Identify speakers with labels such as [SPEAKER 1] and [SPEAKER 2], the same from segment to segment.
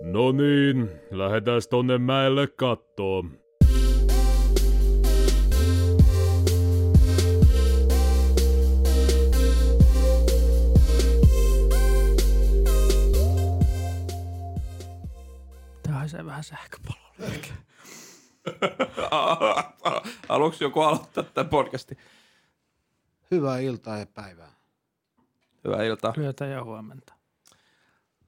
[SPEAKER 1] No niin, lähdetään tonne mäelle kattoon.
[SPEAKER 2] Tähän se vähän sähköpalolla.
[SPEAKER 3] Haluatko joku aloittaa tämän podcastin?
[SPEAKER 4] Hyvää iltaa ja päivää.
[SPEAKER 3] Hyvää iltaa.
[SPEAKER 2] Yötä ja huomenta.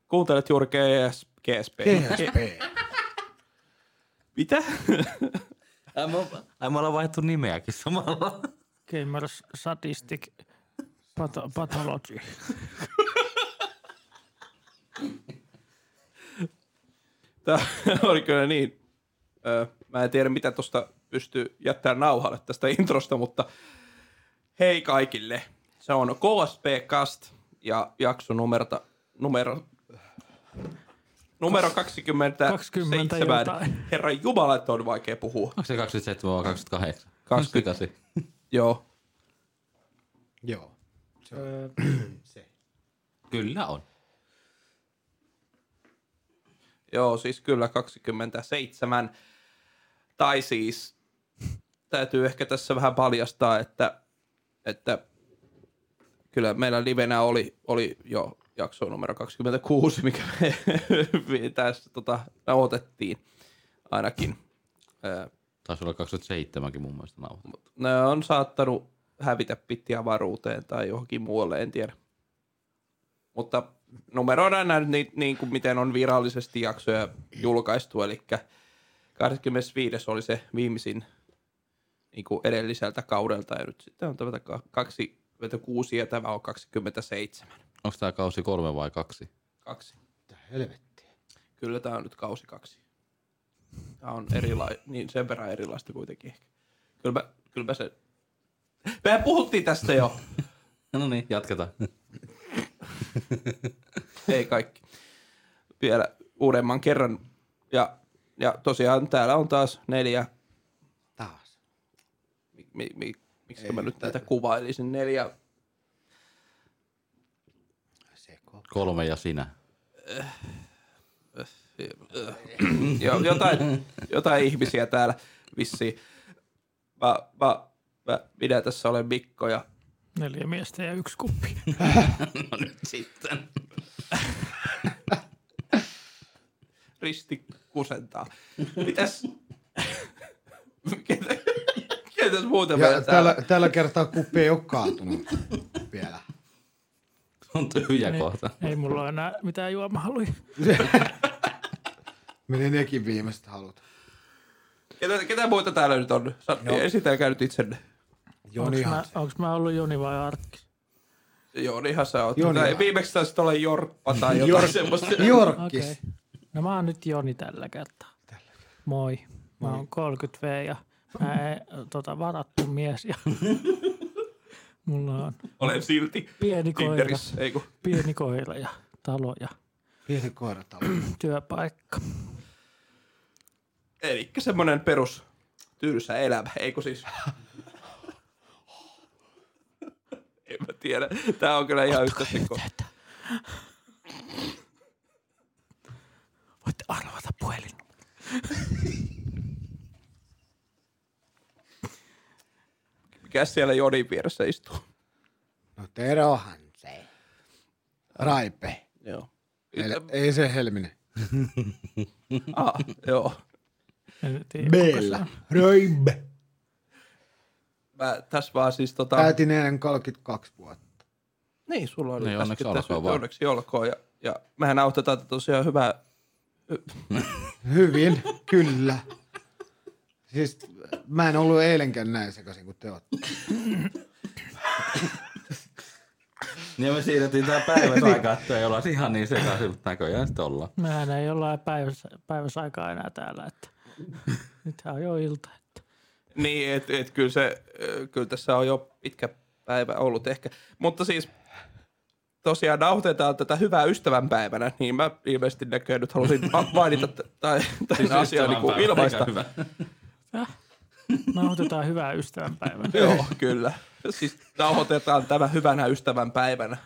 [SPEAKER 3] Kuuntelet juuri GS, GSP.
[SPEAKER 4] PSP.
[SPEAKER 3] Mitä?
[SPEAKER 5] Ai me, o- ai me ollaan vaihtu nimeäkin samalla.
[SPEAKER 2] Gamers Sadistic pato- Pathology.
[SPEAKER 3] Tämä oli kyllä niin. Ö, mä en tiedä, mitä tuosta pystyy jättämään nauhalle tästä introsta, mutta hei kaikille. Se on KSP Cast ja jakso numerota, numero, numero 27.
[SPEAKER 2] 20 jotain.
[SPEAKER 3] Herra Jumala, että on vaikea puhua.
[SPEAKER 5] Onko se 27 vai 28?
[SPEAKER 3] 28. Joo.
[SPEAKER 4] Joo.
[SPEAKER 5] Kyllä on.
[SPEAKER 3] Joo, siis kyllä 27. Tai siis täytyy ehkä tässä vähän paljastaa, että, että kyllä meillä livenä oli, oli jo jakso numero 26, mikä me tässä tota, nauhoitettiin ainakin. Ö,
[SPEAKER 5] Taisi olla 27kin mun mielestä nauhoitettu.
[SPEAKER 3] Ne on saattanut hävitä pitti avaruuteen tai johonkin muualle, en tiedä. Mutta numeroidaan näin niin, niin kuin miten on virallisesti jaksoja julkaistu, eli 25. oli se viimeisin niin kuin edelliseltä kaudelta, ja nyt sitten on tämä 26 ja tämä on 27.
[SPEAKER 5] Onko tää kausi kolme vai kaksi?
[SPEAKER 3] Kaksi.
[SPEAKER 4] Mitä helvettiä.
[SPEAKER 3] Kyllä tämä on nyt kausi kaksi. Tämä on erila- niin sen verran erilaista kuitenkin ehkä. Kyllä mä, kyllä mä sen... Mehän puhuttiin tästä jo.
[SPEAKER 5] No niin, jatketaan.
[SPEAKER 3] ei kaikki. Vielä uudemman kerran. Ja, ja tosiaan täällä on taas neljä,
[SPEAKER 4] Taas.
[SPEAKER 3] mi, mi, mi, miksi mä nyt näitä kuvailisin, neljä,
[SPEAKER 4] Seko.
[SPEAKER 5] Kolme ja sinä.
[SPEAKER 3] jo, jotain, jotain ihmisiä täällä vissiin. Mä, mä, mä, minä tässä olen Mikko ja
[SPEAKER 2] Neljä miestä ja yksi kuppi.
[SPEAKER 5] No nyt sitten.
[SPEAKER 3] risti kusentaa. Mitäs? Ketä, ketäs muuten meillä
[SPEAKER 4] Ja
[SPEAKER 3] täällä?
[SPEAKER 4] tällä, tällä kertaa kuppi ei ole kaatunut vielä.
[SPEAKER 5] On tyhjä
[SPEAKER 2] Niin.
[SPEAKER 5] kohta.
[SPEAKER 2] Ei mulla ole enää mitään juomahaluja.
[SPEAKER 4] Meni nekin viimeiset halut.
[SPEAKER 3] Ketä, ketä muita täällä nyt on? Sa- Esitelkää nyt itsenne.
[SPEAKER 4] Joni
[SPEAKER 2] mä,
[SPEAKER 4] Hansen.
[SPEAKER 2] onks mä ollut Joni vai Arkkis?
[SPEAKER 3] Joo, niinhän sä oot.
[SPEAKER 4] Joni.
[SPEAKER 3] Tai Viimeksi taisi olla Jorppa tai jotain
[SPEAKER 4] Jor-
[SPEAKER 3] semmoista.
[SPEAKER 4] tuota- Jorkkis.
[SPEAKER 2] Okei. Okay. No mä oon nyt Joni tällä kertaa. Moi. Mä oon 30 V ja mä en, tota, varattu mies ja mulla on
[SPEAKER 3] Olen silti
[SPEAKER 2] pieni koira,
[SPEAKER 3] Tinderissä, ei kun.
[SPEAKER 2] pieni koira ja talo ja
[SPEAKER 4] Pieni koiratalo.
[SPEAKER 2] työpaikka.
[SPEAKER 3] Elikkä semmonen perus tylsä elämä, ei kun siis... en mä tiedä. Tää on kyllä ihan yhtä sekko.
[SPEAKER 2] Tätä. Voitte arvata puhelin.
[SPEAKER 3] Mikäs siellä Jodin vieressä istuu?
[SPEAKER 4] No Tero Hansen. Raipe.
[SPEAKER 3] Joo.
[SPEAKER 4] Ei, ei se Helminen.
[SPEAKER 3] Ah, joo.
[SPEAKER 2] En tiedä, kuka se
[SPEAKER 4] Meillä.
[SPEAKER 2] on.
[SPEAKER 4] Raipe.
[SPEAKER 3] Mä tässä vaan siis tota...
[SPEAKER 4] Täytin eilen 32 vuotta.
[SPEAKER 3] Niin, sulla oli
[SPEAKER 5] Niin,
[SPEAKER 3] äsken
[SPEAKER 5] onneksi
[SPEAKER 3] tässä-
[SPEAKER 5] olkoon vaan.
[SPEAKER 3] Onneksi olkoon. Ja, ja mehän autetaan tätä tosiaan hyvää...
[SPEAKER 4] Hyvin, kyllä. Siis mä en ollut eilenkään näin sekaisin kuin te ootte.
[SPEAKER 5] Niin, Ja me siirrettiin tää päivässä aikaa, että ei olla ihan niin sekaisin, mutta näköjään sitten ollaan.
[SPEAKER 2] Mehän ei olla päivässä, päivässä aikaa enää täällä. Että. Nythän on jo ilta. Että.
[SPEAKER 3] Niin, et, et kyllä se... ö, Kyllä tässä on jo pitkä päivä ollut ehkä. Mutta siis tosiaan nauhoitetaan tätä hyvää ystävänpäivänä, niin mä ilmeisesti näköjään nyt halusin ma- mainita t- tai, tämän siis asian niin kuin ilmaista.
[SPEAKER 5] Hyvä.
[SPEAKER 2] Nauhoitetaan hyvää ystävänpäivää.
[SPEAKER 3] Joo, kyllä. Siis nauhoitetaan tämä hyvänä ystävänpäivänä.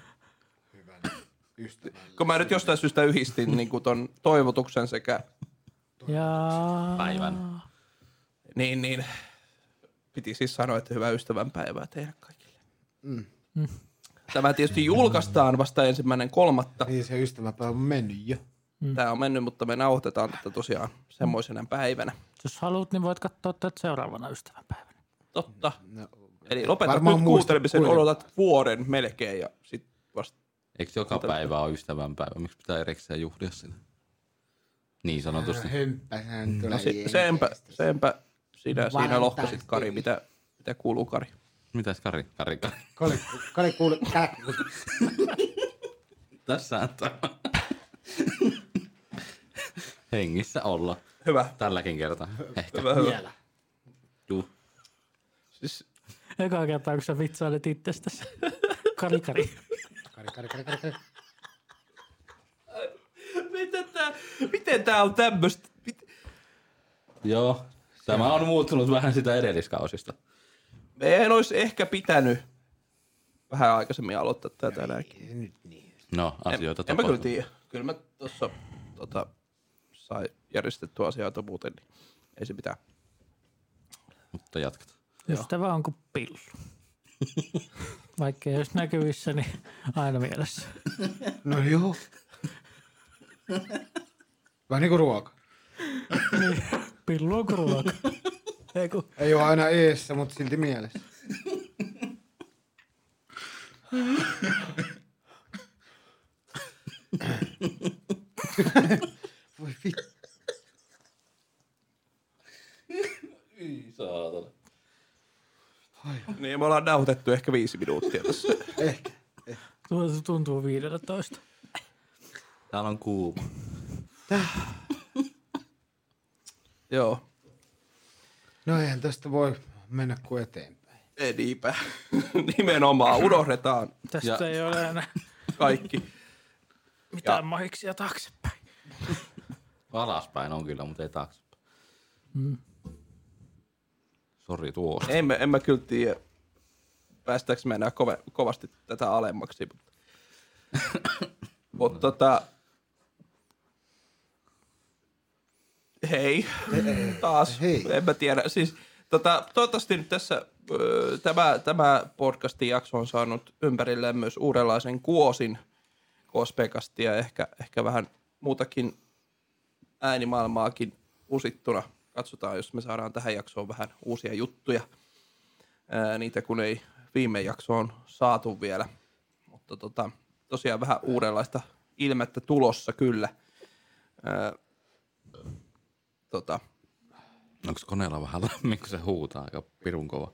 [SPEAKER 4] ystävälle.
[SPEAKER 3] Kun mä nyt jostain syystä yhdistin niin kuin ton toivotuksen sekä
[SPEAKER 2] Ja...
[SPEAKER 5] Päivän.
[SPEAKER 3] niin, niin piti siis sanoa, että hyvää ystävänpäivää teille kaikille.
[SPEAKER 4] Mm.
[SPEAKER 3] Tämä tietysti julkaistaan vasta ensimmäinen kolmatta.
[SPEAKER 4] Niin se ystäväpäivä on mennyt jo.
[SPEAKER 3] Tämä on mennyt, mutta me nauhoitetaan tätä tosiaan semmoisena päivänä.
[SPEAKER 2] Jos haluat, niin voit katsoa tätä seuraavana ystävänpäivänä.
[SPEAKER 3] Totta.
[SPEAKER 4] No,
[SPEAKER 3] Eli lopeta
[SPEAKER 4] Varmaan
[SPEAKER 3] nyt
[SPEAKER 4] muistat
[SPEAKER 3] kuuntelemisen,
[SPEAKER 4] kuitenkin.
[SPEAKER 3] odotat vuoden melkein ja sit vasta.
[SPEAKER 5] Eikö joka päivä ole ystävänpäivä? Miksi pitää erikseen juhlia sitä? Niin sanotusti.
[SPEAKER 4] hömppäshän tulee.
[SPEAKER 3] No se, senpä, senpä sinä, siinä
[SPEAKER 4] Valentine.
[SPEAKER 3] lohkasit, Kari. Mitä, mitä kuuluu, Kari?
[SPEAKER 5] Mitäs Kari? Kari, Kari.
[SPEAKER 4] Kale, kale kuule, kale kuule.
[SPEAKER 5] Tässä on tämä. Hengissä olla.
[SPEAKER 3] Hyvä.
[SPEAKER 5] Tälläkin kertaa. Ehkä.
[SPEAKER 3] Hyvä, hyvä.
[SPEAKER 4] Vielä.
[SPEAKER 5] Juu.
[SPEAKER 3] Siis,
[SPEAKER 2] Eka kertaa, kun sä vitsailet itsestäsi. Kari, kari.
[SPEAKER 4] Kare, kare, kare, kare, kare.
[SPEAKER 3] miten, tää, miten tää on tämmöstä? Mit-
[SPEAKER 5] Joo. Tämä on muuttunut vähän sitä edelliskausista.
[SPEAKER 3] Meidän olisi ehkä pitänyt vähän aikaisemmin aloittaa tää tänäänkin.
[SPEAKER 4] Ei Nyt niin.
[SPEAKER 5] No, asioita
[SPEAKER 3] En mä kyllä
[SPEAKER 5] tapahtuu.
[SPEAKER 3] tiedä. Kyllä mä tuossa tota, sai järjestettyä asioita muuten, niin ei se mitään.
[SPEAKER 5] Mutta jatketaan.
[SPEAKER 2] Ystävä on kuin pillu. Vaikka jos näkyvissä, niin aina mielessä.
[SPEAKER 4] No joo. Vähän niinku ruoka.
[SPEAKER 2] Niin, Pillu on kuin ruoka. Ei kun
[SPEAKER 4] Ei ole aina eessä, mutta silti mielessä. Voi vittu.
[SPEAKER 5] Saatana.
[SPEAKER 3] Niin me ollaan nauhoitettu ehkä viisi minuuttia tässä.
[SPEAKER 4] Ehkä.
[SPEAKER 2] tuo se tuntuu 15.
[SPEAKER 5] Täällä on kuuma.
[SPEAKER 3] Joo.
[SPEAKER 4] No eihän tästä voi mennä kuin eteenpäin.
[SPEAKER 3] Ei niinpä. Nimenomaan unohdetaan
[SPEAKER 2] Tästä
[SPEAKER 5] Ja-
[SPEAKER 2] ei ole enää
[SPEAKER 3] kaikki.
[SPEAKER 2] mitään
[SPEAKER 3] Ja-
[SPEAKER 2] ja. mahiksia taaksepäin.
[SPEAKER 5] Alaspäin on kyllä, mutta ei taaksepäin.
[SPEAKER 3] Mm.
[SPEAKER 5] Sori tuosta.
[SPEAKER 3] En mä, en mä kyllä tiedä, päästäänkö me enää kove, kovasti tätä alemmaksi. Mutta, mutta tota, hei, taas,
[SPEAKER 4] Hei.
[SPEAKER 3] en mä tiedä. Siis, tota, toivottavasti nyt tässä ö, tämä, tämä podcastin jakso on saanut ympärilleen myös uudenlaisen kuosin kospekasti ja ehkä, ehkä vähän muutakin äänimaailmaakin usittuna. Katsotaan, jos me saadaan tähän jaksoon vähän uusia juttuja. Ää, niitä kun ei viime jaksoon saatu vielä. Mutta tota, tosiaan vähän uudenlaista ilmettä tulossa kyllä. Ää, tota,
[SPEAKER 5] Onko koneella vähän lämmin, kun se huutaa aika pirun kova?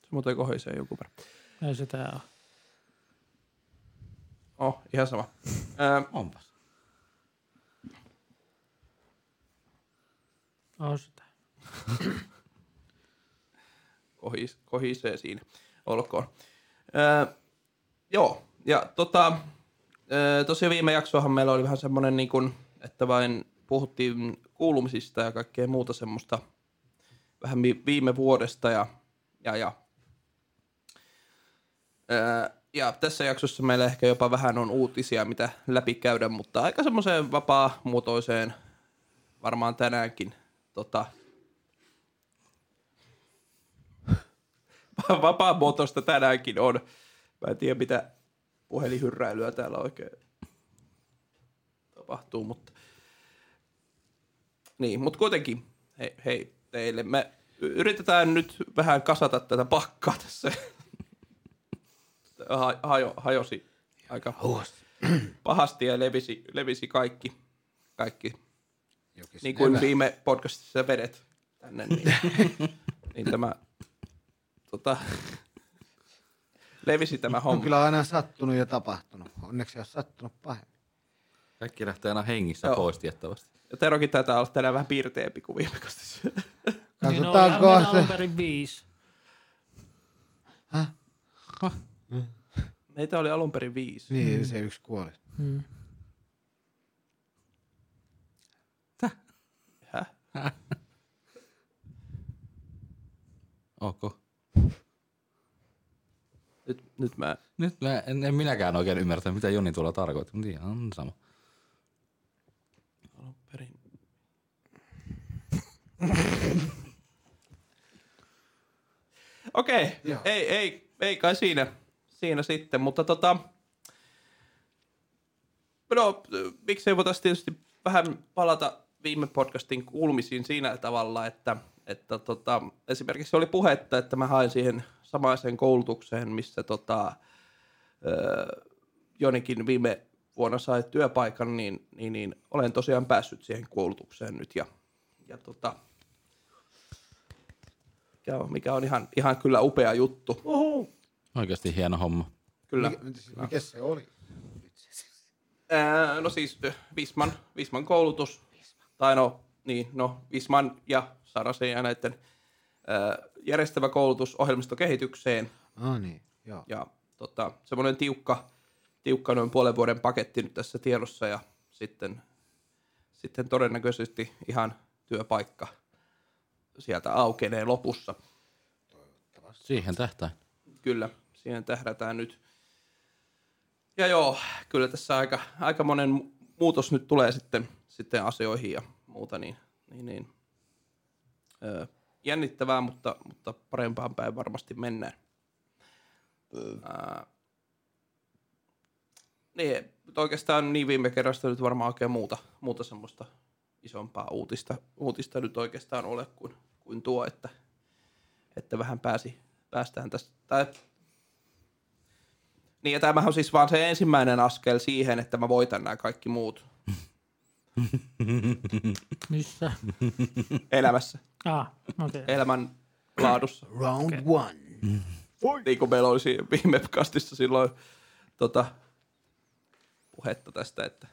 [SPEAKER 3] se muuten kohisee joku verran.
[SPEAKER 2] Ei sitä ole.
[SPEAKER 3] Oh, ihan sama. Ää,
[SPEAKER 5] Onpas.
[SPEAKER 2] On sitä.
[SPEAKER 3] kohis, kohisee siinä, olkoon. Öö, joo, ja tota, öö, tosiaan viime jaksoahan meillä oli vähän semmoinen, niin kuin, että vain puhuttiin kuulumisista ja kaikkea muuta semmoista vähän mi- viime vuodesta ja, ja, ja. Öö, ja tässä jaksossa meillä ehkä jopa vähän on uutisia, mitä läpikäydä, mutta aika semmoiseen vapaamuotoiseen varmaan tänäänkin tota, vapaamuotoista tänäänkin on. Mä en tiedä, mitä puhelinhyrräilyä täällä oikein tapahtuu, mutta... Niin, mutta kuitenkin, hei, hei teille, me y- yritetään nyt vähän kasata tätä pakkaa tässä. Ha, hajo, hajosi aika pahasti ja levisi, levisi kaikki, kaikki
[SPEAKER 4] Jokin
[SPEAKER 3] niin kuin
[SPEAKER 4] evä.
[SPEAKER 3] viime podcastissa vedet tänne, niin, niin tämä tota, levisi tämä
[SPEAKER 4] On
[SPEAKER 3] homma.
[SPEAKER 4] kyllä aina sattunut ja tapahtunut. Onneksi ei ole sattunut pahemmin.
[SPEAKER 5] Kaikki lähtee aina hengissä
[SPEAKER 3] Joo.
[SPEAKER 5] pois tiettävästi.
[SPEAKER 3] Ja Terokin taitaa olla tänään vähän piirteempi kuin viime podcastissa.
[SPEAKER 2] Niin on
[SPEAKER 4] Katsotaan kohta.
[SPEAKER 2] alun perin viisi.
[SPEAKER 4] Häh?
[SPEAKER 3] Meitä oli alun perin viisi.
[SPEAKER 4] Niin, se yksi kuoli.
[SPEAKER 3] Häh?
[SPEAKER 5] Ok.
[SPEAKER 3] Nyt, Nyt mä...
[SPEAKER 5] Nyt mä en, en minäkään oikein ymmärtänyt, mitä Joni tuolla tarkoitti, mutta ihan sama.
[SPEAKER 3] alun perin- Okei, okay. ei, ei, ei kai siinä, siinä sitten, mutta tota, no miksei voitaisiin tietysti vähän palata viime podcastin kuulumisiin siinä tavalla, että, että tota, esimerkiksi oli puhetta, että mä haen siihen samaiseen koulutukseen, missä tota, öö, Jonikin viime vuonna sai työpaikan, niin, niin, niin olen tosiaan päässyt siihen koulutukseen nyt ja, ja tota, mikä on, mikä on ihan, ihan kyllä upea juttu. Oho.
[SPEAKER 5] Oikeasti hieno homma.
[SPEAKER 3] Kyllä.
[SPEAKER 4] Mikä, mikä se oli?
[SPEAKER 3] Ää, no siis ö, Visman, Visman koulutus, tai no, niin, no Visman ja Sarasen ja näiden ää, järjestävä koulutus ohjelmistokehitykseen
[SPEAKER 4] Ah niin, joo.
[SPEAKER 3] ja tota, semmoinen tiukka, tiukka noin puolen vuoden paketti nyt tässä tiedossa ja sitten, sitten todennäköisesti ihan työpaikka sieltä aukenee lopussa.
[SPEAKER 5] Siihen tähtää.
[SPEAKER 3] Kyllä, siihen tähdätään nyt. Ja joo, kyllä tässä aika, aika monen mu- muutos nyt tulee sitten, sitten asioihin ja muuta, niin, niin, niin. Öö, jännittävää, mutta, mutta parempaan päin varmasti mennään. Ää, niin, mutta oikeastaan niin viime kerrasta nyt varmaan oikein muuta, muuta semmoista isompaa uutista, uutista nyt oikeastaan ole kuin, kuin tuo, että, että vähän pääsi, päästään tästä. Tai... Niin, ja tämähän on siis vaan se ensimmäinen askel siihen, että mä voitan nämä kaikki muut
[SPEAKER 2] Missä?
[SPEAKER 3] elämässä,
[SPEAKER 2] Ah, okei. Okay.
[SPEAKER 3] elämän laadussa.
[SPEAKER 4] Round one.
[SPEAKER 3] Niin kuin meillä oli siinä viime kastissa silloin tota, puhetta tästä, että,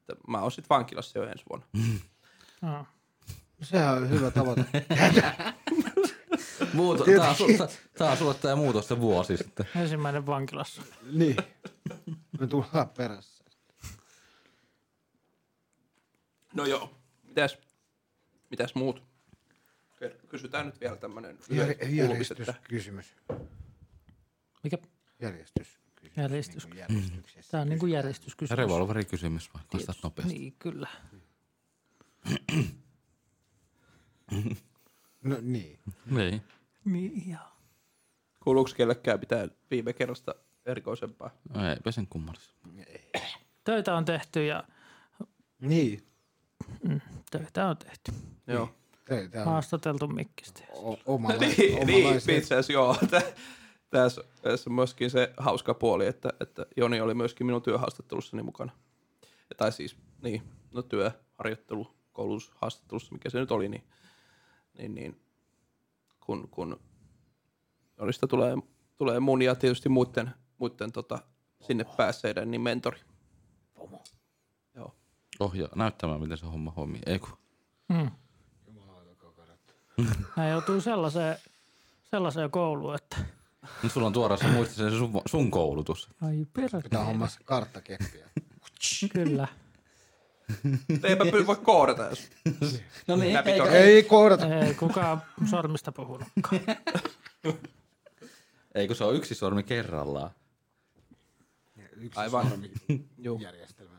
[SPEAKER 3] että mä oon sit vankilassa jo ensi vuonna.
[SPEAKER 2] Ah.
[SPEAKER 4] Sehän on hyvä tavoite.
[SPEAKER 5] Muuto, tää, on, su- tää- tää on sulle tää muutosta vuosi sitten.
[SPEAKER 2] Ensimmäinen vankilassa.
[SPEAKER 4] niin. Me tullaan perässä.
[SPEAKER 3] No joo. Mitäs, mitäs muut? Kysytään nyt vielä tämmönen
[SPEAKER 4] Jär,
[SPEAKER 3] kuulumiset tähän.
[SPEAKER 4] järjestyskysymys.
[SPEAKER 2] Mikä?
[SPEAKER 4] Järjestys.
[SPEAKER 2] Järjestys.
[SPEAKER 4] niin Järjestyksessä.
[SPEAKER 2] Tämä on niin kuin järjestyskysymys.
[SPEAKER 5] Revolverikysymys vai vastaat nopeasti.
[SPEAKER 2] Niin, kyllä.
[SPEAKER 4] No niin.
[SPEAKER 5] Niin.
[SPEAKER 2] Niin, joo.
[SPEAKER 3] Kuuluuko kellekään pitää viime kerrasta erikoisempaa?
[SPEAKER 5] No Eipä sen kummallis.
[SPEAKER 2] Töitä on tehty ja
[SPEAKER 4] Niin.
[SPEAKER 2] töitä on tehty.
[SPEAKER 3] Joo.
[SPEAKER 4] Tämä on
[SPEAKER 2] Haastateltu mikkistä.
[SPEAKER 4] o- omala-
[SPEAKER 3] niin, niin
[SPEAKER 4] omalaiset-
[SPEAKER 3] itse asiassa joo. Tä- Tässä, tässä on myöskin se hauska puoli, että, että Joni oli myöskin minun työhaastattelussani mukana. Ja, tai siis, niin, no työharjoittelu, koulutushaastattelussa, mikä se nyt oli, niin, niin, niin kun, kun Jonista tulee, tulee mun ja tietysti muiden, muiden tota, sinne päässeiden, niin mentori. Joo.
[SPEAKER 5] Ohjaa näyttämään, miten se homma hommi. Ei kun.
[SPEAKER 2] Mm. Hän joutuu sellaiseen, sellaiseen kouluun, että
[SPEAKER 5] Nyt sulla on tuoreessa muistissa se sun, sun koulutus.
[SPEAKER 2] ai
[SPEAKER 4] Pitää
[SPEAKER 2] perkele.
[SPEAKER 4] hommassa karttakeppiä.
[SPEAKER 2] Kyllä.
[SPEAKER 3] Eipä py- voi koodata, jos
[SPEAKER 5] No niin,
[SPEAKER 3] Läpi eikä-
[SPEAKER 4] Ei kohdata.
[SPEAKER 2] Ei kukaan sormista puhunutkaan.
[SPEAKER 5] Ei kun se on yksi sormi kerrallaan.
[SPEAKER 4] Yksi
[SPEAKER 3] Aivan.
[SPEAKER 4] sormi
[SPEAKER 3] Joo.
[SPEAKER 4] järjestelmä.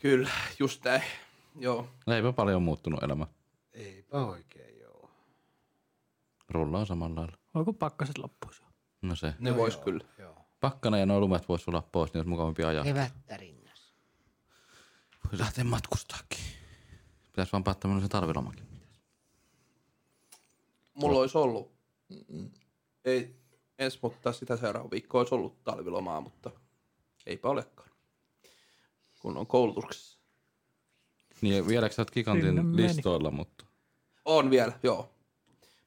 [SPEAKER 3] Kyllä, just näin. Joo.
[SPEAKER 5] No Eipä paljon muuttunut elämä.
[SPEAKER 4] Eipä oikein joo.
[SPEAKER 5] Rulla on samalla lailla.
[SPEAKER 2] Voi kun pakkaset loppuisi. jo.
[SPEAKER 5] No se.
[SPEAKER 3] Ne no vois kyllä.
[SPEAKER 4] Joo.
[SPEAKER 5] Pakkana ja nuo lumet vois sulaa pois, niin olisi mukavampi ajaa.
[SPEAKER 4] Kevättä ringas.
[SPEAKER 5] Voi lähteä matkustaakin. Pitäis vaan päättää minun sen tarvilomakin.
[SPEAKER 3] Mulla olisi ollut, ei ensi, mutta sitä seuraava viikko olisi ollut talvilomaa, mutta eipä olekaan. Kun on koulutuksessa.
[SPEAKER 5] Niin vieläkö sä oot
[SPEAKER 2] Sinne
[SPEAKER 5] gigantin
[SPEAKER 2] meni.
[SPEAKER 5] listoilla, mutta...
[SPEAKER 3] On vielä, joo.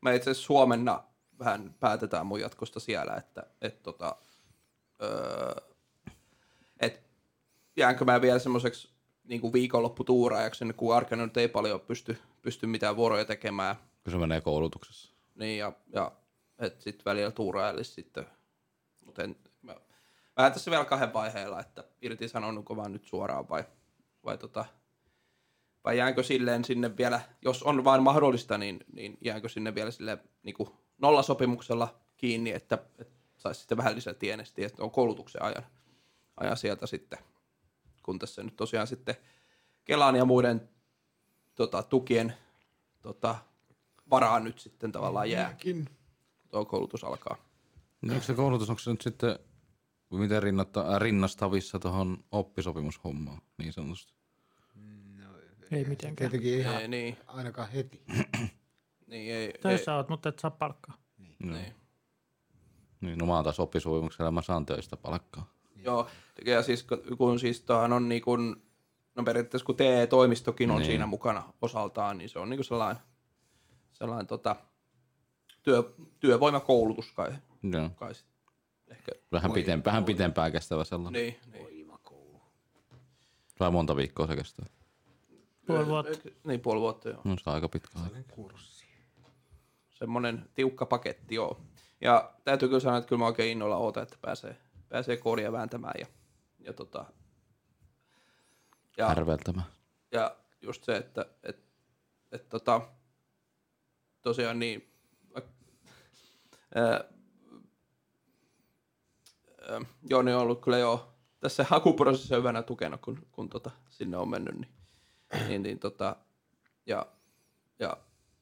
[SPEAKER 3] Mä itse asiassa huomenna vähän päätetään mun jatkosta siellä, että et, tota, öö, et, jäänkö mä vielä semmoiseksi niin viikonlopputuuraajaksi, niin kun arkena nyt ei paljon pysty, pysty mitään vuoroja tekemään,
[SPEAKER 5] Kun se menee koulutuksessa.
[SPEAKER 3] Niin, ja, ja että sitten välillä tuuraili sitten. Mutta en, mä, mä tässä vielä kahden vaiheella, että irtisanonnutko vaan nyt suoraan vai, vai, tota, vai jäänkö silleen sinne vielä, jos on vain mahdollista, niin, niin jäänkö sinne vielä sille niin kuin niinku nollasopimuksella kiinni, että, että saisi sitten vähän lisää tienestiä, että on koulutuksen ajan, ajan sieltä sitten. Kun tässä nyt tosiaan sitten Kelan ja muiden tota, tukien tota, varaa nyt sitten tavallaan jää. Tuo koulutus alkaa.
[SPEAKER 5] Niin onko se koulutus, onko se nyt sitten miten rinnatta, äh, rinnastavissa tuohon oppisopimushommaan niin sanotusti?
[SPEAKER 2] Ei mitenkään.
[SPEAKER 4] Tietenkin ihan
[SPEAKER 3] Ei, niin,
[SPEAKER 4] ainakaan heti.
[SPEAKER 3] niin, ei, ei,
[SPEAKER 2] Töissä oot, mutta et saa palkkaa.
[SPEAKER 3] niin.
[SPEAKER 5] Niin, no mä oon taas oppisopimuksella, mä saan töistä palkkaa.
[SPEAKER 3] Joo, ja siis kun- kun siis tuohan on niin kuin, no periaatteessa kun TE-toimistokin on
[SPEAKER 5] Niin.
[SPEAKER 3] siinä mukana osaltaan, niin se on niin kuin sellainen, sellainen tota, työ, työvoimakoulutus kai,
[SPEAKER 5] Joo.
[SPEAKER 3] kai sit ehkä.
[SPEAKER 5] Vähän,
[SPEAKER 3] Voi-
[SPEAKER 5] pitempään, vähän pitempään kestävä sellainen.
[SPEAKER 3] Niin, niin.
[SPEAKER 5] Tai monta viikkoa se kestää.
[SPEAKER 2] Puoli vuotta.
[SPEAKER 3] Niin, puoli vuotta joo.
[SPEAKER 5] No, se on aika pitkä aika.
[SPEAKER 3] Semmoinen tiukka paketti joo. Ja täytyy kyllä sanoa, että kyllä mä oikein innolla ootan, että pääsee, pääsee koodia vääntämään ja, ja tota, ja
[SPEAKER 5] Härveltämään.
[SPEAKER 3] Ja just se, että et, et, tota, tosiaan niin, vaik- ää, ää, Joni on ollut kyllä jo tässä hakuprosessissa hyvänä tukena, kun, kun tota, sinne on mennyt. Niin, niin, niin tota, ja, ja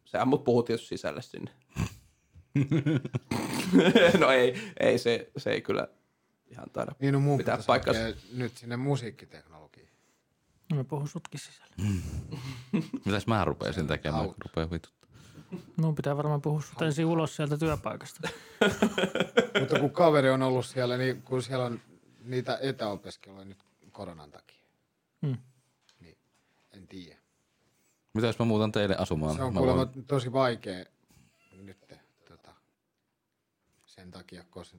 [SPEAKER 3] sehän mut puhuu tietysti sisälle sinne. no ei, ei se, se ei kyllä ihan taida.
[SPEAKER 4] Niin on mun
[SPEAKER 3] Pitää
[SPEAKER 4] pitäisi
[SPEAKER 3] paikkansa.
[SPEAKER 4] hakea nyt sinne musiikkiteknologiaan.
[SPEAKER 2] Mä No puhun sutkin sisällä.
[SPEAKER 5] Mitäs mä rupeisin tekemään, kun
[SPEAKER 4] auto.
[SPEAKER 5] rupeaa vituttaa?
[SPEAKER 2] Mun pitää varmaan puhua sut ensin ulos sieltä työpaikasta.
[SPEAKER 4] Mutta kun kaveri on ollut siellä, niin kun siellä on niitä etäopiskeluja nyt koronan takia,
[SPEAKER 5] Hmm.
[SPEAKER 2] Mm.
[SPEAKER 4] niin en tiedä.
[SPEAKER 5] Mitäs mä muutan teille asumaan?
[SPEAKER 4] Se on
[SPEAKER 5] No, mä
[SPEAKER 4] kuulemma tosi vaikea nyt tota, sen takia, koska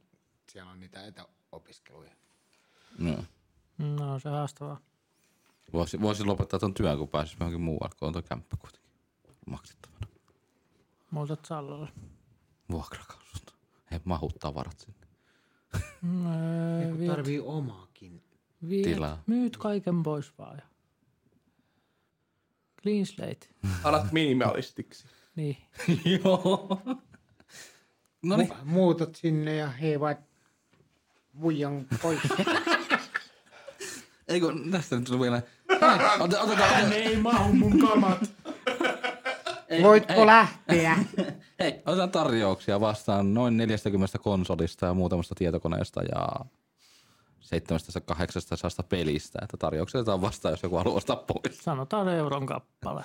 [SPEAKER 4] siellä on niitä etäopiskeluja.
[SPEAKER 5] Joo.
[SPEAKER 2] No se haastavaa.
[SPEAKER 5] Voisin, voisin lopettaa ton työn, kun pääsis johonkin muualle, kun on toi kämppä kuitenkin. Maksettavana.
[SPEAKER 2] Muutat Sallolle.
[SPEAKER 5] Vuokrakausut. He mahut tavarat sinne.
[SPEAKER 2] No, viet,
[SPEAKER 4] Tarvii omaakin.
[SPEAKER 2] viet,
[SPEAKER 5] tilaa.
[SPEAKER 2] myyt kaiken pois vaan. ja- Clean slate.
[SPEAKER 3] Alat minimalistiksi.
[SPEAKER 2] Niin.
[SPEAKER 5] Joo. No niin.
[SPEAKER 4] Muutat sinne ja hei vai vuijan pois.
[SPEAKER 5] Ei kun tästä nyt tuli vielä. Ota, otetaan, ota,
[SPEAKER 2] Ei mahu mun kamat.
[SPEAKER 5] ei,
[SPEAKER 4] Voitko lähteä?
[SPEAKER 5] ei, otetaan tarjouksia vastaan noin 40 konsolista ja muutamasta tietokoneesta ja 700-800 pelistä. Että tarjouksia otetaan vastaan, jos joku haluaa ostaa pois.
[SPEAKER 2] Sanotaan euron kappale.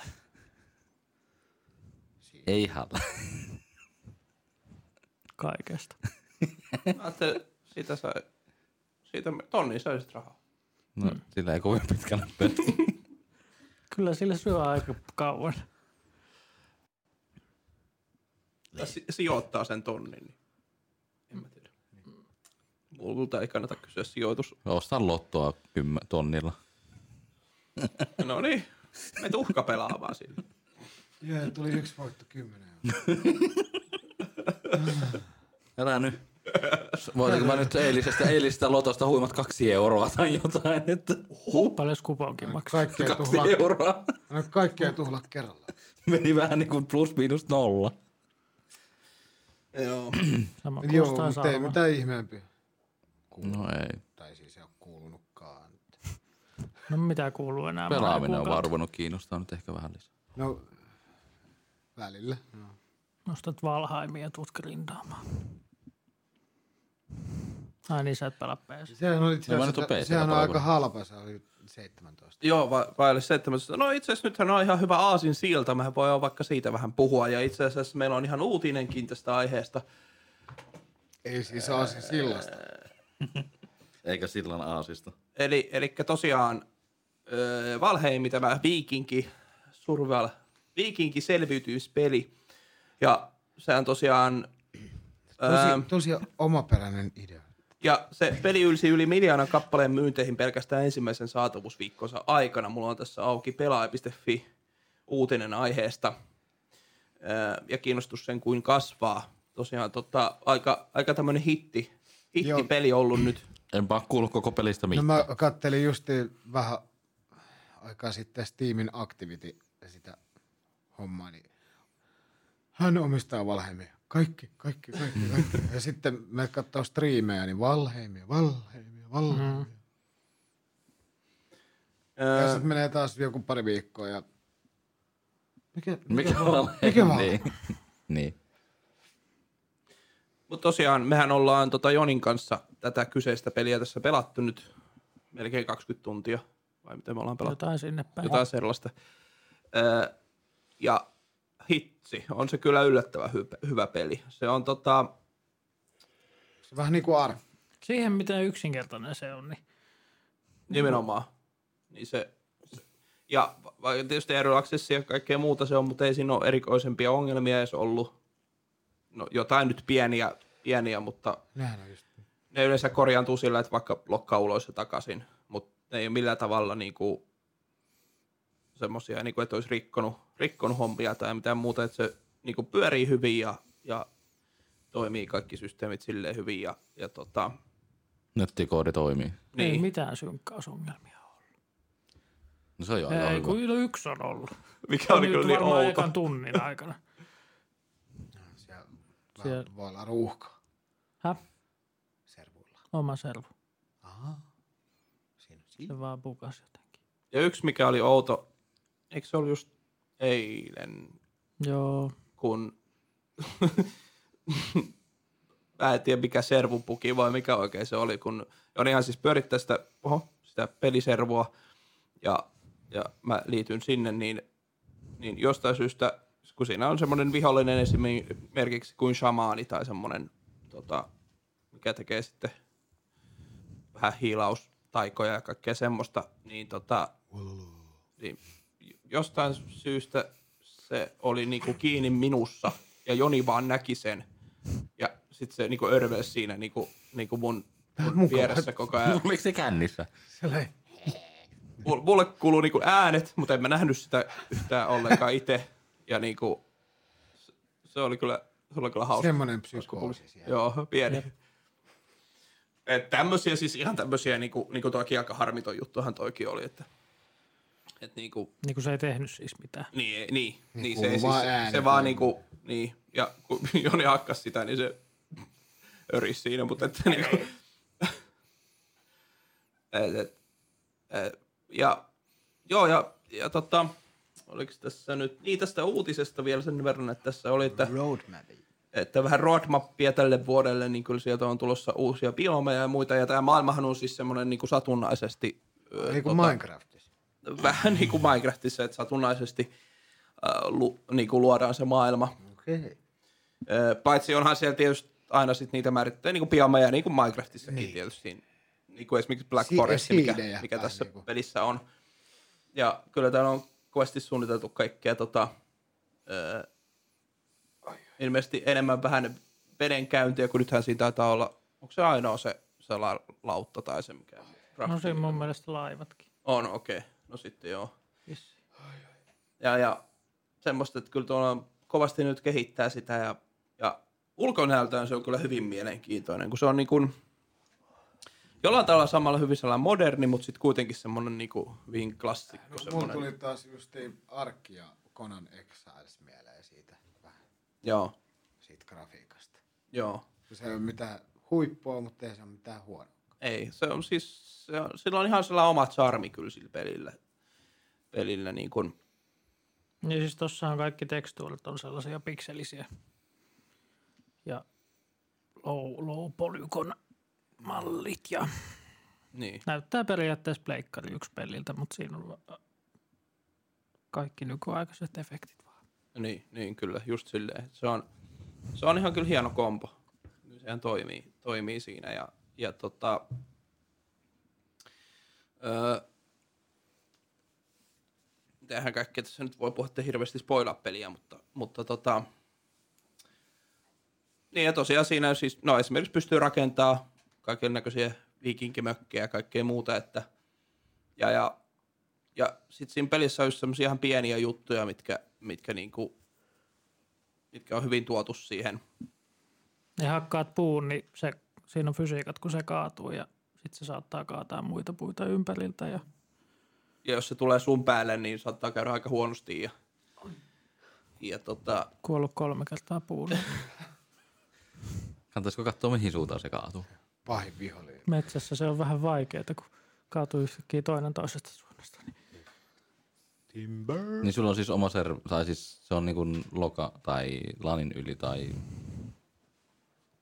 [SPEAKER 5] Ei halua.
[SPEAKER 2] Kaikesta.
[SPEAKER 3] Mä ajattelin, siitä sai, siitä tonni saisit rahaa.
[SPEAKER 5] No, sillä ei kovin pitkällä päästä.
[SPEAKER 2] Kyllä sillä syö aika kauan.
[SPEAKER 3] Tai si- sijoittaa sen tonnin, niin en mä tiedä. Multa ei kannata kysyä sijoitus.
[SPEAKER 5] Ostaa lottoa kymmä, tonnilla.
[SPEAKER 3] No niin, me tuhka pelaamaan sillä.
[SPEAKER 4] Joo, tuli yksi voitto kymmenen.
[SPEAKER 5] Älä nyt. Voitanko mä nyt eilisestä, eilisestä lotosta huimat kaksi euroa tai jotain, että
[SPEAKER 2] Paljon kuponkin maksaa.
[SPEAKER 4] Kaikkea
[SPEAKER 5] kaksi
[SPEAKER 4] tuhlaa,
[SPEAKER 5] euroa.
[SPEAKER 4] no kaikkea tuhlaa kerralla.
[SPEAKER 5] Meni vähän niin kuin plus miinus nolla.
[SPEAKER 3] Joo.
[SPEAKER 2] Sama
[SPEAKER 4] Joo,
[SPEAKER 2] kuulostaa
[SPEAKER 4] mutta ei
[SPEAKER 2] salma.
[SPEAKER 4] mitään ihmeempi.
[SPEAKER 5] No ei.
[SPEAKER 4] Tai siis ei ole kuulunutkaan.
[SPEAKER 2] No mitä kuuluu enää?
[SPEAKER 5] Pelaaminen on
[SPEAKER 2] Kuukautta.
[SPEAKER 5] vaan ruvennut kiinnostaa nyt ehkä vähän lisää.
[SPEAKER 4] No, välillä. No.
[SPEAKER 2] Nostat valhaimia ja tuut grindaamaan. Ai niin, sä et pelaa PS.
[SPEAKER 4] Sehän on itse
[SPEAKER 5] No mä nyt oon
[SPEAKER 4] asiassa,
[SPEAKER 5] PC-llä
[SPEAKER 4] sehän on aika
[SPEAKER 5] pelakunut.
[SPEAKER 4] halpa, se oli 17.
[SPEAKER 3] Joo, va- vaille 17. No itse asiassa nythän on ihan hyvä aasin silta. Mehän voidaan vaikka siitä vähän puhua. Ja itse asiassa meillä on ihan uutinenkin tästä aiheesta.
[SPEAKER 4] Ei siis Aasin sillasta.
[SPEAKER 5] Eikä sillan aasista.
[SPEAKER 3] Eli, eli tosiaan öö, Valheimi tämä viikinki, survival, viikinki selviytymispeli. Ja sehän tosiaan... öö,
[SPEAKER 4] Tosi, tosi omaperäinen idea. No,
[SPEAKER 3] Ja se peli ylsi yli miljoonan kappaleen myynteihin pelkästään ensimmäisen saatavuusviikkonsa aikana. Mulla on tässä auki pelaaja.fi uutinen aiheesta. Öö, Ja kiinnostus sen kuin kasvaa. Tosiaan tota, aika, aika tämmönen hitti, hittipeli ollut nyt.
[SPEAKER 5] En vaan kuullut koko pelistä
[SPEAKER 4] No
[SPEAKER 5] mitään.
[SPEAKER 4] mä kattelin justiin vähän aikaa sitten Steamin Activity sitä hommaa, niin hän omistaa Valheimia. kaikki, kaikki, kaikki, kaikki. ja sitten me katsoo striimejä, niin valheimia, valheimia, valheimia. Mm. Ja
[SPEAKER 3] Öö,
[SPEAKER 4] sitten menee taas joku pari viikkoa ja... Mikä,
[SPEAKER 5] Mikä vaan?
[SPEAKER 4] Mikä vaan?
[SPEAKER 5] Niin. niin.
[SPEAKER 3] Mutta tosiaan, mehän ollaan tota Jonin kanssa tätä kyseistä peliä tässä pelattu nyt melkein 20 tuntia. Vai miten me ollaan pelattu?
[SPEAKER 2] Jotain sinne päin.
[SPEAKER 3] Jotain sellaista. Öö, ja hitsi, on se kyllä yllättävän hy- hyvä peli. Se on tota,
[SPEAKER 4] Se vähän niin kuin Ar.
[SPEAKER 2] Siihen, miten yksinkertainen se on, niin
[SPEAKER 3] nimenomaan. Niin se, ja va- va- tietysti eri accessia ja kaikkea muuta se on, mutta ei siinä ole erikoisempia ongelmia edes ollut. No, jotain nyt pieniä, pieniä mutta
[SPEAKER 4] Nehän on just...
[SPEAKER 3] ne yleensä korjaantuu sillä, että vaikka blokkaa ulos ja takaisin, mutta ne ei ole millään tavalla niinku semmoisia, niinku, että olisi rikkonut, rikkonut hommia tai mitään muuta, että se niinku pyörii hyvin ja, ja toimii kaikki systeemit silleen hyvin ja, ja tota,
[SPEAKER 5] Nettikoodi toimii.
[SPEAKER 2] niin. ei
[SPEAKER 3] niin,
[SPEAKER 2] mitään synkkausongelmia ole.
[SPEAKER 5] No se on jo aika
[SPEAKER 2] Ei,
[SPEAKER 5] hyvä.
[SPEAKER 2] kun no yksi on ollut.
[SPEAKER 3] mikä oli
[SPEAKER 2] Nyt
[SPEAKER 3] kyllä niin
[SPEAKER 2] varmaan
[SPEAKER 3] outo.
[SPEAKER 2] ekan tunnin aikana.
[SPEAKER 4] Siellä, vähän voi olla ruuhkaa
[SPEAKER 2] Häh?
[SPEAKER 4] servuilla.
[SPEAKER 2] Oma servu.
[SPEAKER 4] Aha. Siinä on siinä.
[SPEAKER 2] Se vaan pukas jotenkin.
[SPEAKER 3] Ja yksi mikä oli outo, eikö se ollut just eilen,
[SPEAKER 2] Joo.
[SPEAKER 3] kun mä en tiedä mikä servupuki vai mikä oikein se oli, kun Jonihan siis pyörittää sitä, oho, sitä peliservoa ja, ja mä liityn sinne, niin, niin jostain syystä, kun siinä on semmoinen vihollinen esimerkiksi kuin shamaani tai semmoinen, tota, mikä tekee sitten vähän hiilaustaikoja ja kaikkea semmoista, niin tota, niin jostain syystä se oli niinku kiinni minussa ja Joni vaan näki sen. Ja sitten se niinku örvelsi siinä niinku, niinku mun, mun vieressä koko ajan.
[SPEAKER 5] Oliko se kännissä?
[SPEAKER 4] Siellä
[SPEAKER 3] Mul- Mulle kuuluu niinku äänet, mutta en mä nähnyt sitä yhtään ollenkaan itse. Ja niinku, se- se oli kyllä, se oli kyllä hauska.
[SPEAKER 4] Semmoinen psykoosi siellä.
[SPEAKER 3] Joo, pieni. Et tämmöisiä, siis ihan tämmöisiä, niinku, niinku toki aika harmiton juttuhan toikin oli, että et niinku,
[SPEAKER 2] Niin kuin se ei tehnyt siis mitään.
[SPEAKER 3] Niin, ei- niin, niin, niin se,
[SPEAKER 4] kuuluu
[SPEAKER 3] ei siis,
[SPEAKER 4] vaan
[SPEAKER 3] se,
[SPEAKER 4] ääni
[SPEAKER 3] se vaan niinku, niin, ja kun Joni hakkas sitä, niin se örisi siinä, mutta että niinku, et, et, et, ja joo, ja, ja tota, oliko tässä nyt, niin tästä uutisesta vielä sen verran, että tässä oli, että,
[SPEAKER 4] Roadmapi.
[SPEAKER 3] että vähän roadmappia tälle vuodelle, niin kyllä sieltä on tulossa uusia biomeja ja muita, ja tämä maailmahan on siis semmoinen niin kuin satunnaisesti ö, tota-
[SPEAKER 4] Ei kuin Minecraftissa.
[SPEAKER 3] vähän niin kuin Minecraftissa, että satunnaisesti äh, lu, niin kuin luodaan se maailma.
[SPEAKER 4] Okei. Okay.
[SPEAKER 3] Ö, paitsi onhan siellä tietysti aina sit niitä määrittää niin kuin biomeja, niin kuin Minecraftissakin niin. tietysti. Niin kuin esimerkiksi Black
[SPEAKER 4] Si-
[SPEAKER 3] Forest, mikä,
[SPEAKER 4] siidejä
[SPEAKER 3] mikä
[SPEAKER 4] vähän
[SPEAKER 3] tässä
[SPEAKER 4] niinku.
[SPEAKER 3] pelissä on. Ja kyllä täällä on kovasti suunniteltu kaikkea tota, ö, ilmeisesti enemmän vähän vedenkäyntiä, kun nythän siinä taitaa olla, onko se ainoa se, se la, lautta tai se mikä?
[SPEAKER 2] No
[SPEAKER 3] rafti-
[SPEAKER 2] siinä mun mielestä laivatkin.
[SPEAKER 3] On, okei. Okay. No sitten joo.
[SPEAKER 2] Vissi.
[SPEAKER 3] ja, ja semmoista, että kyllä tuolla kovasti nyt kehittää sitä ja, ja ulkonäöltään se on kyllä hyvin mielenkiintoinen, kun se on niin kuin, jollain tavalla samalla hyvin sellainen moderni, mutta sitten kuitenkin semmoinen niin kuin hyvin klassikko.
[SPEAKER 4] Mulla
[SPEAKER 3] semmoinen.
[SPEAKER 4] tuli taas justiin Ark ja Conan Exiles mieleen siitä, vähän
[SPEAKER 3] Joo,
[SPEAKER 4] siitä grafiikasta.
[SPEAKER 3] joo.
[SPEAKER 4] Se ei ole mitään huippua, mutta ei se ole mitään huonoa.
[SPEAKER 3] Ei, se on siis, se on, sillä on ihan sellainen oma charmi kyllä sillä pelillä. pelillä niin kuin,
[SPEAKER 2] Niin siis tossahan kaikki tekstuurit on sellaisia pikselisiä. Ja low, low polygon mallit ja
[SPEAKER 3] niin.
[SPEAKER 2] näyttää periaatteessa pleikkari yksi peliltä, mutta siinä on va- kaikki nykyaikaiset efektit vaan.
[SPEAKER 3] Niin, niin kyllä, just silleen. Se on, se on ihan kyllä hieno kompo. Sehän toimii, toimii siinä ja, ja tota, öö, mitähän kaikkea tässä nyt voi puhua, että hirveästi spoilaa peliä, mutta, mutta tota, niin ja tosiaan siinä siis, no esimerkiksi pystyy rakentaa kaiken näköisiä viikinkimökkejä ja kaikkea muuta, että ja, ja ja sit siinä pelissä on just semmosia ihan pieniä juttuja, mitkä, mitkä, niinku, mitkä on hyvin tuotu siihen.
[SPEAKER 2] Ne hakkaat puun, niin se, siinä on fysiikat, kun se kaatuu ja sitten se saattaa kaataa muita puita ympäriltä ja
[SPEAKER 3] Ja jos se tulee sun päälle, niin saattaa käydä aika huonosti. Ja, ja tota,
[SPEAKER 2] kuollut kolme kertaa puulle.
[SPEAKER 5] Kantaisiko katsoa, mihin suuntaan se kaatuu?
[SPEAKER 4] Pahin vihollinen.
[SPEAKER 2] Metsässä se on vähän vaikeaa, kun kaatuu yhtäkkiä toinen toisesta suunnasta. Niin
[SPEAKER 4] Timber.
[SPEAKER 2] Mm.
[SPEAKER 5] Niin sulla on siis oma serv... Tai siis se on niinku loka tai lanin yli tai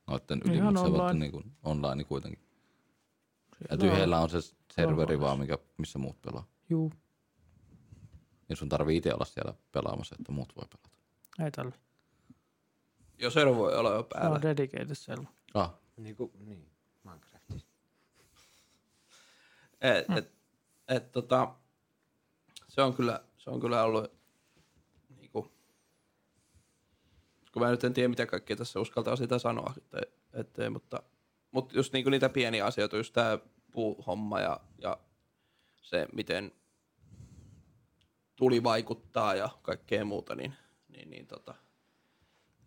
[SPEAKER 5] noitten yli,
[SPEAKER 2] Ihan
[SPEAKER 5] mutta se on
[SPEAKER 2] online.
[SPEAKER 5] niinku online kuitenkin. Ja
[SPEAKER 2] siellä on-
[SPEAKER 5] tyhjällä on se serveri
[SPEAKER 2] Online.
[SPEAKER 5] vaan, mikä, missä muut pelaa.
[SPEAKER 2] Juu,
[SPEAKER 5] Niin sun tarvii itse olla siellä pelaamassa, että muut voi pelata.
[SPEAKER 2] ei tällä.
[SPEAKER 3] Jos ero voi olla jo
[SPEAKER 2] Se
[SPEAKER 3] päällä.
[SPEAKER 2] on dedicated siellä.
[SPEAKER 5] Ah,
[SPEAKER 4] Niin kuin, niin. Minecraftissa.
[SPEAKER 3] Et, et, et, tota, se, on kyllä, se on kyllä ollut niinku, kun mä nyt en tiedä mitä kaikkea tässä uskaltaa sitä sanoa, että, ettei, mutta, mutta just niinku niitä pieniä asioita, just tämä puuhomma ja, ja se, miten tuli vaikuttaa ja kaikkea muuta, niin, niin, niin tota,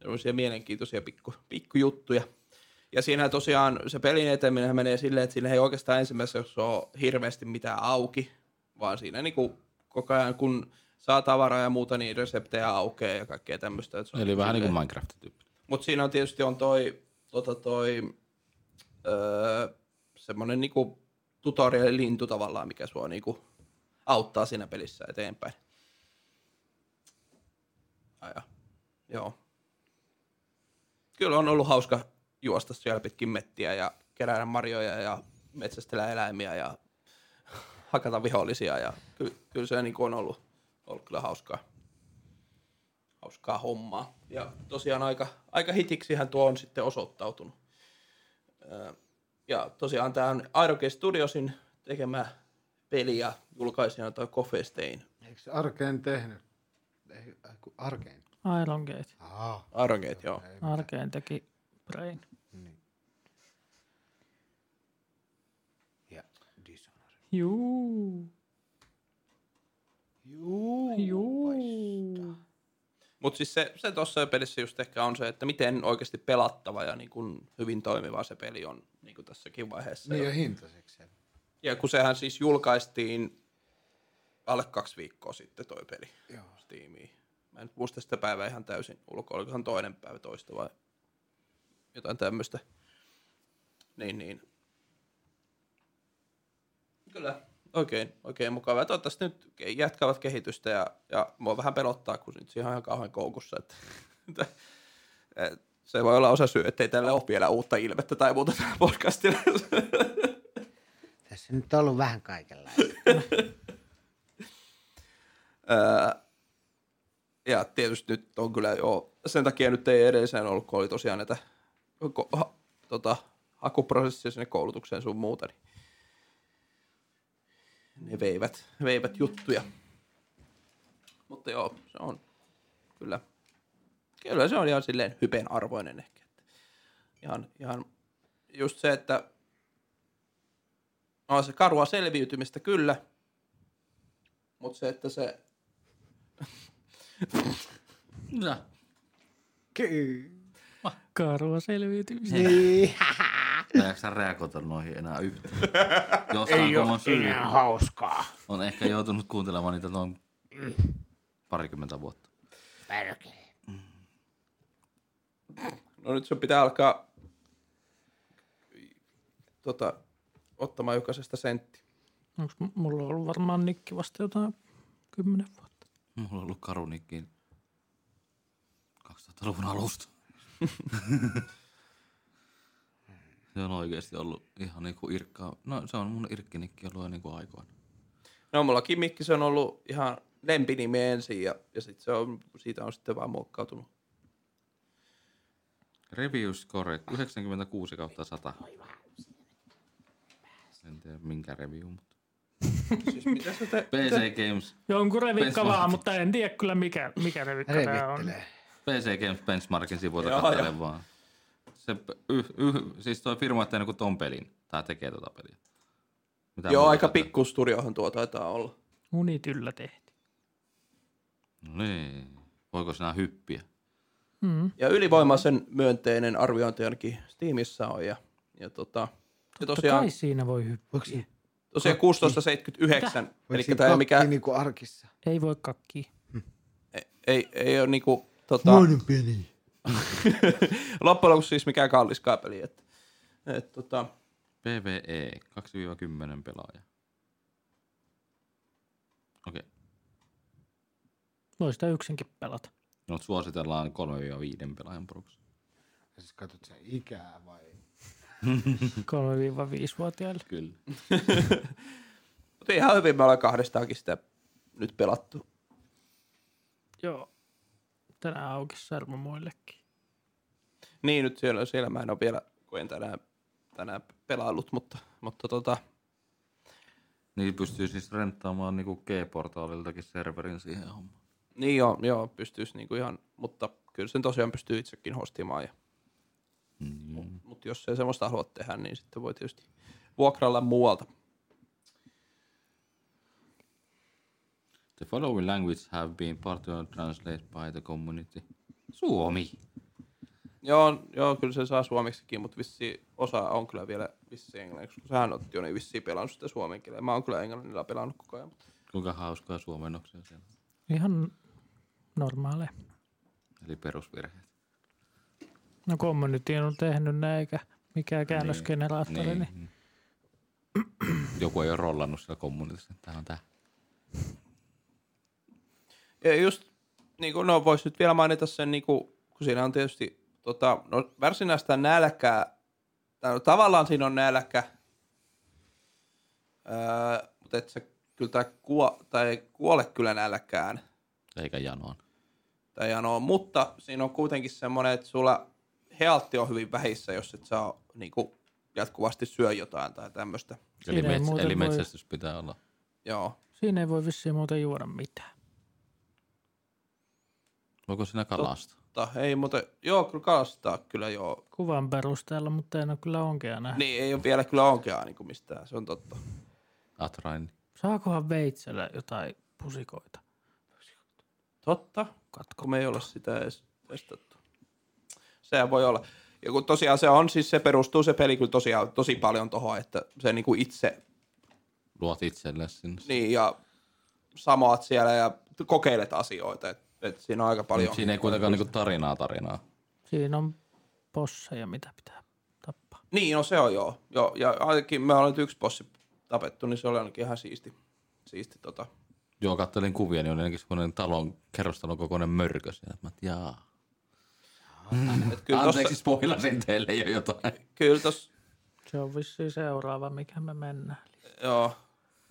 [SPEAKER 3] sellaisia mielenkiintoisia pikku, pikkujuttuja. Ja siinä tosiaan se pelin eteminen menee silleen, että sillä ei oikeastaan ensimmäisessä jaksossa ole hirveästi mitään auki, vaan siinä niinku koko ajan kun saa tavaraa ja muuta, niin reseptejä aukeaa ja kaikkea tämmöistä.
[SPEAKER 5] eli vähän niinku Minecraft-tyyppi.
[SPEAKER 3] Mutta siinä on tietysti on toi, tota toi öö, semmoinen niinku tutorial-lintu tavallaan, mikä sua niinku auttaa siinä pelissä eteenpäin. Aja. Joo. Kyllä on ollut hauska juosta siellä pitkin mettiä ja kerätä marjoja ja metsästellä eläimiä ja hakata vihollisia. Ja kyllä, kyllä se niinku on ollut, ollut kyllä hauskaa hauskaa hommaa. Ja tosiaan aika, aika hitiksihän tuo on sitten osoittautunut. Öö, Ja tosiaan tämä on Aerokes Studiosin tekemä peli ja julkaisijana toi Kofestein.
[SPEAKER 4] Eikö se Arkeen tehnyt? Ei, ai kun Arkeen.
[SPEAKER 2] Iron Gate.
[SPEAKER 4] Aa,
[SPEAKER 3] Aerogate, joo.
[SPEAKER 4] ei mitään.
[SPEAKER 2] Arkeen teki Brain.
[SPEAKER 4] Niin. Ja Dishonored.
[SPEAKER 2] Juu,
[SPEAKER 4] Juu.
[SPEAKER 2] juu.
[SPEAKER 3] Mutta siis se, se tuossa pelissä just ehkä on se, että miten oikeasti pelattava ja niin kun hyvin toimiva se peli on niin kuin tässäkin vaiheessa.
[SPEAKER 4] Niin
[SPEAKER 3] jo.
[SPEAKER 4] ja hintaiseksi. se.
[SPEAKER 3] Ja kun sehän siis julkaistiin alle kaksi viikkoa sitten toi peli
[SPEAKER 4] Joo.
[SPEAKER 3] Steamiin. Mä en nyt muista sitä päivää ihan täysin ulkoa, olikohan toinen päivä toista vai jotain tämmöistä. Niin, niin. Kyllä, oikein, oikein mukavaa. Ja Toivottavasti nyt ke- jatkavat kehitystä ja, ja mua vähän pelottaa, kun nyt siihen on ihan kauhean koukussa. Että, että, että se voi olla osa syy, ettei tällä ole vielä uutta ilmettä tai muuta tällä podcastilla.
[SPEAKER 4] Tässä nyt on ollut vähän kaikenlaista.
[SPEAKER 3] Öö, ja tietysti nyt on kyllä jo, sen takia nyt ei edelliseen ollut, kun oli tosiaan näitä ko- ha, tota, hakuprosessia sinne koulutukseen sun muuta, niin ne veivät, veivät juttuja. Mutta joo, se on kyllä, kyllä se on ihan silleen hypen arvoinen ehkä. Että Ihan, ihan just se, että on se karua selviytymistä kyllä, mutta se, että se
[SPEAKER 2] Karua selviytymistä.
[SPEAKER 4] Niin.
[SPEAKER 5] Mä en jaksa reagoida noihin enää yhtään. Jostain Ei on syy.
[SPEAKER 4] hauskaa.
[SPEAKER 5] On ehkä joutunut kuuntelemaan niitä noin parikymmentä vuotta.
[SPEAKER 4] Perkele.
[SPEAKER 3] No nyt sun pitää alkaa tota, ottamaan jokaisesta sentti.
[SPEAKER 2] Onks m- mulla on ollut varmaan nikki vasta jotain kymmenen vuotta.
[SPEAKER 5] Mulla on ollut karunikin 2000-luvun alusta. se on oikeasti ollut ihan niinku irkkaa. No se on mun irkkinikki ollut jo niinku aikoina.
[SPEAKER 3] No mulla Kimikki, se on ollut ihan lempinimi ensin ja, ja sit se on, siitä on sitten vaan muokkautunut.
[SPEAKER 5] Review score 96 kautta 100. En tiedä minkä review, mutta...
[SPEAKER 3] Siis mitä sä te...
[SPEAKER 5] PC Games,
[SPEAKER 2] Jonkun revikka
[SPEAKER 5] Pesma.
[SPEAKER 2] vaan, mutta en tiedä kyllä mikä, mikä revikka tää on.
[SPEAKER 4] Revittelee.
[SPEAKER 5] PC Games Benchmarkin sivuilta
[SPEAKER 3] Joo,
[SPEAKER 5] katselen vaan. Se, yh, yh, siis toi firma on tehnyt kuin ton pelin. Tai tekee tota peliä. Mitä
[SPEAKER 3] Joo,
[SPEAKER 5] muuta
[SPEAKER 3] aika
[SPEAKER 5] tätä-
[SPEAKER 3] pikkustudiohan tuo taitaa olla.
[SPEAKER 2] Unityllä tehtiin.
[SPEAKER 5] No Niin. Voiko sinä hyppiä?
[SPEAKER 2] Mm.
[SPEAKER 3] Ja ylivoimaisen myönteinen arviointi ainakin Steamissa on ja, ja tota... Ja
[SPEAKER 2] Totta kai
[SPEAKER 3] tosiaan,
[SPEAKER 2] siinä voi hyppiä.
[SPEAKER 3] tosiaan 1679, eli
[SPEAKER 4] Voiko
[SPEAKER 3] tämä ei,
[SPEAKER 4] siinä
[SPEAKER 3] mikä,
[SPEAKER 4] kakki niinku arkissa?
[SPEAKER 2] Ei voi kakkia.
[SPEAKER 3] ei, ei ole niinku... Tota,
[SPEAKER 4] peli.
[SPEAKER 3] Loppujen lopuksi siis mikään kallis kaapeli. Että, et, tota,
[SPEAKER 5] PvE, 2-10 pelaaja. Okei, okay.
[SPEAKER 2] Voi sitä yksinkin pelata.
[SPEAKER 5] no suositellaan 3-5 pelaajan porukassa.
[SPEAKER 4] Ja siis katsot sen ikää vai?
[SPEAKER 2] 3-5-vuotiaille.
[SPEAKER 5] Kyllä.
[SPEAKER 3] mutta ihan hyvin me ollaan kahdestaakin sitä nyt pelattu.
[SPEAKER 2] Joo. Tänään auki sarma muillekin.
[SPEAKER 3] Niin, nyt siellä, siellä mä en ole vielä, kun en tänään, tänään pelaillut, mutta, mutta tota,
[SPEAKER 5] Niin pystyy siis renttaamaan niinku G-portaaliltakin serverin siihen hommaan.
[SPEAKER 3] niin joo, joo pystyisi niinku ihan, mutta kyllä sen tosiaan pystyy itsekin hostimaan. Ja,
[SPEAKER 5] Mm.
[SPEAKER 3] mutta jos ei semmoista halua tehdä, niin sitten voi tietysti vuokralla muualta.
[SPEAKER 5] The following language have been partially translated by the community. Suomi.
[SPEAKER 3] Joo, joo, kyllä se saa suomeksikin, mutta vissi osa on kyllä vielä vissi englanniksi. Kun sähän oot jo niin vissiin pelannut sitä suomen kielellä. Mä oon kyllä englannilla pelannut koko ajan. mutta-
[SPEAKER 5] Kuinka hauskaa suomennoksia siellä on.
[SPEAKER 2] Ihan normaaleja.
[SPEAKER 5] Eli perusvirheet.
[SPEAKER 2] No community on tehnyt ne eikä mikään käännösgeneraattori, niin. niin.
[SPEAKER 5] Joku ei ole rollannut siellä kommunitissa, että tää on tää.
[SPEAKER 3] Ja just, niin kuin, no vois nyt vielä mainita sen, niin kuin, kun siinä on tietysti, tota, no varsinaista nälkää, tai no, tavallaan siinä on nälkä, öö, mutta et sä kyllä tää kuo, tai ei kuole kyllä nälkään,
[SPEAKER 5] Eikä janoon.
[SPEAKER 3] tai janoa, mutta siinä on kuitenkin semmoinen, että sulla healtti on hyvin vähissä, jos et saa niin kuin, jatkuvasti syö jotain tai tämmöistä.
[SPEAKER 5] Eli,
[SPEAKER 2] Siinä ei
[SPEAKER 5] mets-
[SPEAKER 2] muuten
[SPEAKER 5] eli
[SPEAKER 2] voi-
[SPEAKER 5] metsästys pitää olla.
[SPEAKER 3] Joo.
[SPEAKER 2] Siinä ei voi vissiin muuten juoda mitään.
[SPEAKER 5] Voiko sinä kalastaa?
[SPEAKER 3] Mutta ei muuten, joo, kyllä kalastaa kyllä joo.
[SPEAKER 2] Kuvan perusteella, mutta en ole kyllä onkea nähnyt. Niin.
[SPEAKER 3] Niin, ei ole vielä kyllä onkea niin kuin mistään, se on totta.
[SPEAKER 5] Atrain.
[SPEAKER 2] Saakohan veitsellä jotain pusikoita?
[SPEAKER 3] Totta. Katko, me ei olla sitä edes testattu. Sehän voi olla. Ja kun tosiaan se on, siis se perustuu se peli kyllä tosiaan tosi paljon tohon, että se niinku itse,
[SPEAKER 5] Luot itsellesi sinne.
[SPEAKER 3] niin ja samoat siellä ja kokeilet asioita, että et siinä on aika paljon.
[SPEAKER 5] Mut Siinä ei kuitenkaan niinku tarinaa tarinaa.
[SPEAKER 2] Siinä on posseja, mitä pitää tappaa.
[SPEAKER 3] Niin, no se on joo. joo. Ja ainakin me ollaan nyt yksi bossi tapettu, niin se oli ainakin ihan siisti. Siisti tota.
[SPEAKER 5] Joo, kattelin kuvia, niin oli ainakin semmoinen talon, kerrostalon kokoinen mörkö siellä. Mä et, jaa.
[SPEAKER 3] Et kyllä tossa,
[SPEAKER 5] Anteeksi, spoilasin teille jo jotain.
[SPEAKER 3] kyllä tossa,
[SPEAKER 2] Se on vissiin seuraava, mikä me mennään.
[SPEAKER 3] Joo.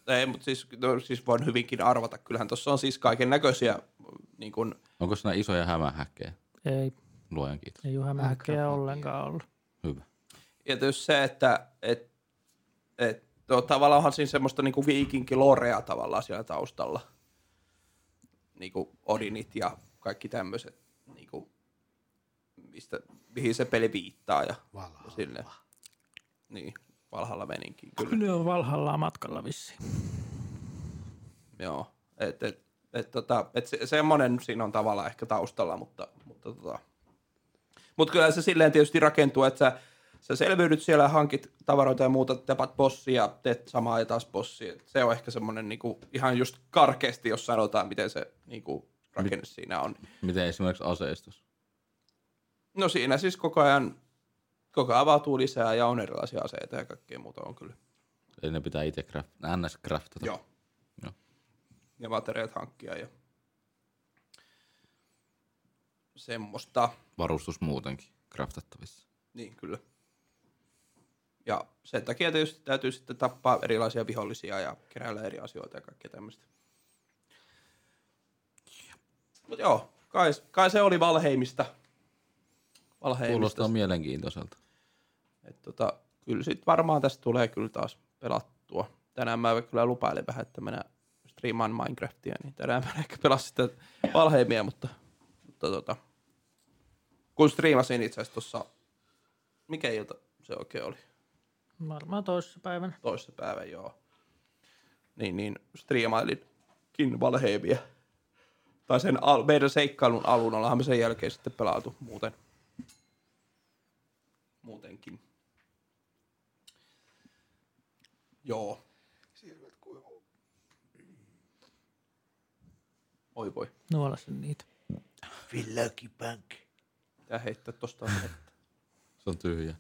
[SPEAKER 3] Ei, mutta siis, no, siis voin hyvinkin arvata. Kyllähän tuossa on siis kaiken näköisiä niin kun,
[SPEAKER 5] Onko siinä isoja hämähäkkejä?
[SPEAKER 2] Ei,
[SPEAKER 5] Luojan kiitos.
[SPEAKER 2] ei ole hämähäkkejä ollenkaan ollut.
[SPEAKER 5] Hyvä.
[SPEAKER 3] Ja tietysti se, että et, et, no, tavallaan onhan siinä semmoista niinku viikinkilorea tavallaan siellä taustalla. Niinku Odinit ja kaikki tämmöiset, niinku, mistä, mihin se peli viittaa ja, ja
[SPEAKER 4] Valhalla.
[SPEAKER 3] silleen. Niin, valhalla meninkin kyllä.
[SPEAKER 2] Kyllä ne on valhallaan matkalla vissiin.
[SPEAKER 3] Joo. Et, et, et, tota, et se, semmoinen siinä on tavallaan ehkä taustalla, mutta, mutta tota. Mut kyllä se silleen tietysti rakentuu, että sä, sä selviydyt siellä, hankit tavaroita ja muuta, tapat bossia, teet samaa ja taas bossia. Et se on ehkä semmoinen niinku, ihan just karkeasti, jos sanotaan, miten se niinku, rakenne siinä on.
[SPEAKER 5] Miten esimerkiksi aseistus?
[SPEAKER 3] No siinä siis koko ajan, koko ajan avautuu lisää ja on erilaisia aseita ja kaikkea muuta on kyllä.
[SPEAKER 5] Eli ne pitää itse craft, ns. craftata.
[SPEAKER 3] Joo.
[SPEAKER 5] Joo.
[SPEAKER 3] Ja materiaalit hankkia ja semmoista.
[SPEAKER 5] Varustus muutenkin craftattavissa.
[SPEAKER 3] Niin, kyllä. Ja sen takia tietysti täytyy sitten tappaa erilaisia vihollisia ja keräillä eri asioita ja kaikkea tämmöistä. Mutta joo, kai, kai se oli Valheimista. Valheimista.
[SPEAKER 5] Kuulostaa mielenkiintoiselta.
[SPEAKER 3] Et tota, kyllä sit varmaan tästä tulee kyllä taas pelattua. Tänään mä kyllä lupailin vähän, että minä striimaan Minecraftia, niin tänään mä en ehkä pelaa sitä Valheimia, mutta, mutta tota, kun striimasin itse asiassa tuossa, mikä ilta se oikein oli?
[SPEAKER 2] Varmaan toisessa päivänä.
[SPEAKER 3] toissa päivä, joo. Niin, niin striimailinkin Valheimia. Tai sen al- meidän seikkailun alun, ollaanhan me sen jälkeen sitten pelautu muuten. Muutenkin. Joo. Oi voi.
[SPEAKER 2] Nuolasin niitä.
[SPEAKER 4] Villaki Bank.
[SPEAKER 3] Mitä pitää heittää tosta. asetta.
[SPEAKER 5] Se on tyhjä.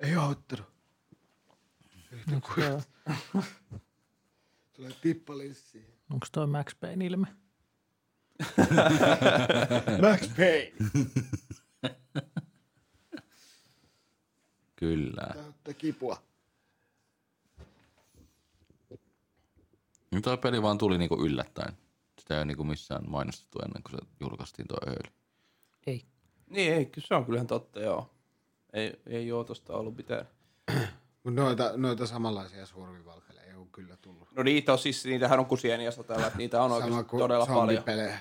[SPEAKER 4] Ei auttanut.
[SPEAKER 2] Onko toi,
[SPEAKER 4] Tulee tippa lissiin.
[SPEAKER 2] onks toi Max Payne ilme?
[SPEAKER 4] Max Payne.
[SPEAKER 5] Kyllä.
[SPEAKER 4] Täyttä kipua.
[SPEAKER 5] Niin toi peli vaan tuli niinku yllättäen. Sitä ei niinku missään mainostettu ennen kuin se julkaistiin tuo ööli.
[SPEAKER 2] Ei.
[SPEAKER 3] niin ei, kyllä se on kyllähän totta, joo. Ei, ei oo tosta ollut mitään.
[SPEAKER 4] Mut noita, noita samanlaisia survival-pelejä ei ole kyllä tullut.
[SPEAKER 3] No niitä on siis, niitähän on kuin sieniä satella, että niitä on
[SPEAKER 4] Sama
[SPEAKER 3] oikeasti
[SPEAKER 4] kuin
[SPEAKER 3] todella paljon.
[SPEAKER 4] zombipelejä.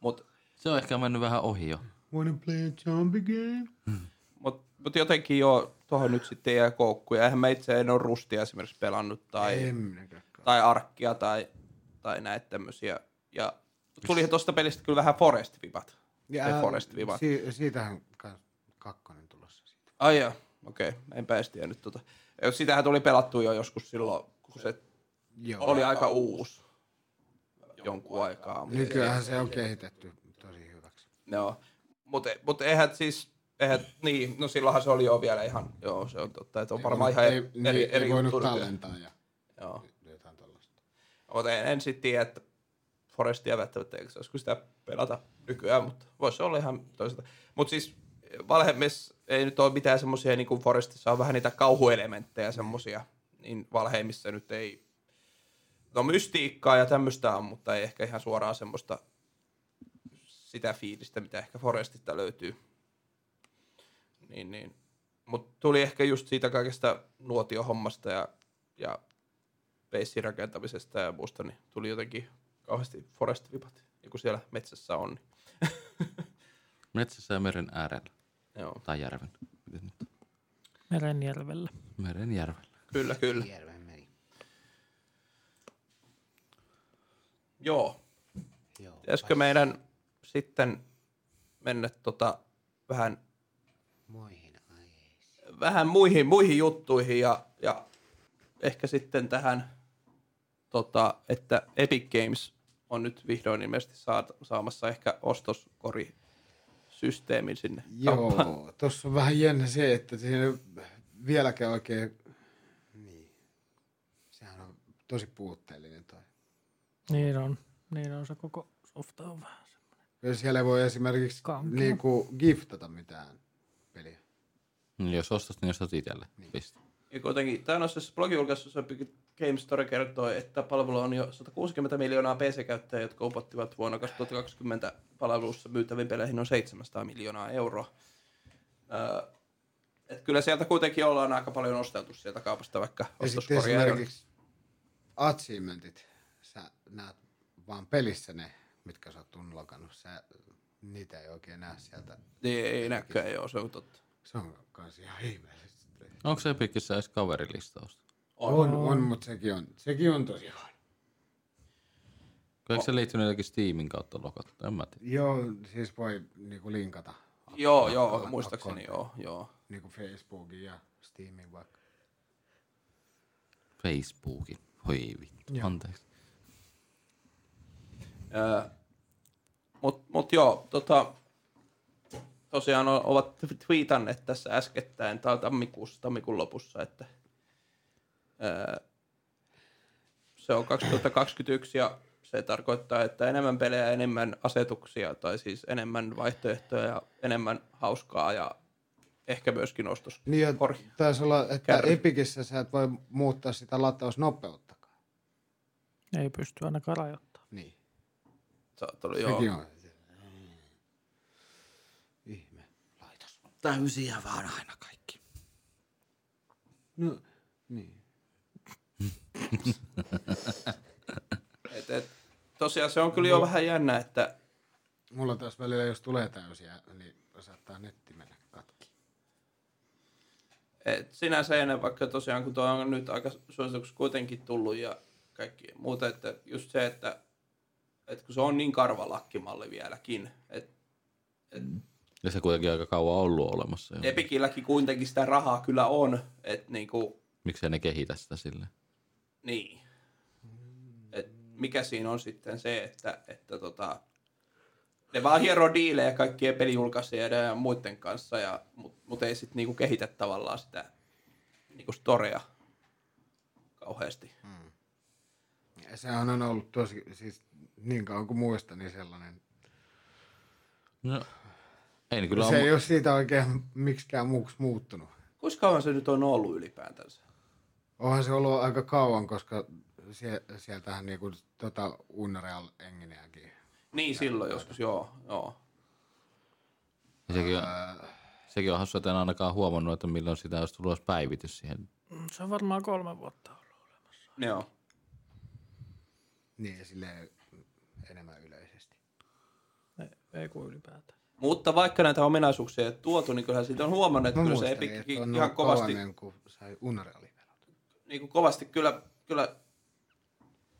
[SPEAKER 3] Mut,
[SPEAKER 5] Se on ehkä mennyt vähän ohi jo.
[SPEAKER 4] Wanna play a zombie game?
[SPEAKER 3] mut, mut jotenkin joo, tuohon nyt sitten jää koukkuja. Eihän mä itse en ole rustia esimerkiksi pelannut tai...
[SPEAKER 4] Ei minäkään.
[SPEAKER 3] tai arkkia tai, tai näitä tämmöisiä. Ja tuli tuosta pelistä kyllä vähän Forest-vipat. Ja, Forest-vivat. Si-
[SPEAKER 4] si- siitähän kans kakkonen tulossa. Siitä.
[SPEAKER 3] Ai jaa, okei, okay. enpä edes tiennyt tota. Ja Sitähän tuli pelattua jo joskus silloin, kun se
[SPEAKER 4] Joo.
[SPEAKER 3] oli aika uusi jonkun aikaa. Mutta
[SPEAKER 4] Nykyään se on kehitetty tosi hyväksi.
[SPEAKER 3] Joo, mutta mut eihän siis, eihän, niin, no silloinhan se oli jo vielä ihan, joo se on totta, että on varmaan ihan
[SPEAKER 4] ei,
[SPEAKER 3] eri, eri,
[SPEAKER 4] ei, ei voinut
[SPEAKER 3] juttu nykyään.
[SPEAKER 4] tallentaa ja
[SPEAKER 3] Joo.
[SPEAKER 4] jotain tuollaista.
[SPEAKER 3] Mutta en, en sitten tiedä, että Forestia välttämättä eikö se olisiko sitä pelata nykyään, mutta voisi olla ihan toisaalta. Mutta siis valheimmissa ei nyt ole mitään semmoisia, niin kuin Forestissa on vähän niitä kauhuelementtejä semmoisia, niin valheimissa nyt ei, no mystiikkaa ja tämmöistä on, mutta ei ehkä ihan suoraan semmoista sitä fiilistä, mitä ehkä Forestista löytyy. Niin, niin. Mutta tuli ehkä just siitä kaikesta nuotiohommasta ja, ja peissin rakentamisesta ja muusta, niin tuli jotenkin kauheasti forest-vipat, niin kun siellä metsässä on. Niin.
[SPEAKER 5] Metsässä ja meren äärellä.
[SPEAKER 3] Joo,
[SPEAKER 5] Tai järven. Miten nyt?
[SPEAKER 2] Merenjärvellä.
[SPEAKER 5] Meren järvellä.
[SPEAKER 3] kyllä, kyllä.
[SPEAKER 4] Järven meri.
[SPEAKER 3] Joo.
[SPEAKER 4] Joo.
[SPEAKER 3] Pitäisikö meidän sitten mennä tota vähän,
[SPEAKER 4] Muihin aiheisiin.
[SPEAKER 3] vähän muihin, muihin juttuihin ja, ja ehkä sitten tähän, tota, että Epic Games on nyt vihdoin ilmeisesti saat- saamassa ehkä ostoskori systeemin sinne. kauppaan.
[SPEAKER 4] Joo, tuossa on vähän jännä se, että siinä vieläkään oikein... Niin. Sehän on tosi puutteellinen toi.
[SPEAKER 2] Niin on. Niin on se koko softa on vähän se.
[SPEAKER 4] Kyllä Siellä ei voi esimerkiksi
[SPEAKER 2] Kankea.
[SPEAKER 4] niinku giftata mitään peliä.
[SPEAKER 5] Niin Jos ostat, niin ostat itselle. Piste.
[SPEAKER 3] Ja kuitenkin, tämä on siis blogijulkaisussa Epic Games Store kertoi, että palvelu on jo 160 miljoonaa PC-käyttäjää, jotka upottivat vuonna 2020 palvelussa myytäviin peleihin noin 700 miljoonaa euroa. Öö, et kyllä sieltä kuitenkin ollaan aika paljon osteltu sieltä kaupasta, vaikka
[SPEAKER 4] Ja sitten
[SPEAKER 3] ostoskoria ei ole.
[SPEAKER 4] esimerkiksi achievementit, sä näet vaan pelissä ne, mitkä sä oot unlockannut. Sä, niitä ei oikein näe sieltä.
[SPEAKER 3] Niin, ei näköjään, joo, se on totta.
[SPEAKER 4] Se on kans ihan ihmeellistä.
[SPEAKER 5] Onko se Epikissä edes kaverilistausta?
[SPEAKER 4] On, on, on mutta sekin on, sekin on tosi huono.
[SPEAKER 5] Kun Eikö se liittynyt jotenkin Steamin kautta lokattu? En mä tiedä.
[SPEAKER 4] Joo, siis voi niinku linkata
[SPEAKER 3] Joo, joo,
[SPEAKER 4] Akkola-
[SPEAKER 3] muistaakseni,
[SPEAKER 4] akkola-
[SPEAKER 3] joo, joo.
[SPEAKER 4] niinku Facebookin ja Steamin vaikka.
[SPEAKER 5] Facebookin. Voi vittu. Anteeksi.
[SPEAKER 3] Mutta mut joo, tota, tosiaan o- ovat tw- twiitanneet tässä äskettäin, tai tammikuussa, tammikuun lopussa, että ää, se on 2021 ja se tarkoittaa, että enemmän pelejä, enemmän asetuksia, tai siis enemmän vaihtoehtoja ja enemmän hauskaa ja ehkä myöskin ostos.
[SPEAKER 4] Niin ja
[SPEAKER 3] Kor-
[SPEAKER 4] taisi olla, että
[SPEAKER 3] Kärry.
[SPEAKER 4] Epikissä sä et voi muuttaa sitä latausnopeuttakaan.
[SPEAKER 2] Ei pysty ainakaan rajoittamaan.
[SPEAKER 4] Niin,
[SPEAKER 3] Sä oot ollut, joo.
[SPEAKER 4] sekin on. Ihme. Laitos.
[SPEAKER 5] Täysiä vaan aina kaikki.
[SPEAKER 4] No, niin.
[SPEAKER 3] Et, et, tosiaan se on kyllä jo vähän jännä, että
[SPEAKER 4] Mulla taas välillä, jos tulee täysiä, niin saattaa netti mennä katki.
[SPEAKER 3] Et sinänsä ennen, vaikka tosiaan kun tuo on nyt aika suosituksi kuitenkin tullut ja kaikki muuta, että just se, että, että kun se on niin karva lakkimalli vieläkin, että
[SPEAKER 5] Ja se kuitenkin aika kauan ollut olemassa. Jo.
[SPEAKER 3] Epikilläkin kuitenkin sitä rahaa kyllä on, että niinku,
[SPEAKER 5] Miksei ne kehitä sitä silleen?
[SPEAKER 3] niin. Et mikä siinä on sitten se, että, että tota, Ne vaan hieroo diilejä kaikkien pelijulkaisijoiden ja muiden kanssa, ja, mutta mut ei sitten niinku kehitä tavallaan sitä niinku storea kauheasti.
[SPEAKER 4] Ja Sehän on ollut tosi, siis niin kauan kuin muista, niin sellainen.
[SPEAKER 5] No, ei niin kyllä
[SPEAKER 4] se ei
[SPEAKER 5] ole.
[SPEAKER 4] ole siitä oikein miksikään muuksi muuttunut.
[SPEAKER 3] Kuinka kauan se nyt on ollut ylipäätänsä?
[SPEAKER 4] Onhan se ollut aika kauan, koska sie, sieltähän niinku tota Unreal Engineäkin.
[SPEAKER 3] Niin, silloin joskus, joo. joo.
[SPEAKER 5] Sekin, on, sekin on hassu, että en ainakaan huomannut, että milloin sitä olisi tullut edes päivitys siihen.
[SPEAKER 2] Mm, Se on varmaan kolme vuotta ollut.
[SPEAKER 3] Joo.
[SPEAKER 4] Niin, sille enemmän yleisesti.
[SPEAKER 2] Ei, ei kun E ylipäätään.
[SPEAKER 3] Mutta vaikka näitä ominaisuuksia ei ole tuotu, niin kyllähän siitä on huomannut, että
[SPEAKER 4] Mä
[SPEAKER 3] kyllä se
[SPEAKER 4] muistelin,
[SPEAKER 3] Epic
[SPEAKER 4] että on
[SPEAKER 3] ihan
[SPEAKER 4] ollut niin-
[SPEAKER 3] kovasti,
[SPEAKER 4] kauan, kun sai Unrealin.
[SPEAKER 3] niin kuin kovasti kyllä, kyllä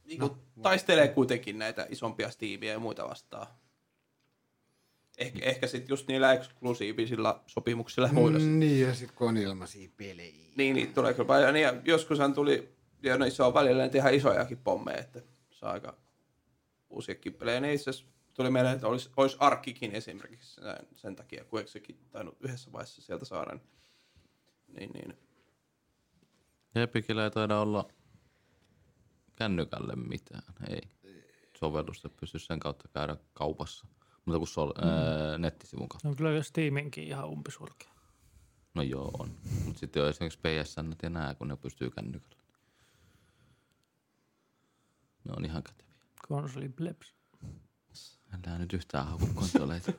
[SPEAKER 3] niin
[SPEAKER 4] No,
[SPEAKER 3] kuin taistelee kuitenkin näitä isompia Steamia ja muita vastaan. Eh, ehkä sitten just niillä eksklusiivisilla sopimuksilla ja muilla. Mm.
[SPEAKER 4] Mm, niin, ja sitten kun on ilmaisia pelejä.
[SPEAKER 3] Niin, niin tulee kyllä paljon. Niin, ja joskushan tuli, ja no se on välillä nyt ihan isojakin pommeja, että saa aika uusiakin pelejä. Niin itse asiassa tuli mieleen, että olisi, olisi Arkkikin esimerkiksi sen, sen takia, kun eikö sekin tainnut yhdessä vaiheessa sieltä saada. niin- Niin, niin.
[SPEAKER 5] Epikillä ei taida olla kännykälle mitään. Ei. Sovellusta pysty sen kautta käydä kaupassa. Mutta kun se on ää, nettisivun kautta.
[SPEAKER 2] No kyllä jos Steaminkin ihan umpisulkea.
[SPEAKER 5] No joo on. Mutta sitten on esimerkiksi PSN ja nää, kun ne pystyy kännykällä. Ne on ihan käteviä.
[SPEAKER 2] Konsoli bleps.
[SPEAKER 5] Älä nyt yhtään haku konsoleita.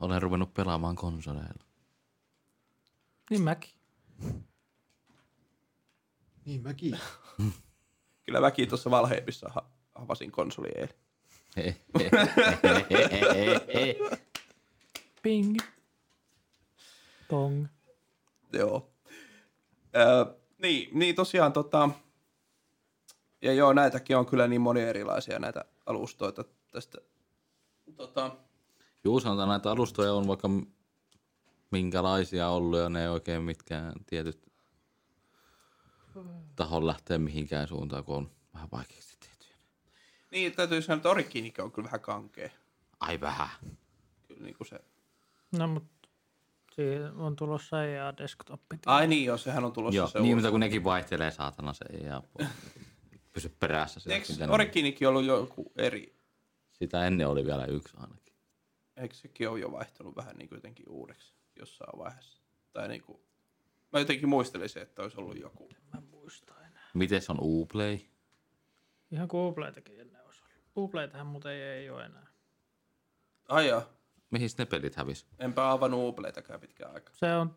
[SPEAKER 5] Olen ruvennut pelaamaan konsoleilla.
[SPEAKER 2] Niin mäkin.
[SPEAKER 4] Niin mäkin.
[SPEAKER 3] Kyllä väki tuossa Valheimissa ha- avasin konsoli eilen.
[SPEAKER 2] Ping. Pong.
[SPEAKER 3] Joo. Öö, niin, niin tosiaan tota, ja joo, näitäkin on kyllä niin monia erilaisia näitä alustoita tästä. Tota,
[SPEAKER 5] Juu, sanotaan näitä alustoja on vaikka m- minkälaisia ollut ja ne ei oikein mitkään tietyt tahon lähteä mihinkään suuntaan, kun on vähän vaikeaksi tehtyjä.
[SPEAKER 3] niin, täytyy sanoa, että Orikiinikin on kyllä vähän kankea.
[SPEAKER 5] Ai vähän.
[SPEAKER 3] Kyllä niin kuin se.
[SPEAKER 2] No mutta siinä on tulossa E EA desktop.
[SPEAKER 3] Ai niin, joo, sehän on tulossa
[SPEAKER 5] Joo,
[SPEAKER 3] se
[SPEAKER 5] niin,
[SPEAKER 3] uusi.
[SPEAKER 5] mutta kun nekin vaihtelee saatana se ei jää pois. pysy perässä. Sieltä,
[SPEAKER 3] Eikö
[SPEAKER 5] miten ne-
[SPEAKER 3] Orikiinikin ollut joku eri?
[SPEAKER 5] Sitä ennen oli vielä yksi ainakin.
[SPEAKER 3] Eikö sekin ole jo vaihtunut vähän niin kuin jotenkin uudeksi jossain vaiheessa? Tai niin kuin, mä jotenkin muistelisin, että olisi ollut joku.
[SPEAKER 2] Mä en muista enää.
[SPEAKER 5] Miten se on Uplay?
[SPEAKER 2] Ihan kuin Ubleitakin ennen olisi ollut. Ubleitahan muuten ei ole enää.
[SPEAKER 3] Ai joo,
[SPEAKER 5] Mihin ne pelit hävisi?
[SPEAKER 3] enpä avannut uupeleitakaan pitkään aikaa.
[SPEAKER 2] Se on,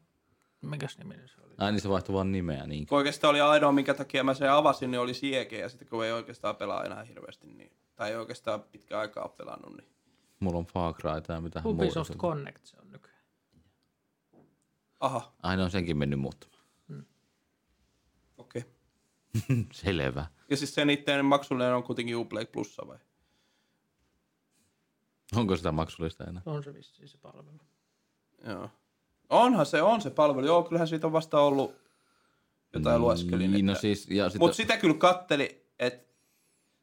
[SPEAKER 2] mikäs nimi se oli?
[SPEAKER 5] Ai niin se vaihtui vaan nimeä niin.
[SPEAKER 3] Kun oikeastaan oli ainoa, minkä takia mä sen avasin, niin oli siege, ja sitten kun ei oikeastaan pelaa enää hirveästi, niin, tai ei oikeastaan pitkään aikaa ole pelannut, niin
[SPEAKER 5] Mulla on Far Cry tai mitä
[SPEAKER 2] Ubisoft
[SPEAKER 5] muuta.
[SPEAKER 2] Connect se on nykyään.
[SPEAKER 3] aha,
[SPEAKER 5] Aina on senkin mennyt muuttamaan.
[SPEAKER 3] okei. Okay.
[SPEAKER 5] Mm, Selvä.
[SPEAKER 3] Ja siis se niiden maksullinen on kuitenkin Uplay Plussa vai?
[SPEAKER 5] Onko sitä maksullista enää?
[SPEAKER 2] On se vissiin se palvelu.
[SPEAKER 3] Joo. Onhan se, on se palvelu. Joo, kyllähän siitä on vasta ollut jotain mm, lueskelin.
[SPEAKER 5] Niin, no
[SPEAKER 3] että-
[SPEAKER 5] siis, ja sit,
[SPEAKER 3] Mut sitä kyllä katteli, että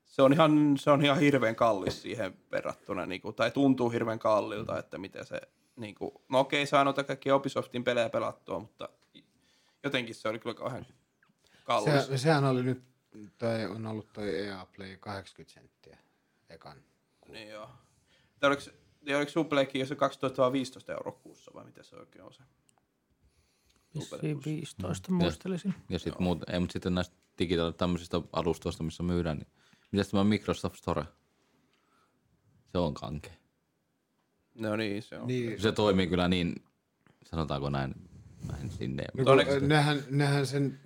[SPEAKER 3] se on ihan, se on ihan hirveän kallis siihen verrattuna, niin kuin, tai tuntuu hirveän kallilta, että miten se, niin kuin, no okei, saa noita kaikkia Ubisoftin pelejä pelattua, mutta jotenkin se oli kyllä kauhean kallis. Se,
[SPEAKER 4] Se, sehän oli nyt, tai on ollut toi EA Play 80 senttiä ekan.
[SPEAKER 3] niin joo. Tai oliko, ja oliko Uplaykin jo se 12-15 euroa kuussa, vai mitä se oikein on se?
[SPEAKER 2] Vissiin 15 muistelisin.
[SPEAKER 5] ja sit muut, ei, mutta sitten näistä digitaali tämmöisistä alustoista, missä myydään, niin mitäs tämä Microsoft Store? Se on kanke.
[SPEAKER 3] No niin, se on. Niin.
[SPEAKER 4] Niin,
[SPEAKER 5] Se toimii kyllä niin, sanotaanko näin, näin sinne.
[SPEAKER 4] no,
[SPEAKER 3] Todennäköisesti.
[SPEAKER 4] nehän, nehän sen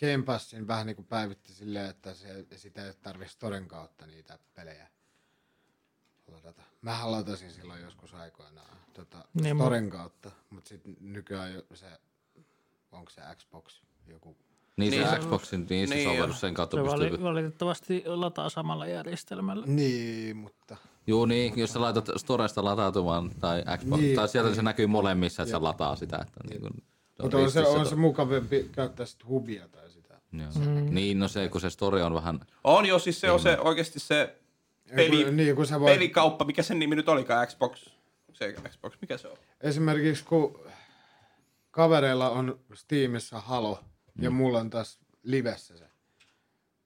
[SPEAKER 4] Game Passin vähän niin kuin päivitti silleen, että se, sitä ei tarvitsisi toden kautta niitä pelejä ladata. Mähän latasin silloin joskus aikoinaan tota,
[SPEAKER 2] Niin,
[SPEAKER 4] niin,
[SPEAKER 2] mä-
[SPEAKER 4] toden kautta, mutta sitten nykyään jo se, onko se Xbox joku
[SPEAKER 5] Niin se
[SPEAKER 3] Niin.
[SPEAKER 5] Xboxin, niin se
[SPEAKER 3] Niin, joo.
[SPEAKER 5] sovellus sen kautta
[SPEAKER 2] Se
[SPEAKER 5] pystyy.
[SPEAKER 2] vali, valitettavasti lataa samalla järjestelmällä.
[SPEAKER 4] Niin, mutta
[SPEAKER 5] Juu niin, jos sä laitat Storesta latautumaan tai Xbox, niin,
[SPEAKER 4] Niin,
[SPEAKER 5] tai sieltä niin. se näkyy molemmissa, että se lataa sitä. Että niin. Niin
[SPEAKER 4] mutta on, se, on se mukavampi käyttää sitten hubia tai sitä.
[SPEAKER 5] Niin, Joo. Mm. Niin, no se, kun se story on vähän,
[SPEAKER 3] On jo, siis se on se, oikeasti se Peli-
[SPEAKER 4] Kun- niin, kun sä voit,
[SPEAKER 3] pelikauppa, mikä sen nimi nyt olikaan, Xbox, se Xbox, mikä se on?
[SPEAKER 4] Esimerkiksi kun kavereilla on Steamissa Halo
[SPEAKER 5] Mm.
[SPEAKER 4] ja mulla on taas livessä se,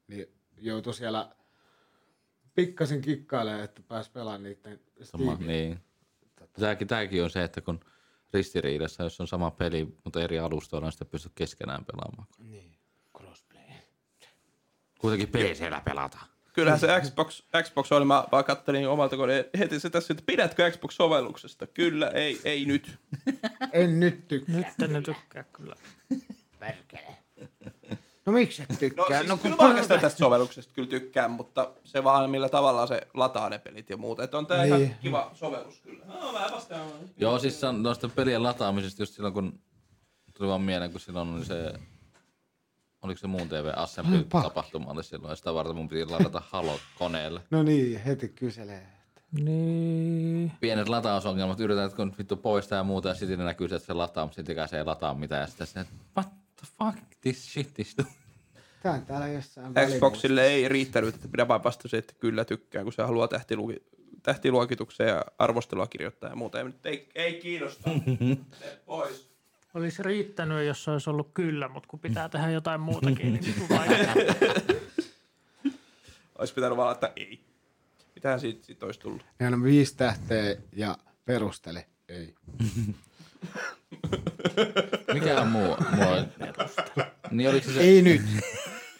[SPEAKER 4] niin joutuu siellä pikkasen kikkailemaan, että pääs pelaamaan niiden
[SPEAKER 5] Sama,
[SPEAKER 4] Steamin.
[SPEAKER 5] niin. Tämäkin, tämäkin on se, että kun ristiriidassa, jos on sama peli, mutta eri alustoilla, on sitä pysty keskenään pelaamaan.
[SPEAKER 4] Niin, crossplay.
[SPEAKER 5] Kuitenkin PCllä pelataan.
[SPEAKER 3] Kyllähän se Xbox, Xbox oli, mä vaan kattelin omalta koneen heti se tässä, että pidätkö Xbox-sovelluksesta? Kyllä, ei, ei nyt.
[SPEAKER 4] En nyt tykkää.
[SPEAKER 2] Nyt en tykkää kyllä.
[SPEAKER 4] No miksi et
[SPEAKER 3] No,
[SPEAKER 4] tykkää?
[SPEAKER 3] siis no kyllä mä oikeastaan tästä sovelluksesta kyllä tykkään, mutta se vaan millä tavalla se lataa ne pelit ja muuta. Että on tää niin.
[SPEAKER 4] Niin.
[SPEAKER 3] ihan kiva sovellus kyllä. No, mä vastaan.
[SPEAKER 5] Joo, siis se on noista pelien lataamisesta just silloin, kun tuli vaan mieleen, kun silloin oli se, oliko se muun TV Assembly tapahtumalle silloin, ja sitä varten mun piti ladata Halo koneelle.
[SPEAKER 4] No niin, heti kyselee.
[SPEAKER 2] Niin.
[SPEAKER 5] Pienet latausongelmat, yritetään kun vittu poistaa ja muuta, ja sitten ne näkyy, se, että se lataa, mutta siltikään se ei lataa mitään, ja sitten se, että what the fuck, this shit is doing.
[SPEAKER 4] Tää on täällä jossain välimuodossa.
[SPEAKER 3] Xboxille ei riittänyt, että pidä vaan vastasi, että kyllä tykkään, kun se haluaa tähtiluki, tähtiluokituksia ja arvostelua kirjoittaa ja muuta. Ei, nyt- ei, ei kiinnosta. Se pois.
[SPEAKER 2] Olisi riittänyt, jos olisi ollut kyllä, mutta kun pitää tehdä jotain muutakin, niin vitun vaikea.
[SPEAKER 3] Olisi pitänyt vaan laittaa ei. Mitähän siitä, siitä olisi tullut?
[SPEAKER 4] Ne on viisi tähteä ja perustele. Ei.
[SPEAKER 5] Mikä on muu? Mua... niin oliko se, se,
[SPEAKER 4] Ei nyt.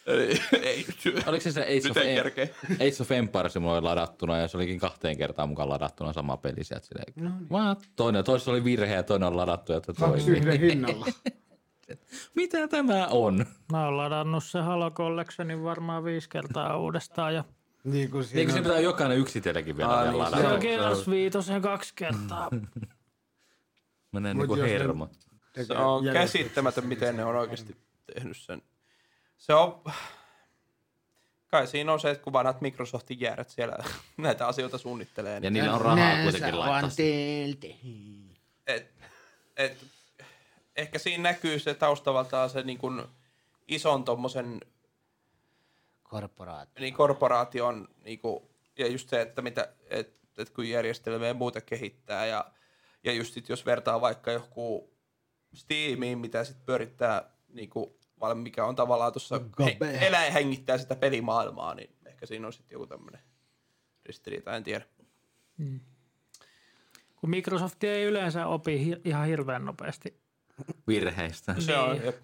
[SPEAKER 3] Ei, ei.
[SPEAKER 5] oliko se, se Age,
[SPEAKER 3] Nyt
[SPEAKER 5] of
[SPEAKER 3] ei
[SPEAKER 5] em...
[SPEAKER 3] kerkeä.
[SPEAKER 5] Age of Empires mulla oli ladattuna ja se olikin kahteen kertaan mukaan ladattuna sama peli sieltä silleen. No niin. What? Toinen, toisessa oli virhe ja toinen on ladattu, että
[SPEAKER 4] Kaksi
[SPEAKER 5] toimii.
[SPEAKER 4] yhden hinnalla.
[SPEAKER 5] Mitä tämä on?
[SPEAKER 2] Mä oon ladannut se Halo Collectionin varmaan viisi kertaa uudestaan ja
[SPEAKER 4] Niin kuin
[SPEAKER 5] Eikö
[SPEAKER 4] siinä
[SPEAKER 5] se
[SPEAKER 4] on.
[SPEAKER 5] pitää jokainen yksitelläkin vielä,
[SPEAKER 3] Aa,
[SPEAKER 5] vielä
[SPEAKER 3] niin, se
[SPEAKER 2] se
[SPEAKER 5] ladata?
[SPEAKER 2] on Mm. Gears viitosen kaksi kertaa.
[SPEAKER 5] Menee
[SPEAKER 4] Mut
[SPEAKER 5] niinku
[SPEAKER 4] jos ne-
[SPEAKER 5] hermo.
[SPEAKER 3] Se on käsittämätön, miten ne on oikeasti tehnyt sen. Se on... Kai siinä on se, että kun vanhat Microsoftin jäärät siellä näitä asioita suunnittelee.
[SPEAKER 5] Ja
[SPEAKER 3] Niin
[SPEAKER 5] niillä on rahaa kuitenkin laittaa. sitä.
[SPEAKER 3] et, et, ehkä siinä näkyy se taustavaltaan se niin kuin ison tommosen
[SPEAKER 4] Korporaatio.
[SPEAKER 3] niin korporaation niin kuin, ja just se, että mitä, et, et kun järjestelmiä ja muuta kehittää ja, ja just sit, jos vertaa vaikka johonkin Steamiin, mitä sitten pyörittää, niin kuin, mikä on tavallaan tuossa
[SPEAKER 4] Gabe.
[SPEAKER 3] eläin hengittää sitä pelimaailmaa, niin ehkä siinä on sitten joku tämmöinen ristiriita, en tiedä.
[SPEAKER 2] Kun Microsoft ei yleensä opi hi- ihan hirveän nopeasti.
[SPEAKER 5] Virheistä.
[SPEAKER 3] Se on,
[SPEAKER 2] Niin.
[SPEAKER 3] jep.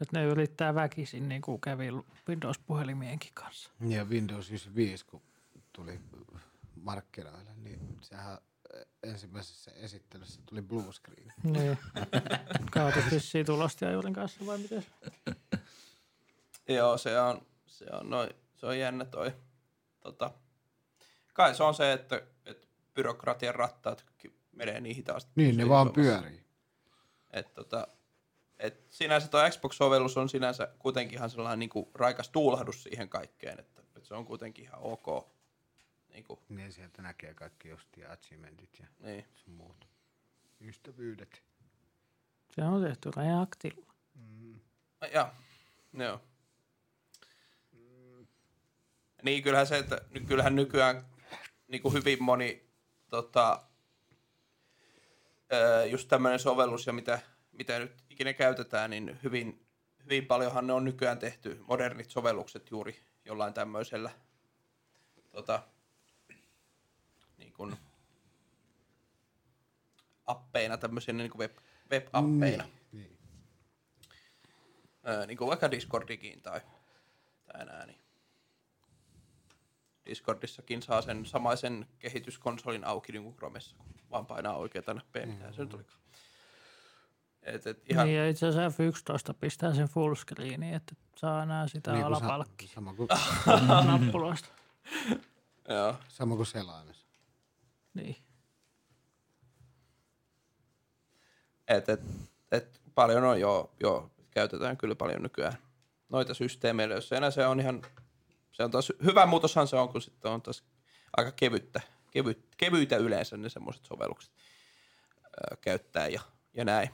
[SPEAKER 2] Että ne yrittää väkisin niin kuin kävi Windows-puhelimienkin kanssa.
[SPEAKER 4] Niin, Ja Windows 95, kun tuli markkinoille, niin sehän ensimmäisessä esittelyssä tuli blue screen.
[SPEAKER 2] Niin. Kaatit vissiin tulostiajuuden kanssa vai miten? se-
[SPEAKER 3] Joo, se on, se on, noin, se on jännä toi. Tota, kai se on se, että, että byrokratian rattaat ki- menee niin hitaasti.
[SPEAKER 4] Niin, ne vaan
[SPEAKER 3] siivoamassa.
[SPEAKER 4] pyörii.
[SPEAKER 3] Et, tota, et sinänsä tuo Xbox-sovellus on sinänsä kuitenkin ihan sellainen niinku raikas tuulahdus siihen kaikkeen, että, että se on kuitenkin ihan ok. Niinku,
[SPEAKER 4] Niin sieltä näkee kaikki just ja achievementit ja
[SPEAKER 3] niin.
[SPEAKER 4] sun muut ystävyydet.
[SPEAKER 2] Se on tehty reaktilla.
[SPEAKER 3] Ai Ja, joo. Niin kyllähän se, että ny- kyllähän nykyään niin kuin hyvin moni tota, öö, just tämmöinen sovellus ja mitä, mitä nyt ikinä käytetään, niin hyvin, hyvin paljonhan ne on nykyään tehty, modernit sovellukset juuri jollain tämmöisellä tota, niin kuin, appeina, tämmöisenä niin kuin web, web-appeina. Mm
[SPEAKER 4] Niin.
[SPEAKER 3] niin kuin vaikka Discordikin tai, tai nää, niin Discordissakin saa sen samaisen kehityskonsolin auki niin kuin Chromessa, kun vaan painaa oikeita nappeja, mitä se nyt olikaan. Et, et ihan,
[SPEAKER 2] Ihan. Niin ja itse asiassa F11 pistää sen fullscreeniin, että saa enää sitä niin
[SPEAKER 4] Niin kuin sa-
[SPEAKER 2] alapalkkia
[SPEAKER 4] sama, kuin,
[SPEAKER 2] nappuloista.
[SPEAKER 3] joo.
[SPEAKER 4] sama kuin selaimessa.
[SPEAKER 2] Niin.
[SPEAKER 3] Et, et, et, paljon on, joo, joo, käytetään kyllä paljon nykyään noita systeemejä, jos enää se on ihan, se on taas, hyvä muutoshan se on, kun sitten on taas aika kevyttä, kevyt, kevyitä yleensä ne semmoiset sovellukset ö, käyttää ja, ja näin.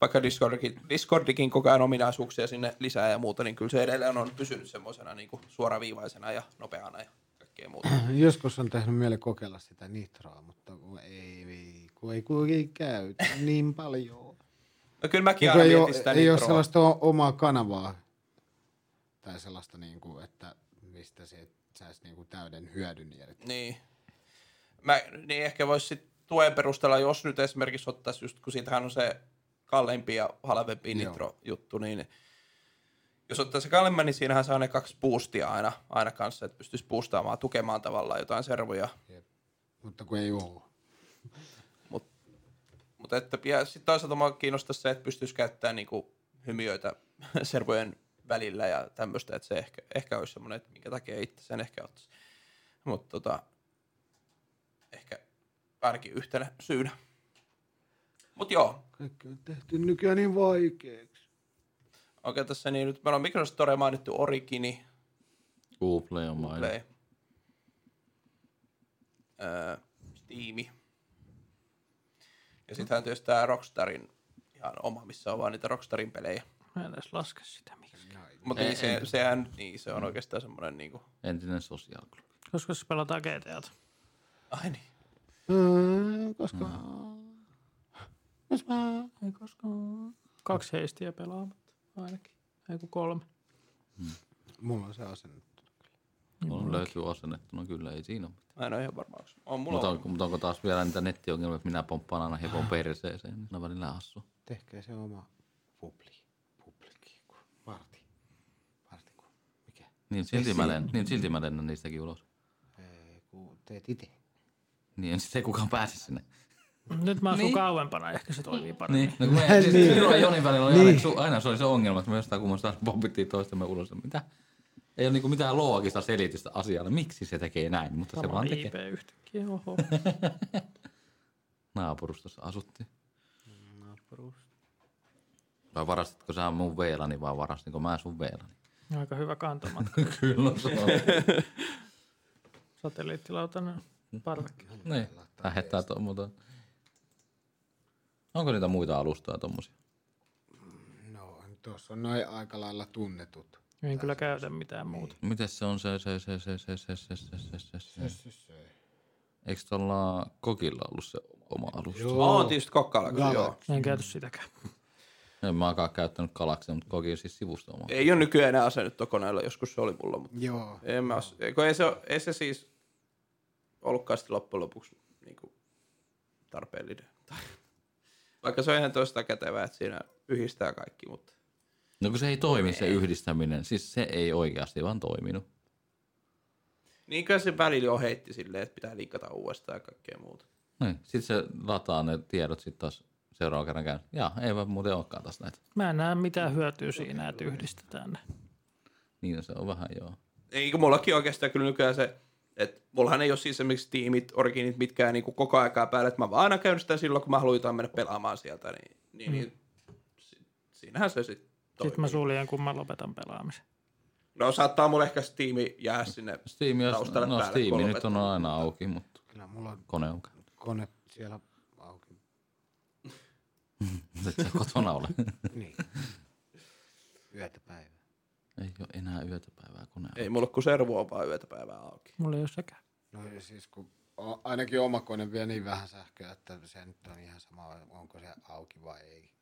[SPEAKER 3] Vaikka Discordikin, Discordikin koko ajan ominaisuuksia sinne lisää ja muuta, niin kyllä se edelleen on pysynyt semmoisena niin kuin niinku suoraviivaisena ja nopeana ja kaikkea muuta.
[SPEAKER 4] Joskus on tehnyt mieli kokeilla sitä nitroa, mutta kun ei, ei, kun ei, kun ei käy niin paljon.
[SPEAKER 3] No kyllä mäkin
[SPEAKER 4] Niin
[SPEAKER 3] aina
[SPEAKER 4] kuin ei,
[SPEAKER 3] mietin sitä
[SPEAKER 4] ole, ei ole
[SPEAKER 3] nitroa.
[SPEAKER 4] sellaista o- omaa kanavaa tai sellaista, niin kuin, että mistä se saisi niin kuin täyden hyödyn irti.
[SPEAKER 3] Niin. Mä, niin ehkä voisi sit tuen perusteella, jos nyt esimerkiksi ottaisi just, kun siitähän on se kalleimpi ja halvempi
[SPEAKER 4] Joo.
[SPEAKER 3] nitro-juttu, niin jos ottaa se kalleimman, niin siinähän saa ne kaksi boostia aina, aina kanssa, että pystyisi boostaamaan, tukemaan tavallaan jotain servoja.
[SPEAKER 4] Mutta kun ei ole.
[SPEAKER 3] Mutta mut että, ja sitten toisaalta mua kiinnostaisi se, että pystyisi käyttämään niinku hymiöitä servojen välillä ja tämmöistä, että se ehkä, ehkä olisi semmoinen, että minkä takia itse sen ehkä ottaisi. Mutta tota, ehkä ainakin yhtenä syynä. Mutta joo,
[SPEAKER 4] Kaikki on tehty nykyään niin vaikeaksi.
[SPEAKER 3] oikein tässä niin nyt meillä on Microsoft Store mainittu Origini,
[SPEAKER 5] Google on
[SPEAKER 3] Play,
[SPEAKER 5] mainittu.
[SPEAKER 3] öö, Steam. Ja sittenhän tietysti tämä Rockstarin ihan oma, missä on vaan niitä Rockstarin pelejä.
[SPEAKER 2] Mä en edes laske sitä miksi.
[SPEAKER 3] Mutta niin, se, sehän, niin, se on oikeastaan semmoinen niinku...
[SPEAKER 5] Entinen sosiaaliklubi.
[SPEAKER 2] Koska se pelataan GTAta.
[SPEAKER 3] Ai niin.
[SPEAKER 4] Mm, koska... Jos mä...
[SPEAKER 2] Ei koskaan. Kaksi heistiä pelaamatta ainakin. Ei kun kolme.
[SPEAKER 4] Mulla on se asennettu. Niin.
[SPEAKER 5] Mulla löytyy asennettuna, kyllä ei siinä ole mitään.
[SPEAKER 3] Mä en ole ihan varma, onko on mulla
[SPEAKER 5] Mutta
[SPEAKER 3] on.
[SPEAKER 5] onko, mutta onko taas vielä niitä nettiongelmia, että minä pomppaan aina hevon perseeseen, niin ne on välillä hassu.
[SPEAKER 4] Tehkää se oma publi. Publiki. ku- Parti. Parti. ku- Mikä?
[SPEAKER 5] Niin silti mä, lennän, niin silti mä lennän niistäkin ulos.
[SPEAKER 4] Ei, kun teet itse.
[SPEAKER 5] Niin sitten ei kukaan pääse sinne.
[SPEAKER 2] Nyt mä asun niin. kauempana, ehkä se toimii paremmin.
[SPEAKER 5] Mm. Niin, no kun me, siis niin. ja Jonin välillä oli aina, su, aina se oli se ongelma, että me jostain kummasta pompittiin toistemme ulos. että Mitä? Ei ole niinku mitään loogista selitystä asialle, miksi se tekee näin, mutta se
[SPEAKER 2] Sama
[SPEAKER 5] vaan
[SPEAKER 2] IP
[SPEAKER 5] tekee.
[SPEAKER 2] yhtäkkiä, oho.
[SPEAKER 5] Naapurustossa asuttiin. Vai varastitko sä mun veelani vai varastinko mä sun veelani?
[SPEAKER 2] Aika hyvä kantama.
[SPEAKER 5] Kyllä se on.
[SPEAKER 2] Satelliittilautanen parveke.
[SPEAKER 5] niin, lähettää to, mutta... Onko niitä muita alustoja tommosia?
[SPEAKER 4] No, tuossa on noin aika lailla tunnetut.
[SPEAKER 5] Mm.
[SPEAKER 2] En kyllä käytä mitään muuta.
[SPEAKER 5] Mites se on se, se, se, se, se, se, se, se, se, se, se. Eikö tuolla kokilla ollut se oma alusta?
[SPEAKER 3] Mä oon tietysti kokkaalla kyllä, joo.
[SPEAKER 2] En käytä sitäkään.
[SPEAKER 5] En mä oonkaan käyttänyt galaksia, mutta koki siis sivusto omaa.
[SPEAKER 3] Ei ole nykyään enää asennettu koneella, joskus se oli mulla, mutta
[SPEAKER 4] Joo.
[SPEAKER 3] en mä, as- kun ei, se, oo- ei se siis ollutkaan sitten loppujen lopuksi niinku tarpeellinen. Vaikka se on ihan toista kätevää, että siinä yhdistää kaikki, mutta
[SPEAKER 5] No kun se ei toimi se yhdistäminen, siis se ei oikeasti vaan toiminut.
[SPEAKER 3] niin kyllä se välillä jo heitti silleen, että pitää liikata uudestaan ja kaikkea muuta.
[SPEAKER 5] Niin. Sitten se lataa ne tiedot sitten taas seuraavan kerran käyn. Jaa, ei vaan muuten olekaan taas näitä.
[SPEAKER 2] Mä en näe mitään hyötyä siinä, että yhdistetään ne.
[SPEAKER 5] Niin se on vähän joo.
[SPEAKER 3] Niin kuin mullakin oikeastaan kyllä nykyään se, että mullahan ei ole siis esimerkiksi tiimit, orginit mitkään niin kuin koko aikaa päällä, että mä vaan aina käyn sitä silloin, kun mä haluan jotain mennä pelaamaan sieltä, niin, niin, niin si- siinähän se sitten toimii.
[SPEAKER 2] Sitten mä suljen, kun mä lopetan pelaamisen.
[SPEAKER 3] No saattaa mulle ehkä se tiimi jää sinne.
[SPEAKER 5] Steam, jos,
[SPEAKER 3] Taustalle
[SPEAKER 5] no
[SPEAKER 3] päälle
[SPEAKER 5] Steam
[SPEAKER 3] kolme
[SPEAKER 5] nyt on
[SPEAKER 3] tuntia.
[SPEAKER 5] aina auki, mutta
[SPEAKER 4] Kyllä mulla on
[SPEAKER 5] kone on käynyt.
[SPEAKER 4] kone siellä auki.
[SPEAKER 5] Et sä kotona ole.
[SPEAKER 4] Niin. Yötä päivää.
[SPEAKER 5] ei ole enää yötä päivää konea.
[SPEAKER 3] Ei mulla kun servo on vaan yötä päivää auki.
[SPEAKER 2] Mulla ei ole sekään.
[SPEAKER 4] No ja siis kun a- ainakin oma kone vie niin vähän sähköä, että se nyt on ihan sama, onko se auki vai ei.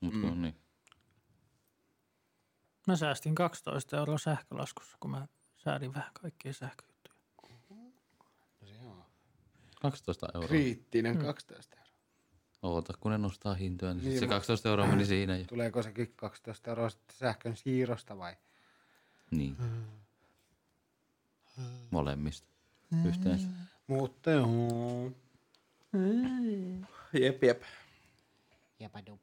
[SPEAKER 5] Mut mm. niin.
[SPEAKER 2] Mä säästin 12 euroa sähkölaskussa, kun mä säädin vähän kaikkia sähköjuttuja.
[SPEAKER 4] No se on.
[SPEAKER 5] 12 euroa.
[SPEAKER 4] Kriittinen 12 euroa.
[SPEAKER 5] Oota, kun ne nostaa hintoja, niin, sit
[SPEAKER 4] Niin,
[SPEAKER 5] se
[SPEAKER 4] mut-
[SPEAKER 5] 12 euroa meni siinä jo.
[SPEAKER 4] Tuleeko sekin 12 euroa sitten sähkön siirrosta vai?
[SPEAKER 5] Niin. Molemmista. Yhteensä.
[SPEAKER 4] Mutta joo.
[SPEAKER 3] Jep, jep.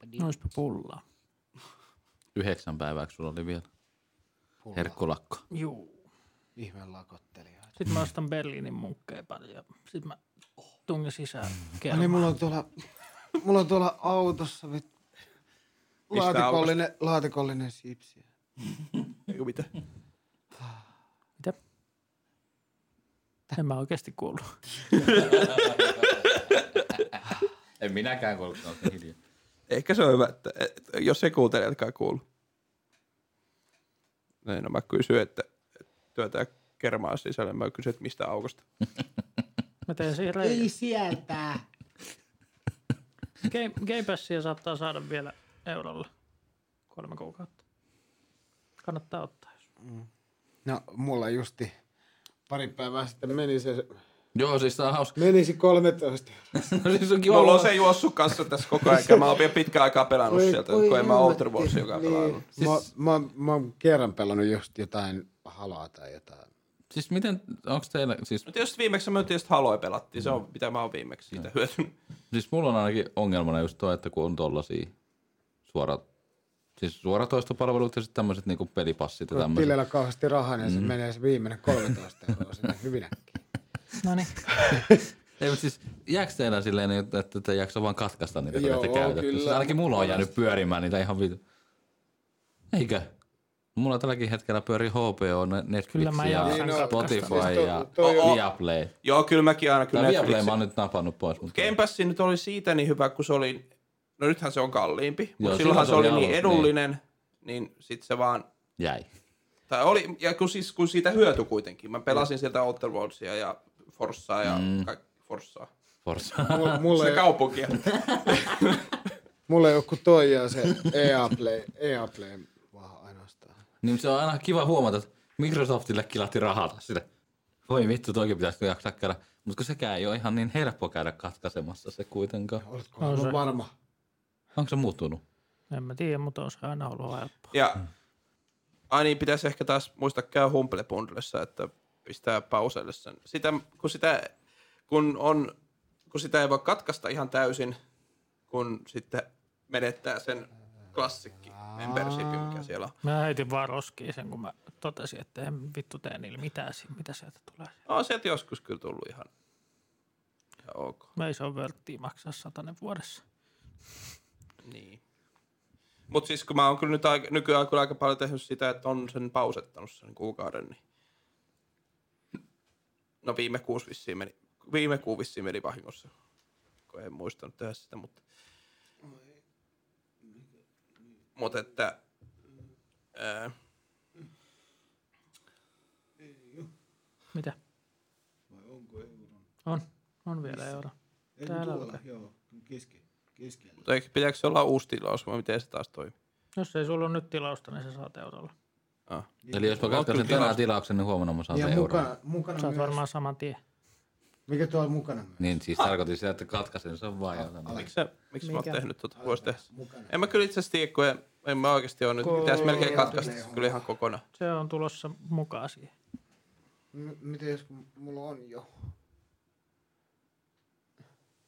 [SPEAKER 4] niin.
[SPEAKER 2] Oispa pullaa.
[SPEAKER 5] Yhdeksän päivää, kun sulla oli vielä
[SPEAKER 4] Pulla.
[SPEAKER 5] herkkulakko.
[SPEAKER 2] Juu.
[SPEAKER 4] Ihme lakottelijoita.
[SPEAKER 2] Sitten mä ostan Berliinin munkkeja paljon. Sitten mä tungen sisään
[SPEAKER 4] No niin,
[SPEAKER 2] kerran.
[SPEAKER 4] mulla on tuolla, mulla on tuolla autossa vit, laatikollinen, laatikollinen sipsiä.
[SPEAKER 3] Eiku mitä?
[SPEAKER 2] Mitä? En mä oikeasti kuullut.
[SPEAKER 5] En minäkään kuullut, kun olette hiljaa.
[SPEAKER 3] Ehkä se on hyvä, että, että jos ei kuuntelijatkaan kuulu. Näin no mä kysyn, että, että työtä kermaa sisälle. Mä kysyin, että mistä aukosta.
[SPEAKER 2] Mä teen siihen
[SPEAKER 4] Ei
[SPEAKER 2] reikä.
[SPEAKER 4] sieltä.
[SPEAKER 2] Game, Game Passia saattaa saada vielä eurolla kolme kuukautta. Kannattaa ottaa. jos-
[SPEAKER 4] No, mulla justi pari päivää sitten meni se,
[SPEAKER 5] Joo, siis tää on hauska.
[SPEAKER 4] menisi 13.
[SPEAKER 5] No siis on kiva
[SPEAKER 3] Mulla on
[SPEAKER 5] olla.
[SPEAKER 3] se juossut kanssa tässä koko ajan. ja Mä oon vielä pitkään aikaa pelannut sieltä, kun en mä Outer Worlds, joka
[SPEAKER 2] niin.
[SPEAKER 3] pelannut.
[SPEAKER 4] Siis... Mä, mä, mä, oon kerran pelannut just jotain halaa tai jotain.
[SPEAKER 5] Siis miten, onks teillä, siis,
[SPEAKER 3] No tietysti viimeksi me tietysti Haloja pelattiin. Se on mitä mä oon viimeksi siitä hyötynyt.
[SPEAKER 5] siis mulla on ainakin ongelmana just toi, että kun on tollasia suora, siis suoratoistopalvelut ja sitten tämmöiset niinku pelipassit ja tämmöiset.
[SPEAKER 4] Tilellä kauheasti rahaa, niin mm. se
[SPEAKER 5] Mm-hmm.
[SPEAKER 4] menee se viimeinen 13 euroa sinne hyvin äkkiä.
[SPEAKER 2] No niin.
[SPEAKER 5] Ei, mutta siis jääkö teillä silleen, että että te jaksa vaan katkaista niitä, kun
[SPEAKER 4] Joo,
[SPEAKER 5] te käytätte?
[SPEAKER 4] kyllä.
[SPEAKER 5] Siis ainakin mulla on jäänyt pyörimään niitä ihan vitu. Eikö? Mulla tälläkin hetkellä pyörii HBO, ne- Netflix
[SPEAKER 2] Kyllä mä
[SPEAKER 5] ja
[SPEAKER 3] Niin,
[SPEAKER 4] Niin,
[SPEAKER 2] jaksan
[SPEAKER 3] no,
[SPEAKER 5] Spotify
[SPEAKER 4] katkaista. no, Siis
[SPEAKER 5] ja
[SPEAKER 4] to- toi
[SPEAKER 3] on-
[SPEAKER 5] Viaplay.
[SPEAKER 3] Joo, kyllä mäkin aina kyllä
[SPEAKER 5] Tämä Viaplay
[SPEAKER 3] Netflixin.
[SPEAKER 5] mä oon nyt napannut pois. Mutta...
[SPEAKER 3] Game Pass nyt oli siitä niin hyvä, kun se oli, no nythän se on kalliimpi,
[SPEAKER 5] Joo,
[SPEAKER 3] mutta silloinhan se oli niin
[SPEAKER 5] alussa,
[SPEAKER 3] edullinen, niin, niin sit se vaan,
[SPEAKER 5] Jäi.
[SPEAKER 3] tai oli, ja kun, siis, kun siitä hyöty kuitenkin. Mä pelasin sieltä Outer Worldsia ja Forssaa ja mm. kaikki Forssaa.
[SPEAKER 5] Forza.
[SPEAKER 4] Mulla, mulla,
[SPEAKER 3] Se
[SPEAKER 4] ei,
[SPEAKER 3] kaupunkia.
[SPEAKER 4] mulla ei ole kuin toi ja se EA Play, EA Play vaan ainoastaan.
[SPEAKER 5] niin se on aina kiva huomata, että Microsoftille kilahti rahata sille. Voi vittu, toki pitäisi jaksaa käydä. Mutta kun sekään ei ole ihan niin helppo käydä katkaisemassa se kuitenkaan.
[SPEAKER 4] Oletko
[SPEAKER 2] On se.
[SPEAKER 4] aivan varma?
[SPEAKER 5] Onko se muuttunut?
[SPEAKER 2] En mä tiedä, mutta on se aina ollut helppoa.
[SPEAKER 3] Ja ai niin, pitäisi ehkä taas muistaa käy Humble Bundlessa, että pistää pauselle sen. Sitä, kun, sitä, kun, on, kun sitä ei voi katkaista ihan täysin, kun sitten menettää sen klassikki membershipin, mikä siellä on.
[SPEAKER 2] Mä heitin vaan roskiin sen, kun mä totesin, että en vittu tee niillä mitään, si- mitä sieltä tulee.
[SPEAKER 3] No, on sieltä joskus kyllä tullut ihan, ihan ok.
[SPEAKER 2] Mä ei se on vörttiä maksaa satanen vuodessa.
[SPEAKER 3] Niin. Mutta siis kun mä oon kyllä nyt aika, nykyään kyllä aika paljon tehnyt sitä, että on sen pausettanut sen kuukauden, niin... No viime kuusi vissiin meni, viime kuu vissiin meni vahingossa, kun en muistanut tehdä sitä, mutta... Mutta että... Ää,
[SPEAKER 2] Mitä? Vai onko euron? On, on vielä euro. Täällä on.
[SPEAKER 3] mutta eikö- pitääkö se olla uusi tilaus vai miten se taas toimii?
[SPEAKER 2] Jos ei sulla ole nyt tilausta, niin se saat eurolla.
[SPEAKER 3] Ah.
[SPEAKER 5] Eli jos mä katkaisin
[SPEAKER 3] kyllä
[SPEAKER 5] tänään tilauksen, niin huomenna mä saan
[SPEAKER 4] Ja
[SPEAKER 5] sen euron.
[SPEAKER 4] mukana, mukana
[SPEAKER 2] Saat
[SPEAKER 4] myös.
[SPEAKER 2] varmaan saman tien.
[SPEAKER 4] Mikä tuolla mukana myös?
[SPEAKER 5] Niin siis tarkoitin sitä, että katkaisin sen vaan
[SPEAKER 3] Ah,
[SPEAKER 5] jotain.
[SPEAKER 3] Miksi, sä- miksi mä oon tehnyt tota? Voisi tehdä.
[SPEAKER 4] Mukana.
[SPEAKER 3] En mä kyllä itse asiassa tiedä, kun en, en mä oikeasti ole nyt. Pitäisi melkein katkaista se kyllä ihan kokonaan.
[SPEAKER 2] Se on tulossa mukaan siihen.
[SPEAKER 4] M- miten jos kun mulla on jo?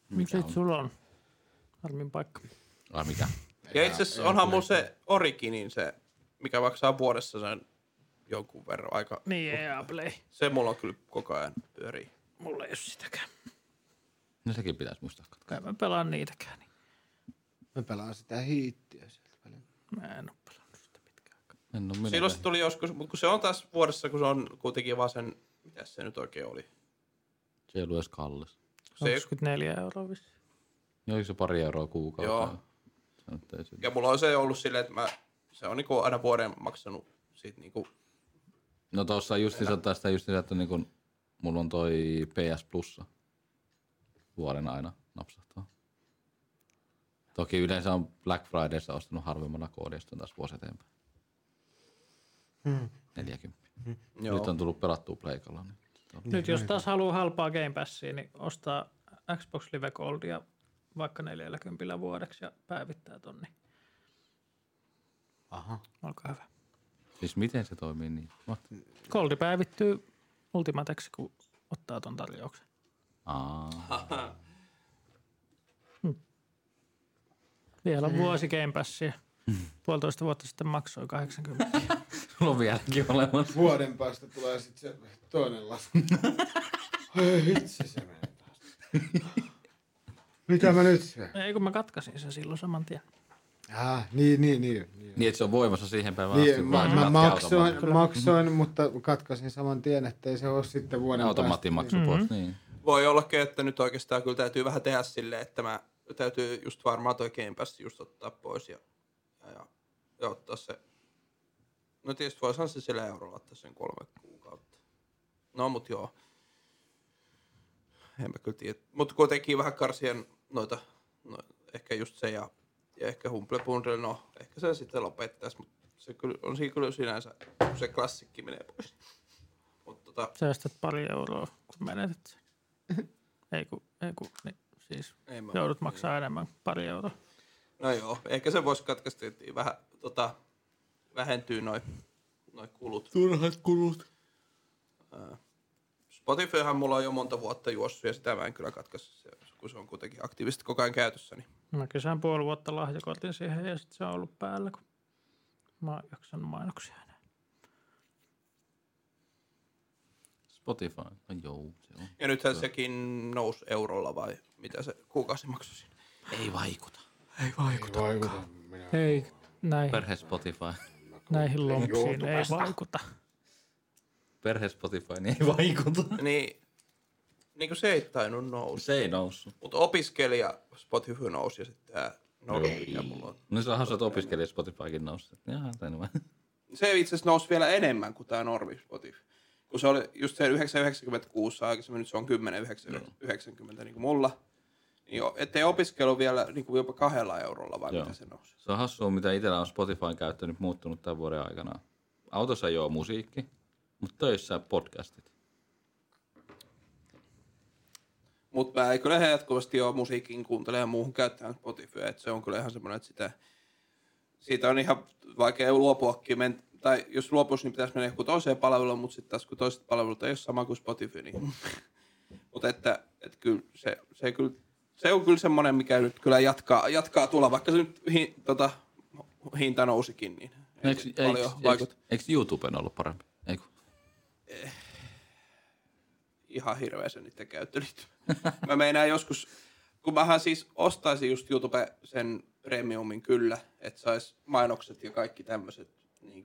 [SPEAKER 2] Miksi et sulla on? Armin paikka.
[SPEAKER 5] Ai mikä?
[SPEAKER 3] Ja itse asiassa onhan mun se Originin se, mikä maksaa vuodessa sen jonkun verran aika.
[SPEAKER 2] Niin, EA Play.
[SPEAKER 3] Se mulla on kyllä koko ajan pyörii.
[SPEAKER 2] Mulla ei ole sitäkään.
[SPEAKER 5] No sekin pitäisi muistaa katkaista.
[SPEAKER 2] Kai mä pelaan niitäkään. Niin.
[SPEAKER 4] Mä pelaan sitä hiittiä sieltä välillä.
[SPEAKER 2] Mä en oo pelannut sitä pitkään. aikaa.
[SPEAKER 5] En ole
[SPEAKER 3] Silloin se tuli joskus, mutta kun se on taas vuodessa, kun se on kuitenkin vaan sen, mitä se nyt oikein oli.
[SPEAKER 5] Se ei ollut edes kallis.
[SPEAKER 3] Se,
[SPEAKER 2] 24 euroa vissiin.
[SPEAKER 5] Niin oliko se pari euroa kuukausi?
[SPEAKER 3] Joo.
[SPEAKER 5] Se nyt ei sit-
[SPEAKER 3] ja mulla on se ollut silleen, että mä, se on niinku aina vuoden maksanut siitä niinku,
[SPEAKER 5] No tuossa justiinsa tästä justiinsa, että niin kun, mulla on toi PS Plussa. Vuoden aina napsahtaa. Toki yleensä on Black Fridayssa ostanut harvemmalla koodista taas vuosi eteenpäin. 40.
[SPEAKER 3] Hmm. joo.
[SPEAKER 5] Nyt on tullut pelattua pleikalla. Niin. sit on-
[SPEAKER 2] Nyt jos taas haluaa halpaa Game Passia, niin ostaa Xbox Live Goldia vaikka 40 vuodeksi ja päivittää tonni.
[SPEAKER 4] Aha.
[SPEAKER 2] Olkaa hyvä.
[SPEAKER 5] Siis miten se toimii niin? What?
[SPEAKER 2] Goldi päivittyy Ultimateksi, kun ottaa ton tarjouksen.
[SPEAKER 5] Aa.
[SPEAKER 2] Vielä on vuosi Game Passia. Puolitoista vuotta sitten maksoi 80.
[SPEAKER 5] Sulla on vieläkin olemassa.
[SPEAKER 4] Vuoden päästä tulee sitten se toinen lasku. Ai vitsi se menee taas. Mitä mä nyt syön?
[SPEAKER 2] Ei kun mä katkaisin sen silloin saman tien.
[SPEAKER 4] Ah, niin, niin, niin. niin.
[SPEAKER 5] Niin, että se on voimassa siihen päivään
[SPEAKER 4] Niin, mä,
[SPEAKER 5] vaan se
[SPEAKER 4] mä
[SPEAKER 5] katkee
[SPEAKER 4] maksoin,
[SPEAKER 5] automaatti-
[SPEAKER 4] maksoin, mutta katkaisin saman tien, ettei se ole sitten vuoden
[SPEAKER 5] Automaatti
[SPEAKER 4] päästä.
[SPEAKER 5] maksu pois, niin.
[SPEAKER 3] Voi ollakin, että nyt oikeastaan kyllä täytyy vähän tehdä silleen, että mä täytyy just varmaan toi Game Pass just ottaa pois ja, ja, ja, ja ottaa se. No tietysti voisihan se sillä eurolla ottaa sen kolme kuukautta. No mut joo. En mä kyllä tiedä. Mut kuitenkin vähän karsien noita, no, ehkä just se ja, ja ehkä Humble Bundle, no ehkä se sitten lopettaisi, mut se kyllä, on siinä kyllä sinänsä, kun se klassikki menee pois. Mut tota,
[SPEAKER 2] Säästät pari euroa, kun menetät sen. ei kun, ei kun, niin, siis
[SPEAKER 3] ei mä
[SPEAKER 2] joudut maksaa enemmän pari euroa.
[SPEAKER 3] No joo, ehkä se voisi katkaista, että vähän tota, vähentyy noin noi kulut.
[SPEAKER 5] Turhat kulut.
[SPEAKER 3] Spotifyhan mulla on jo monta vuotta juossut ja sitä mä en kyllä katkaise, se- kun se on kuitenkin aktiivisesti koko ajan käytössä. Niin.
[SPEAKER 2] Mä kesän puoli vuotta lahjakortin siihen ja sit se on ollut päällä, kun mä oon jaksanut mainoksia enää.
[SPEAKER 5] Spotify. No joo, se on.
[SPEAKER 3] Ja nythän sekin nousi eurolla vai mitä se kuukausimaksu siinä.
[SPEAKER 5] Ei vaikuta.
[SPEAKER 4] Vaikuta. Vaikuta. Minä.
[SPEAKER 2] Ei, näihin,
[SPEAKER 5] Perhe Spotify.
[SPEAKER 2] näihin lompsiin ei
[SPEAKER 4] YouTubesta.
[SPEAKER 2] vaikuta.
[SPEAKER 5] Perhe Spotify niin ei vaikuta.
[SPEAKER 3] Niin, niin kuin se ei tainnut nousta.
[SPEAKER 5] Se ei noussut.
[SPEAKER 3] Mutta opiskelija Spotify nousi ja sitten tämä nousi, mikä mulla on.
[SPEAKER 5] No se on hauska, että opiskelija Spotifykin noussut. Jaha, tai no. vaan.
[SPEAKER 3] Se itse asiassa nousi vielä enemmän kuin tämä normi Spotify. Kun se oli just se 996 aikaisemmin, nyt se on 1090 niin kuin mulla. Niin jo, ettei opiskelu vielä niin kuin jopa kahdella eurolla, vai
[SPEAKER 5] Joo.
[SPEAKER 3] mitä se nousi.
[SPEAKER 5] Se on hassua, mitä itsellä on Spotifyn käyttö nyt muuttunut tämän vuoden aikana. Autossa joo musiikki, mutta töissä podcastit.
[SPEAKER 3] Mutta mä ei kyllä ihan jatkuvasti ole musiikin kuuntele ja muuhun käyttämään Spotifyä, että se on kyllä ihan semmoinen, että sitä, siitä on ihan vaikea luopuakin. Men, tai jos luopuisi, niin pitäisi mennä joku toiseen palveluun, mutta sitten taas kun toiset palvelut ei ole sama kuin Spotify, niin... mutta että, että kyllä se, se, kyllä, se on kyllä semmoinen, mikä nyt kyllä jatkaa, jatkaa tulla, vaikka se nyt hi, tota, hinta nousikin, niin ei
[SPEAKER 5] Eikö,
[SPEAKER 3] se
[SPEAKER 5] eikö,
[SPEAKER 3] paljon
[SPEAKER 5] eikö,
[SPEAKER 3] vaikuta.
[SPEAKER 5] eikö YouTuben ollut parempi? Eiku.
[SPEAKER 3] ihan hirveä se niiden käyttöliittymä. mä meinaan joskus, kun mähän siis ostaisin just YouTube sen premiumin kyllä, että sais mainokset ja kaikki tämmöiset niin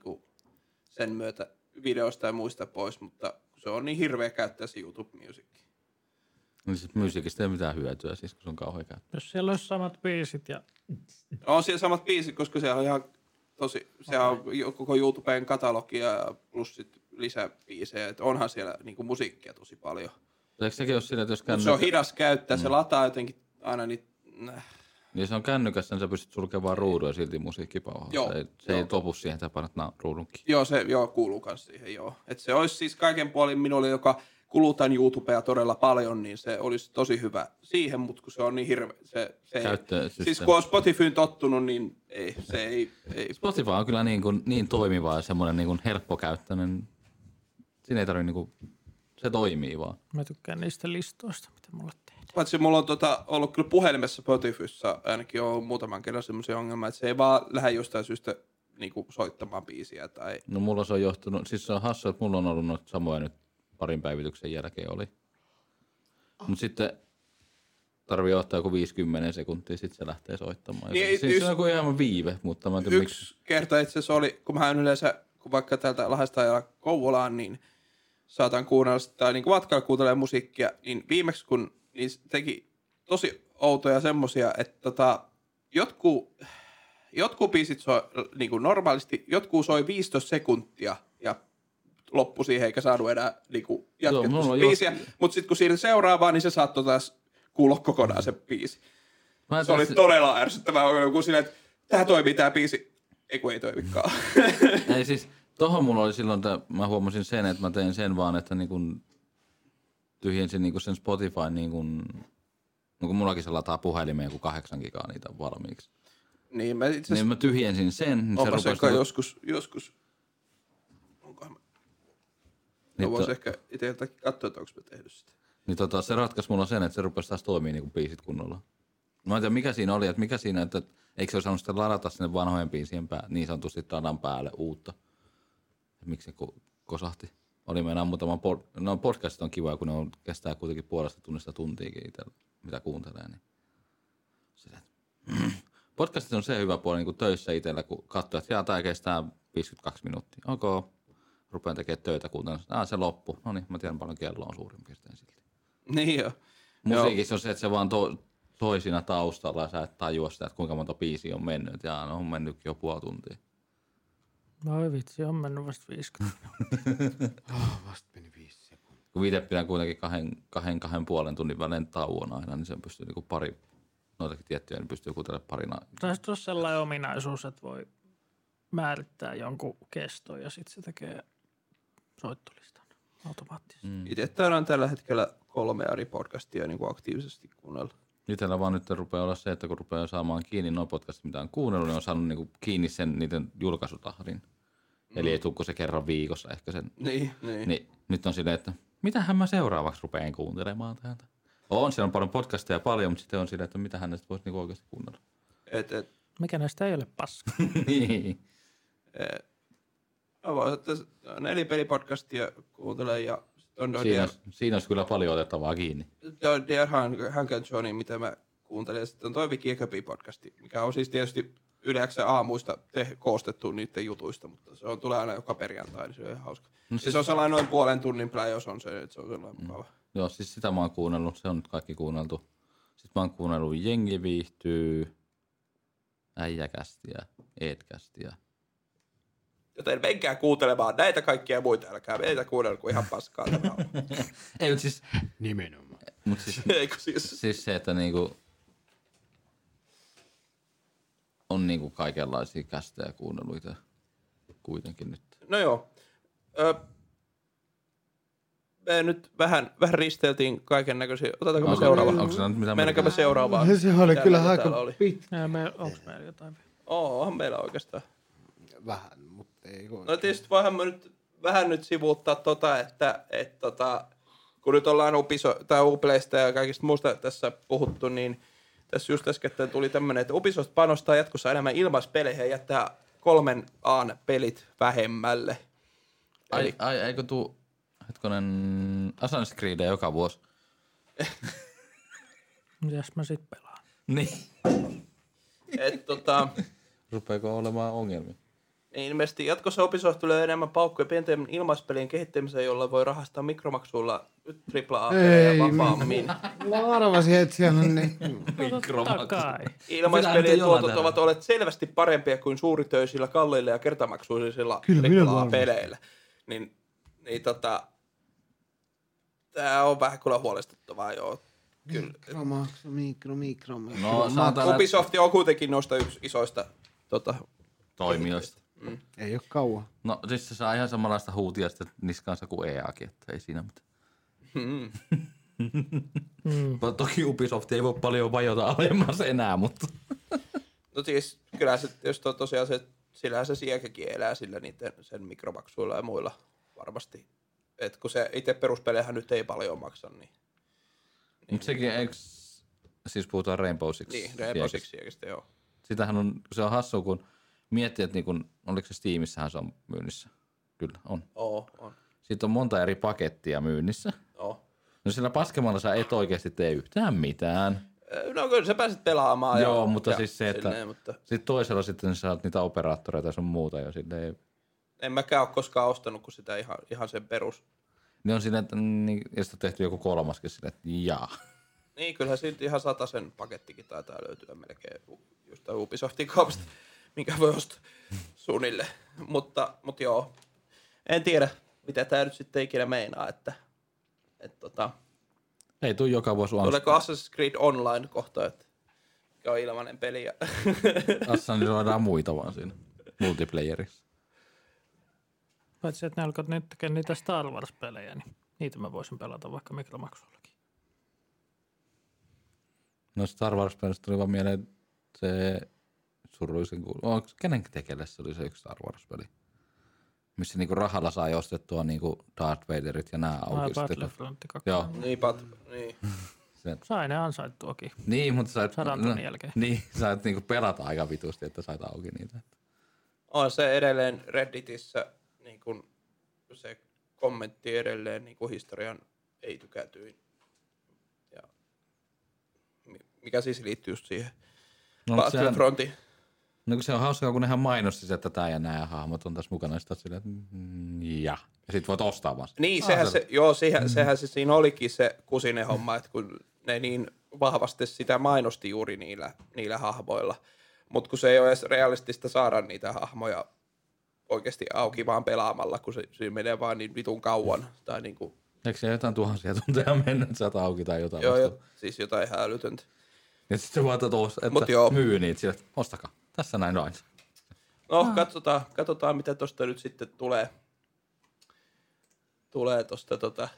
[SPEAKER 3] sen myötä videoista ja muista pois, mutta kun se on niin hirveä käyttää se YouTube Music.
[SPEAKER 5] Niin siis musiikista ei ole mitään hyötyä, siis kun se on kauhean käyttö.
[SPEAKER 2] Jos siellä olisi samat biisit ja
[SPEAKER 3] No on siellä samat biisit, koska siellä on ihan tosi, se on jo- koko YouTuben katalogia ja plus sit lisäbiisejä, että onhan siellä niin musiikkia tosi paljon.
[SPEAKER 5] Eikö sekin ole siinä, että jos,
[SPEAKER 3] Mut se on
[SPEAKER 5] kännykkä,
[SPEAKER 3] hidas käyttää, se lataa jotenkin aina niitä,
[SPEAKER 5] jos on kännykässä, niin sä pystyt sulkemaan ruudun ja silti musiikki pauhaa.
[SPEAKER 3] Joo,
[SPEAKER 5] Se, ei, se
[SPEAKER 3] joo.
[SPEAKER 5] ei topu siihen, että sä painat na- ruudun kiinni.
[SPEAKER 3] Joo, se joo, kuuluu kans siihen, joo. Et se olisi siis kaiken puolin minulle, joka kulutan YouTubea todella paljon, niin se olisi tosi hyvä siihen, mutta kun se on niin hirveä. Se, se ei,
[SPEAKER 5] Käyttösysteemi.
[SPEAKER 3] siis kun on Spotifyn tottunut, niin ei, se ei, ei.
[SPEAKER 5] Spotify on kyllä niin, kuin, niin toimiva ja semmoinen niin kuin helppokäyttöinen. Siinä ei tarvitse, niin kuin, se toimii vaan.
[SPEAKER 2] mä tykkään niistä listoista, mitä mulle tehdään.
[SPEAKER 3] Paitsi mulla on tota, ollut kyllä puhelimessa Spotifyssa ainakin on muutaman kerran semmoisia ongelmia, että se ei vaan lähde jostain syystä niinku soittamaan biisiä tai
[SPEAKER 5] No mulla se on johtunut, siis se on hassu, että mulla on ollut noita samoja nyt parin päivityksen jälkeen oli. Mut sitten tarvii ottaa joku 50 sekuntia, sitten se lähtee soittamaan.
[SPEAKER 3] Niin,
[SPEAKER 5] Niin, siis
[SPEAKER 3] yksi-
[SPEAKER 5] se on joku ihan viive, mutta mä en tiedä miksi.
[SPEAKER 3] yksi kerta itse asiassa oli, kun mä yleensä, kun vaikka täältä Lahdesta ajalla Kouvolaan, niin saatan kuunnella sitä, tai niin kuin matkalla kuuntelee musiikkia, niin viimeksi kun niin se teki tosi outoja semmosia, että tota, jotkut, jotkut biisit soi niin kuin normaalisti, jotkut soi 15 sekuntia ja loppu siihen, eikä saanut enää niin kuin jatkettu
[SPEAKER 5] mulla on
[SPEAKER 3] sitä biisiä. Mutta sitten kun siirryt seuraavaan, niin se saattoi taas kuulla kokonaan se biisi.
[SPEAKER 5] Mä en
[SPEAKER 3] Se oli
[SPEAKER 5] tiedä,
[SPEAKER 3] todella ärsyttävää ongelma, kun silleen, että tää toimii tää biisi. Ei kun ei toimikaan.
[SPEAKER 5] Ei siis, tohon mulla oli silloin, että mä huomasin sen, että mä tein sen vaan, että niin kun tyhjensin niin kun sen Spotify, niin kun, no kun mullakin se lataa puhelimeen joku kahdeksan gigaa niitä valmiiksi.
[SPEAKER 3] niin mä itse
[SPEAKER 5] Niin
[SPEAKER 3] asiassa,
[SPEAKER 5] mä tyhjensin sen, niin se
[SPEAKER 3] niin, se
[SPEAKER 5] rupesi...
[SPEAKER 3] joka joskus, joskus. Onkohan mä, mä
[SPEAKER 5] niin, to,
[SPEAKER 3] voisin ehkä itse jotakin katsoa, että onko mä tehnyt sitä.
[SPEAKER 5] niin tota, se ratkaisi mulla sen, että se rupesi taas toimii niin biisit kunnolla. Mä en tiedä, mikä siinä oli, että mikä siinä, että eikö se osannut sitä ladata sinne vanhojen biisien pää, niin sanotusti radan päälle uutta. Miksi se ko- kosahti? Oli meillä muutama, pod- no podcastit on kiva, kun ne on, kestää kuitenkin puolesta tunnista tuntiikin itse, mitä kuuntelee. Niin. Sitä, podcastit on se hyvä puoli niin kuin töissä itsellä, kun katsoo, että jaa, tämä kestää 52 minuuttia. Ok, rupean tekemään töitä kuuntelemaan. sitä. Ah, se loppu. No niin, mä tiedän paljon kello on suurin piirtein silti.
[SPEAKER 3] Niin joo.
[SPEAKER 5] Musiikissa on se, että se vaan to, soi siinä taustalla ja sä et tajua sitä, että kuinka monta biisiä on mennyt. Ja no, on mennyt jo puoli tuntia.
[SPEAKER 2] No vitsi, on mennyt vasta 50.
[SPEAKER 4] Vasta meni viisi sekuntia.
[SPEAKER 5] kun itse pidän kuitenkin kahden, kahden, kahden puolen tunnin välein tauon aina, niin sen pystyy niinku pari, noitakin tiettyjä, niin pystyy kuuntelemaan parina.
[SPEAKER 2] Tästä on sellainen ominaisuus, että voi määrittää jonkun keston ja sitten se tekee soittolistan automaattisesti. Mm.
[SPEAKER 3] Itse taidaan tällä hetkellä kolme eri podcastia niin kuin aktiivisesti kuunnella.
[SPEAKER 5] Itsellä vaan nyt rupeaa olla se, että kun rupeaa saamaan kiinni nuo podcastit, mitä on kuunnellut, niin on saanut niinku kiinni sen niiden julkaisutahdin. Eli ei tule kuin se kerran viikossa ehkä sen
[SPEAKER 3] Niin, niin.
[SPEAKER 5] Niin, nyt on silleen, että mitähän mä seuraavaksi rupeen kuuntelemaan täältä. On, siellä on paljon podcasteja paljon, mutta sitten on silleen, että mitähän näistä voisi niinku oikeasti kuunnella.
[SPEAKER 3] Et, et,
[SPEAKER 2] Mikä näistä ei ole paska.
[SPEAKER 5] niin.
[SPEAKER 3] mä voin ottaa s- nelipelipodcastia kuuntele ja sit on
[SPEAKER 5] Siinä,
[SPEAKER 3] Dear,
[SPEAKER 5] olisi- siinä olisi kyllä paljon otettavaa kiinni.
[SPEAKER 3] on Dear Han- Hank Johnny, mitä mä kuuntelen. Ja sitten on toi Viki ja Köpi podcasti, mikä on siis tietysti yleensä aamuista te, koostettu niiden jutuista, mutta se on, tulee aina joka perjantai, niin se on ihan hauska. No, siis... Se on sellainen noin puolen tunnin play, jos on se, että se on sellainen mm. mukava.
[SPEAKER 5] Joo, siis sitä mä oon kuunnellut, se on nyt kaikki kuunneltu. Sitten mä oon kuunnellut Jengi viihtyy, Äijäkästiä, Eetkästiä.
[SPEAKER 3] Joten menkää kuuntelemaan näitä kaikkia muita, älkää meitä kuunnelko ihan paskaa tämä on.
[SPEAKER 5] Ei, mutta siis,
[SPEAKER 4] Nimenomaan.
[SPEAKER 5] mut siis
[SPEAKER 3] Eikö siis?
[SPEAKER 5] siis se, että niinku on niinku kaikenlaisia kästejä kuunnellut itse kuitenkin nyt.
[SPEAKER 3] No joo. Ö, me nyt vähän, vähän risteltiin kaiken näköisiä. Otetaanko me
[SPEAKER 5] Onko-
[SPEAKER 3] seuraavaan?
[SPEAKER 5] onko se nyt mitään
[SPEAKER 3] Mennäänkö me
[SPEAKER 5] merkitystä?
[SPEAKER 3] seuraavaan?
[SPEAKER 4] No Niin. Se oli
[SPEAKER 3] Mitä
[SPEAKER 4] kyllä
[SPEAKER 3] meillä
[SPEAKER 4] aika
[SPEAKER 3] täällä oli?
[SPEAKER 4] pitkä.
[SPEAKER 2] Onko meillä jotain? vielä?
[SPEAKER 3] Oo, onhan meillä oikeastaan.
[SPEAKER 4] Vähän, mutta ei kun...
[SPEAKER 3] No tietysti voihan mä nyt vähän nyt sivuuttaa tota, että et, tota, kun nyt ollaan Ubiso, tai Upleista ja kaikista muusta tässä puhuttu, niin tässä just äsken tuli tämmöinen, että Ubisoft panostaa jatkossa enemmän ilmaispeleihin ja jättää kolmen aan pelit vähemmälle.
[SPEAKER 5] Ai,
[SPEAKER 3] Eli-
[SPEAKER 5] ai, eikö tuu, hetkonen, Assassin's Creedia joka vuosi.
[SPEAKER 2] Mitäs mä sitten pelaan?
[SPEAKER 5] Niin.
[SPEAKER 3] Et, tota,
[SPEAKER 5] Rupeeko olemaan ongelmia?
[SPEAKER 3] Niin ilmeisesti jatkossa Ubisoft tulee enemmän paukkuja pienten ilmaispelien kehittämiseen, jolla voi rahastaa mikromaksuilla AAA
[SPEAKER 4] Ei,
[SPEAKER 3] pelejä vapaammin.
[SPEAKER 4] Mä arvasin, että siellä on ne...
[SPEAKER 2] No Totta kai.
[SPEAKER 5] Kyllä, nyt
[SPEAKER 3] Ilmaispelien
[SPEAKER 5] on jollain
[SPEAKER 3] tuotot
[SPEAKER 5] tavalla.
[SPEAKER 3] ovat olleet selvästi parempia kuin suuritöisillä, kalliilla ja kertamaksuisilla
[SPEAKER 4] Kyllä, minä
[SPEAKER 3] AAA
[SPEAKER 4] varmasti.
[SPEAKER 3] peleillä. Niin, niin tota, tämä on vähän kyllä huolestuttavaa, joo. Kyllä.
[SPEAKER 4] Mikromaksu, mikro, mikro, mikro.
[SPEAKER 5] No, sanotaan, että
[SPEAKER 3] Ubisoft on kuitenkin noista yksi isoista tota,
[SPEAKER 5] toimijoista.
[SPEAKER 4] Ei ole kauan.
[SPEAKER 5] No siis se saa ihan samanlaista huutia sitten niskaansa kuin EAkin, että ei siinä mitään.
[SPEAKER 3] hmm.
[SPEAKER 5] Mm. Toki Ubisoft ei voi paljon vajota alemmas enää, mutta...
[SPEAKER 3] Niin. No siis, kyllä se, jos to, tosiaan se, sillähän se sielläkin elää sillä niiden, sen mikromaksuilla ja muilla varmasti. Et kun se itse peruspelejähän nyt ei paljon maksa, niin,
[SPEAKER 5] Mutta sekin, eks... Siis puhutaan Rainbow Six.
[SPEAKER 3] niin Rainbow Six Siegistä, joo.
[SPEAKER 5] Sitähän on, se on hassu, kun miettii, että niin kun, oliko se Steamissähän se on myynnissä. Kyllä, on.
[SPEAKER 3] Oo, on.
[SPEAKER 5] Siitä on monta eri pakettia myynnissä.
[SPEAKER 3] Oo.
[SPEAKER 5] No sillä paskemalla sä et oikeasti tee yhtään mitään.
[SPEAKER 3] Ö, No kyllä sä pääset pelaamaan.
[SPEAKER 5] Joo,
[SPEAKER 3] ja,
[SPEAKER 5] mutta
[SPEAKER 3] ja
[SPEAKER 5] siis se, että-
[SPEAKER 3] silleen, mutta
[SPEAKER 5] Sitten toisella sitten sä saat niitä operaattoreita ja sun muuta jo silleen.
[SPEAKER 3] en mäkään ole koskaan ostanut kuin sitä ihan, ihan sen perus.
[SPEAKER 5] Ne on silleen, että niin, ja sitten on tehty joku kolmaskin silleen, että jaa.
[SPEAKER 3] Niin, kyllähän siitä ihan sen pakettikin taitaa löytyä melkein u- just tää Ubisoftin kaupasta, minkä voi ostaa suunnille. Mutta, mutta joo, en tiedä, mitä tämä nyt sitten ikinä meinaa, että, että tota,
[SPEAKER 5] Ei tuu joka vuosi
[SPEAKER 3] tuleeko Assassin's Creed Online kohta, että mikä on ilmainen peli. Ja
[SPEAKER 5] Assassin's niin saadaan muita vaan siinä multiplayerissa.
[SPEAKER 2] Paitsi, että ne alkoivat nyt tekemään niitä Star Wars-pelejä, niin niitä mä voisin pelata vaikka mikromaksullakin.
[SPEAKER 5] No Star Wars pelistä tuli vaan mieleen se surullisen kuulu. Onko kenen tekele se oli se yksi Star Wars peli? Missä niinku rahalla saa ostettua niinku Darth Vaderit ja nää
[SPEAKER 2] Mä
[SPEAKER 5] auki. sitten, kun-
[SPEAKER 2] Battlefronti 2.
[SPEAKER 5] Joo,
[SPEAKER 3] niin, pat, niin.
[SPEAKER 5] se,
[SPEAKER 2] Sain ne ansaittuakin.
[SPEAKER 5] Niin, mutta sä et,
[SPEAKER 2] Sadan tunnin jälkeen.
[SPEAKER 5] Niin, sä et niinku pelata aika vitusti, että sait auki niitä.
[SPEAKER 3] On se edelleen Redditissä niin kun se kommentti edelleen niin kun historian ei tykätyin. Ja, mi- mikä siis liittyy just siihen
[SPEAKER 5] No,
[SPEAKER 3] no,
[SPEAKER 5] mut sehän,
[SPEAKER 3] Battlefrontin.
[SPEAKER 5] no, kun se on hauskaa, kun nehän mainosti se, että tämä ja nämä hahmot on tässä mukana. Sitten silleen, että mm, ja. Ja sit voit ostaa vaan.
[SPEAKER 3] Niin, sehän se, joo, sehän, sehän se siinä olikin se kusinen homma, että kun ne niin vahvasti sitä mainosti juuri niillä, niillä hahmoilla. Mutta kun se ei ole edes realistista saada niitä hahmoja oikeasti auki vaan pelaamalla, kun se, se menee vaan niin vitun kauan. Tai niin kuin
[SPEAKER 5] Eikö se jotain tuhansia tunteja mennyt, että saat auki tai jotain?
[SPEAKER 3] Joo,
[SPEAKER 5] Joo,
[SPEAKER 3] jo, siis jotain ihan älytöntä.
[SPEAKER 5] Ja sitten vaan tuota, että
[SPEAKER 3] Mut joo.
[SPEAKER 5] myy niitä sille, että ostakaa. Tässä näin noin.
[SPEAKER 3] No, katsotaan, katsotaan mitä tosta nyt sitten tulee. Tulee tosta tota.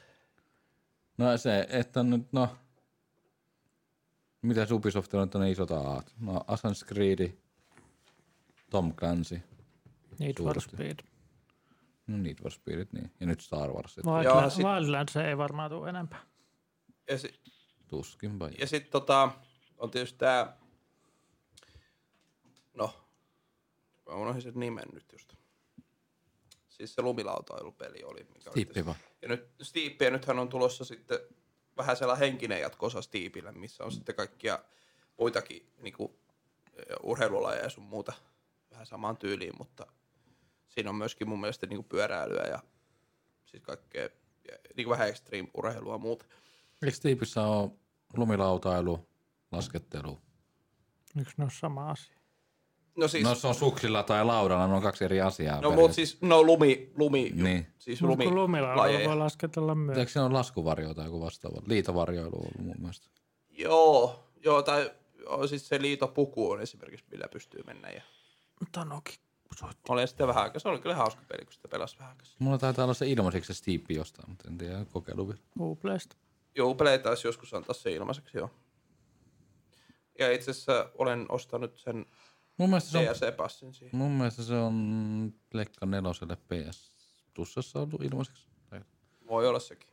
[SPEAKER 5] No se, että nyt no... Mitä Ubisoftilla nyt on ne isot aat? No Assassin's Creed, Tom Clancy,
[SPEAKER 2] Need for
[SPEAKER 5] Suuresti.
[SPEAKER 2] Speed.
[SPEAKER 5] no Need for Speed, niin. Ja nyt Star Wars, että
[SPEAKER 3] Joo, sit-
[SPEAKER 2] Wildland- Wildlands ei varmaan tule enempää.
[SPEAKER 3] Ja, si-
[SPEAKER 5] tuskinpa.
[SPEAKER 3] ja sitten tota, on tietysti tää, no, mä unohdin sen nimen nyt just. Siis se lumilautailupeli oli. Mikä oli
[SPEAKER 5] Tippipa.
[SPEAKER 3] Ja nyt Steep, ja nythän on tulossa sitten vähän sellainen henkinen jatkosa Steepille, missä on sitten kaikkia muitakin niin kuin, urheilulajeja ja sun muuta vähän samaan tyyliin, mutta siinä on myöskin mun mielestä niin kuin pyöräilyä ja siis kaikkea ja, niin kuin vähän extreme urheilua ja muuta.
[SPEAKER 5] Eikö tiipissä ole lumilautailu, laskettelu?
[SPEAKER 2] Miksi ne on sama asia?
[SPEAKER 3] No siis,
[SPEAKER 5] No
[SPEAKER 3] no,
[SPEAKER 5] se on suksilla tai laudalla, ne on kaksi eri asiaa.
[SPEAKER 3] no
[SPEAKER 5] periaatteessa.
[SPEAKER 3] mut siis, no lumi, lumi,
[SPEAKER 5] Niin.
[SPEAKER 3] siis
[SPEAKER 2] Lumi,
[SPEAKER 3] lumi,
[SPEAKER 2] kun lumilaudalla
[SPEAKER 3] lajeja.
[SPEAKER 2] voi lasketella myös.
[SPEAKER 5] Eikö se ole laskuvarjo tai joku vastaava? Liitovarjoilu on ollut mun mielestä.
[SPEAKER 3] Joo, joo, tai joo, siis se liitopuku on esimerkiksi, millä pystyy mennä. Ja
[SPEAKER 2] Tanokin soitti.
[SPEAKER 3] olen sitten vähän aikaa, se oli kyllä hauska peli, kun sitä pelasi vähän aikaa.
[SPEAKER 5] Mulla taitaa olla se ilmaiseksi se Steep jostain, mutta en tiedä, kokeilu vielä.
[SPEAKER 2] Googleista.
[SPEAKER 3] Joo, pelejä taisi joskus antaa se ilmaiseksi, joo. Ja itse asiassa olen ostanut sen
[SPEAKER 5] Mun mielestä se on,
[SPEAKER 3] DLC-passin siihen.
[SPEAKER 5] mun mielestä se on Pleikka neloselle PS Plusassa ollut ilmaiseksi. Tai-
[SPEAKER 3] Voi olla sekin.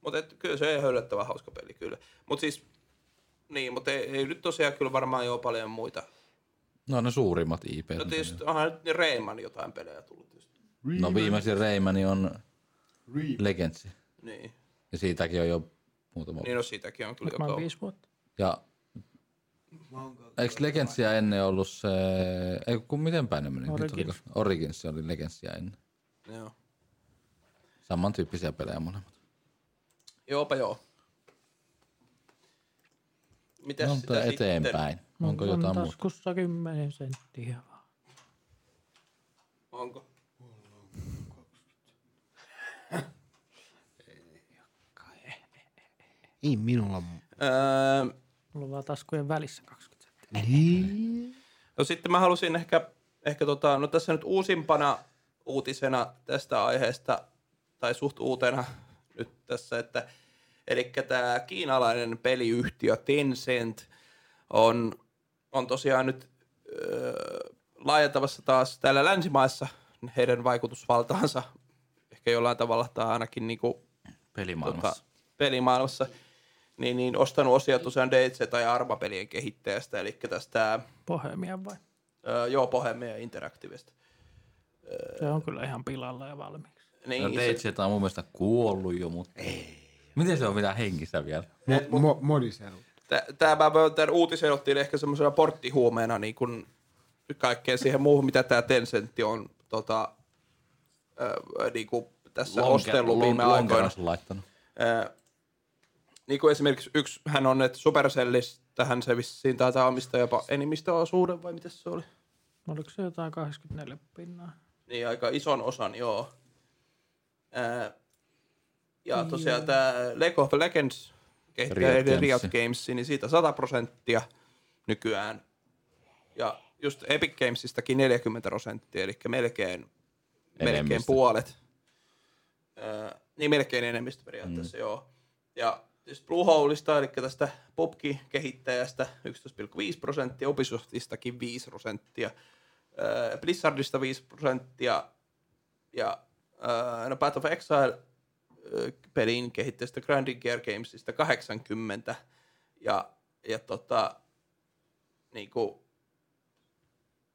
[SPEAKER 3] Mutta kyllä se on höllättävän hauska peli kyllä. Mutta siis, niin, mutta ei, ei, nyt tosiaan kyllä varmaan ole paljon muita.
[SPEAKER 5] No ne suurimmat IP.
[SPEAKER 3] No tietysti onhan nyt niin Rayman jotain pelejä tullut tietysti.
[SPEAKER 5] No viimeisin Reimani on
[SPEAKER 4] Remake.
[SPEAKER 5] Legends.
[SPEAKER 3] Niin,
[SPEAKER 5] Ja siitäkin on jo muutama.
[SPEAKER 3] niin no siitäkin on kyllä
[SPEAKER 2] Mä
[SPEAKER 3] joka
[SPEAKER 2] oon viisi vuotta.
[SPEAKER 5] Ja Eikö Legendsia ennen ollut se... Ei kun miten päin ne meni? Nyt
[SPEAKER 2] Origins.
[SPEAKER 5] oliko- Origins oli Legendsia ennen.
[SPEAKER 3] Joo.
[SPEAKER 5] Samantyyppisiä pelejä molemmat.
[SPEAKER 3] Joopa joo. Mitäs
[SPEAKER 5] no,
[SPEAKER 3] sitä
[SPEAKER 5] mutta eteenpäin.
[SPEAKER 2] Mun
[SPEAKER 5] Onko
[SPEAKER 2] No, on
[SPEAKER 5] jotain muuta?
[SPEAKER 2] taskussa 10 senttiä vaan.
[SPEAKER 3] sitten? Onko?
[SPEAKER 4] Ei minulla.
[SPEAKER 3] Öö,
[SPEAKER 2] Mulla on vaan taskujen välissä 20 senttiä.
[SPEAKER 4] Niin.
[SPEAKER 3] No sitten mä halusin ehkä, ehkä tota, no tässä nyt uusimpana uutisena tästä aiheesta, tai suht uutena nyt tässä, että eli tämä kiinalainen peliyhtiö Tencent on, on tosiaan nyt öö, laajentamassa taas täällä länsimaissa heidän vaikutusvaltaansa ehkä jollain tavalla tai ainakin niinku
[SPEAKER 5] Pelimaailmassa.
[SPEAKER 3] tota, pelimaailmassa, niin, niin ostanut osia tosiaan DayZ tai Arma-pelien kehittäjästä, eli tästä
[SPEAKER 2] Bohemian vai?
[SPEAKER 3] Öö, joo, Bohemia Interactivista.
[SPEAKER 2] Se on kyllä ihan pilalla ja valmiiksi.
[SPEAKER 3] Niin,
[SPEAKER 5] No
[SPEAKER 3] se,
[SPEAKER 5] Deitsi on mun mielestä kuollut jo, mutta... Miten se on mitään hengissä vielä?
[SPEAKER 4] Mo- mo- modiseru.
[SPEAKER 3] tä- tämä tämän uutisen ottiin ehkä semmoisena porttihuomeena niin kuin kaikkeen siihen muuhun, mitä tämä Tencent on tota, öö, niin kuin tässä ostellut viime aikoina.
[SPEAKER 5] lonkeronsa laittanut.
[SPEAKER 3] Öö, niin kuin esimerkiksi yksi hän on, että Supercellistähän se vissiin taitaa omistaa jopa enemmistöosuuden, vai mitä se oli?
[SPEAKER 2] Oliko se jotain 84 pinnaa?
[SPEAKER 3] Niin, aika ison osan, joo. Ää, ja tosiaan tämä League of Legends kehittäjä
[SPEAKER 5] Riot
[SPEAKER 3] Riot, Riot
[SPEAKER 5] Gamesi.
[SPEAKER 3] Games, niin siitä 100 prosenttia nykyään. Ja just Epic Gamesistakin 40 prosenttia, eli melkein, melkein
[SPEAKER 5] Enemmistö.
[SPEAKER 3] puolet. Ää, niin melkein enemmistö periaatteessa, mm. joo. Ja tietysti Blueholeista, eli tästä PUBG-kehittäjästä 11,5 prosenttia, Ubisoftistakin 5 prosenttia, ää, Blizzardista 5 prosenttia, ja äh, no Path of Exile äh, pelin kehittäjästä Grinding Gear Gamesista 80 ja, ja tota, niinku,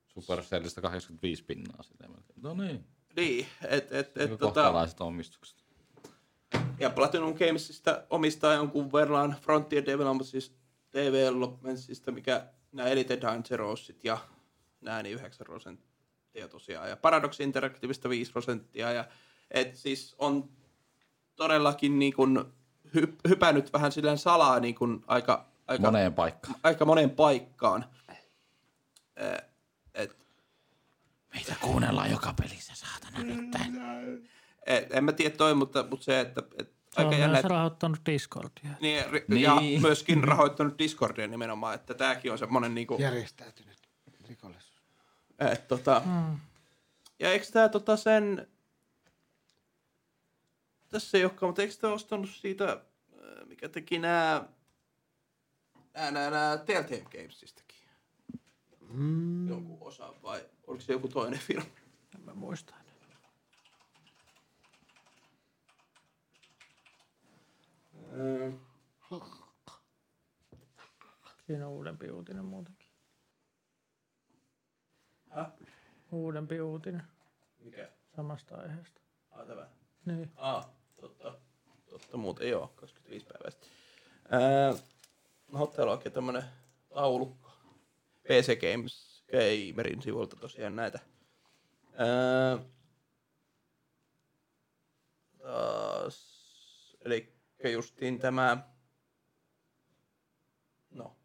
[SPEAKER 5] Supercellista 85 pinnaa silleen. melkein. No niin, niinku
[SPEAKER 3] niin, et, et, et, tota,
[SPEAKER 5] kohtalaiset omistukset.
[SPEAKER 3] ja Platinum Gamesista omistaa jonkun verran Frontier Developmentsista, Developmentsista mikä nämä Elite Dangerousit ja nämä niin 9 prosenttia tosiaan, ja Paradox Interactivista 5 prosenttia, ja et siis on todellakin niin kuin hy- hypännyt vähän silleen salaa niin kuin aika, aika
[SPEAKER 5] Moneen paikkaan.
[SPEAKER 3] aika moneen paikkaan. Ö, Et,
[SPEAKER 5] Meitä kuunnellaan joka pelissä, saatana nyt.
[SPEAKER 3] Et, en mä tiedä toi, mutta, mutta se, että... Et,
[SPEAKER 2] Se on
[SPEAKER 3] aika jännä,
[SPEAKER 2] myös
[SPEAKER 3] että,
[SPEAKER 2] rahoittanut Discordia.
[SPEAKER 3] niin, ri-
[SPEAKER 5] Niin.
[SPEAKER 3] ja myöskin rahoittanut Discordia nimenomaan, että tämäkin on semmoinen niinku...
[SPEAKER 4] Järjestäytynyt rikollisuus.
[SPEAKER 3] Et, tota,
[SPEAKER 2] Mm.
[SPEAKER 3] Ja eikö tää tota sen... Tässä ei olekaan, mutta eikö tää ostanut siitä, äh, mikä teki nää... Nää, nää, nää Telltale Gamesistakin. Mm. Joku osa vai oliko se joku toinen firma?
[SPEAKER 2] En mä muista enää. Siinä on uudempi uutinen muutenkin.
[SPEAKER 3] Häh?
[SPEAKER 2] Uudempi uutinen
[SPEAKER 3] Mikä?
[SPEAKER 2] samasta aiheesta.
[SPEAKER 3] Ah, tämä.
[SPEAKER 2] Niin.
[SPEAKER 3] Ah, totta. Totta muuten, joo. 25 päivää sitten. Ää, no, täällä on oikein tämmönen taulukko. PC Games Gamerin sivulta tosiaan näitä. Ää, taas, eli justiin tämä... No.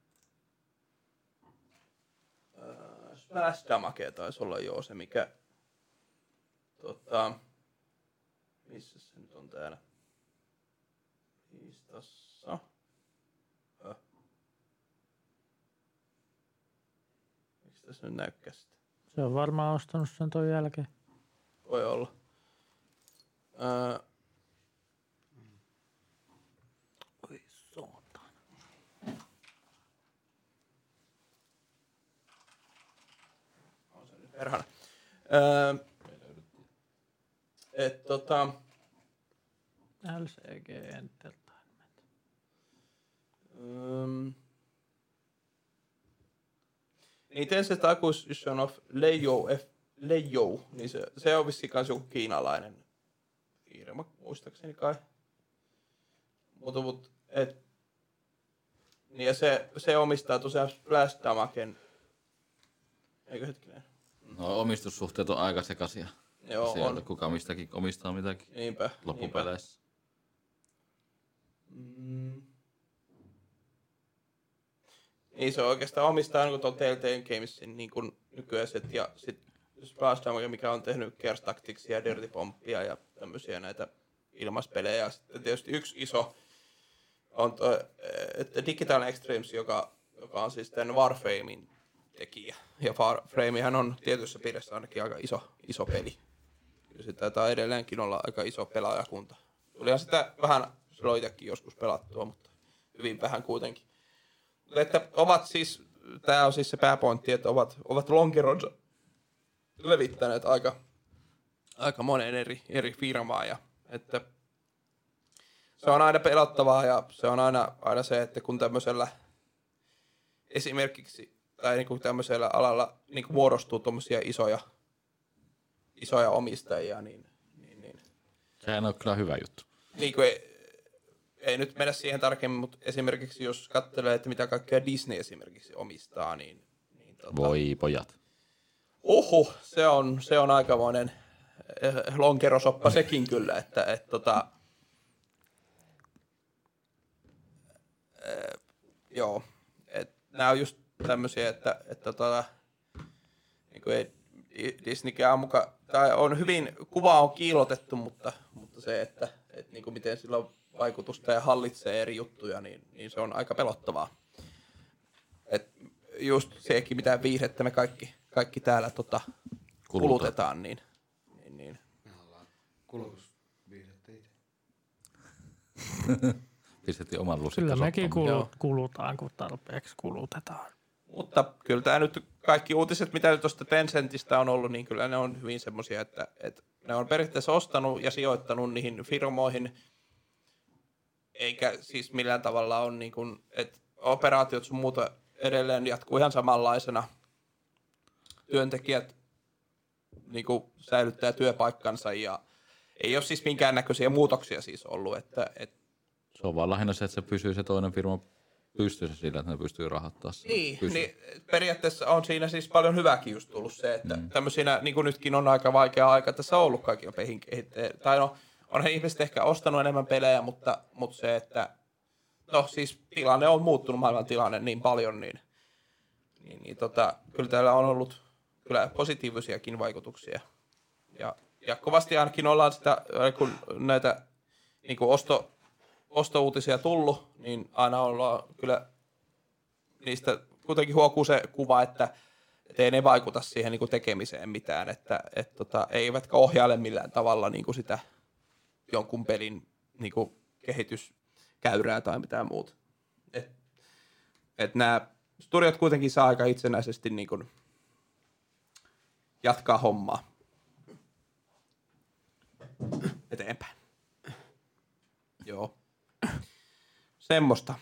[SPEAKER 3] Ää, Smash Damage taisi olla joo se, mikä... Tota, missä se nyt on täällä? Listassa. Höh. Miksi tässä nyt näykkää sitä?
[SPEAKER 2] Se on varmaan ostanut sen ton jälkeen.
[SPEAKER 3] Voi olla. Öö. Oi saatana. On se nyt perhana. Öö. Et tota...
[SPEAKER 2] LCG Enter.
[SPEAKER 3] Um, Nintendo Acquisition of Leijou, F, Leijou, niin se, se on vissiin kans joku kiinalainen firma, muistaakseni kai. Mutta mut, et, niin ja se, se omistaa tosiaan Splash Damagen. Eikö hetkinen?
[SPEAKER 5] No omistussuhteet on aika sekaisia.
[SPEAKER 3] Joo,
[SPEAKER 5] Siellä
[SPEAKER 3] on.
[SPEAKER 5] kuka mistäkin omistaa mitäkin
[SPEAKER 3] Niinpä. niinpä.
[SPEAKER 5] loppupeleissä.
[SPEAKER 3] Mm. Niin se oikeastaan omistaa niin tuon Telltale Gamesin niin kuin nykyiset ja sitten Splash Damage, mikä on tehnyt Gears Tacticsia ja Dirty Pompia ja tämmöisiä näitä ilmaspelejä. Ja sitten tietysti yksi iso on toi, että Digital Extremes, joka, joka on siis tämän Warframein tekijä. Ja Warframehan on tietyssä piirissä ainakin aika iso, iso peli. Kyllä se taitaa edelleenkin olla aika iso pelaajakunta. Tulihan sitä vähän silloin itsekin joskus pelattua, mutta hyvin vähän kuitenkin. Mutta että ovat siis, tämä on siis se pääpointti, että ovat, ovat lonkeronsa levittäneet aika, aika monen eri, eri firmaa ja että se on aina pelottavaa ja se on aina, aina se, että kun tämmöisellä esimerkiksi tai niin kuin tämmöisellä alalla niin kuin muodostuu tuommoisia isoja, isoja omistajia, niin, niin, niin
[SPEAKER 5] Sehän on kyllä hyvä juttu.
[SPEAKER 3] niin kuin ei, ei nyt mennä siihen tarkemmin, mutta esimerkiksi jos katselee, että mitä kaikkea Disney esimerkiksi omistaa, niin, niin tota,
[SPEAKER 5] Voi pojat.
[SPEAKER 3] Oho, se on, se on aikamoinen eh, lonkerosoppa sekin kyllä, että et, tota, eh, joo, et, nämä on just tämmöisiä, että et, tota, niin kuin ei Di- Disneykään muka, tai on hyvin, kuva on kiilotettu, mutta, mutta se, että et, niin kuin miten sillä on vaikutusta ja hallitsee eri juttuja, niin, niin se on aika pelottavaa. Et just sekin, mitä viihdettä me kaikki, kaikki täällä tota,
[SPEAKER 5] Kulutetaan.
[SPEAKER 3] kulutetaan, niin, niin, niin.
[SPEAKER 4] Me ollaan kulutusviihdettä itse.
[SPEAKER 5] Pistettiin oman
[SPEAKER 2] Kyllä
[SPEAKER 5] lusikkasoppamme.
[SPEAKER 2] mekin
[SPEAKER 3] Joo.
[SPEAKER 2] kulu- kulutaan, kun tarpeeksi kulutetaan.
[SPEAKER 3] Mutta kyllä tämä nyt kaikki uutiset, mitä nyt tuosta Tencentistä on ollut, niin kyllä ne on hyvin semmoisia, että, että ne on periaatteessa ostanut ja sijoittanut niihin firmoihin, eikä siis millään tavalla on niin kuin, että operaatiot sun muuta edelleen jatkuu ihan samanlaisena. Työntekijät niin kuin säilyttää työpaikkansa ja ei ole siis minkäännäköisiä muutoksia siis ollut, että, että
[SPEAKER 5] Se on vaan lähinnä se, että se pysyy se toinen firma pystyssä sillä, että ne pystyy rahoittamaan sen.
[SPEAKER 3] Niin,
[SPEAKER 5] Pysyy.
[SPEAKER 3] niin periaatteessa on siinä siis paljon hyvääkin just tullut se, että mm. tämmöisinä, niin kuin nytkin on aika vaikea aika tässä on ollut kaikilla peihin kehittäjillä. Tai no, onhan ihmiset ehkä ostanut enemmän pelejä, mutta, mutta se, että no siis tilanne on muuttunut, maailman tilanne niin paljon, niin, niin, niin tota, kyllä täällä on ollut kyllä positiivisiakin vaikutuksia. Ja Ja kovasti ainakin ollaan sitä, äh, kun näitä niin kuin osto, ostouutisia tullut, niin aina ollaan kyllä niistä kuitenkin huokuu se kuva, että, että ei ne vaikuta siihen niin kuin tekemiseen mitään, että et, tota, eivätkä ohjaile millään tavalla niin kuin sitä jonkun pelin niin kuin kehityskäyrää tai mitään muuta. Et, et nämä studiot kuitenkin saa aika itsenäisesti niin kuin jatkaa hommaa eteenpäin. Joo. Semmosta.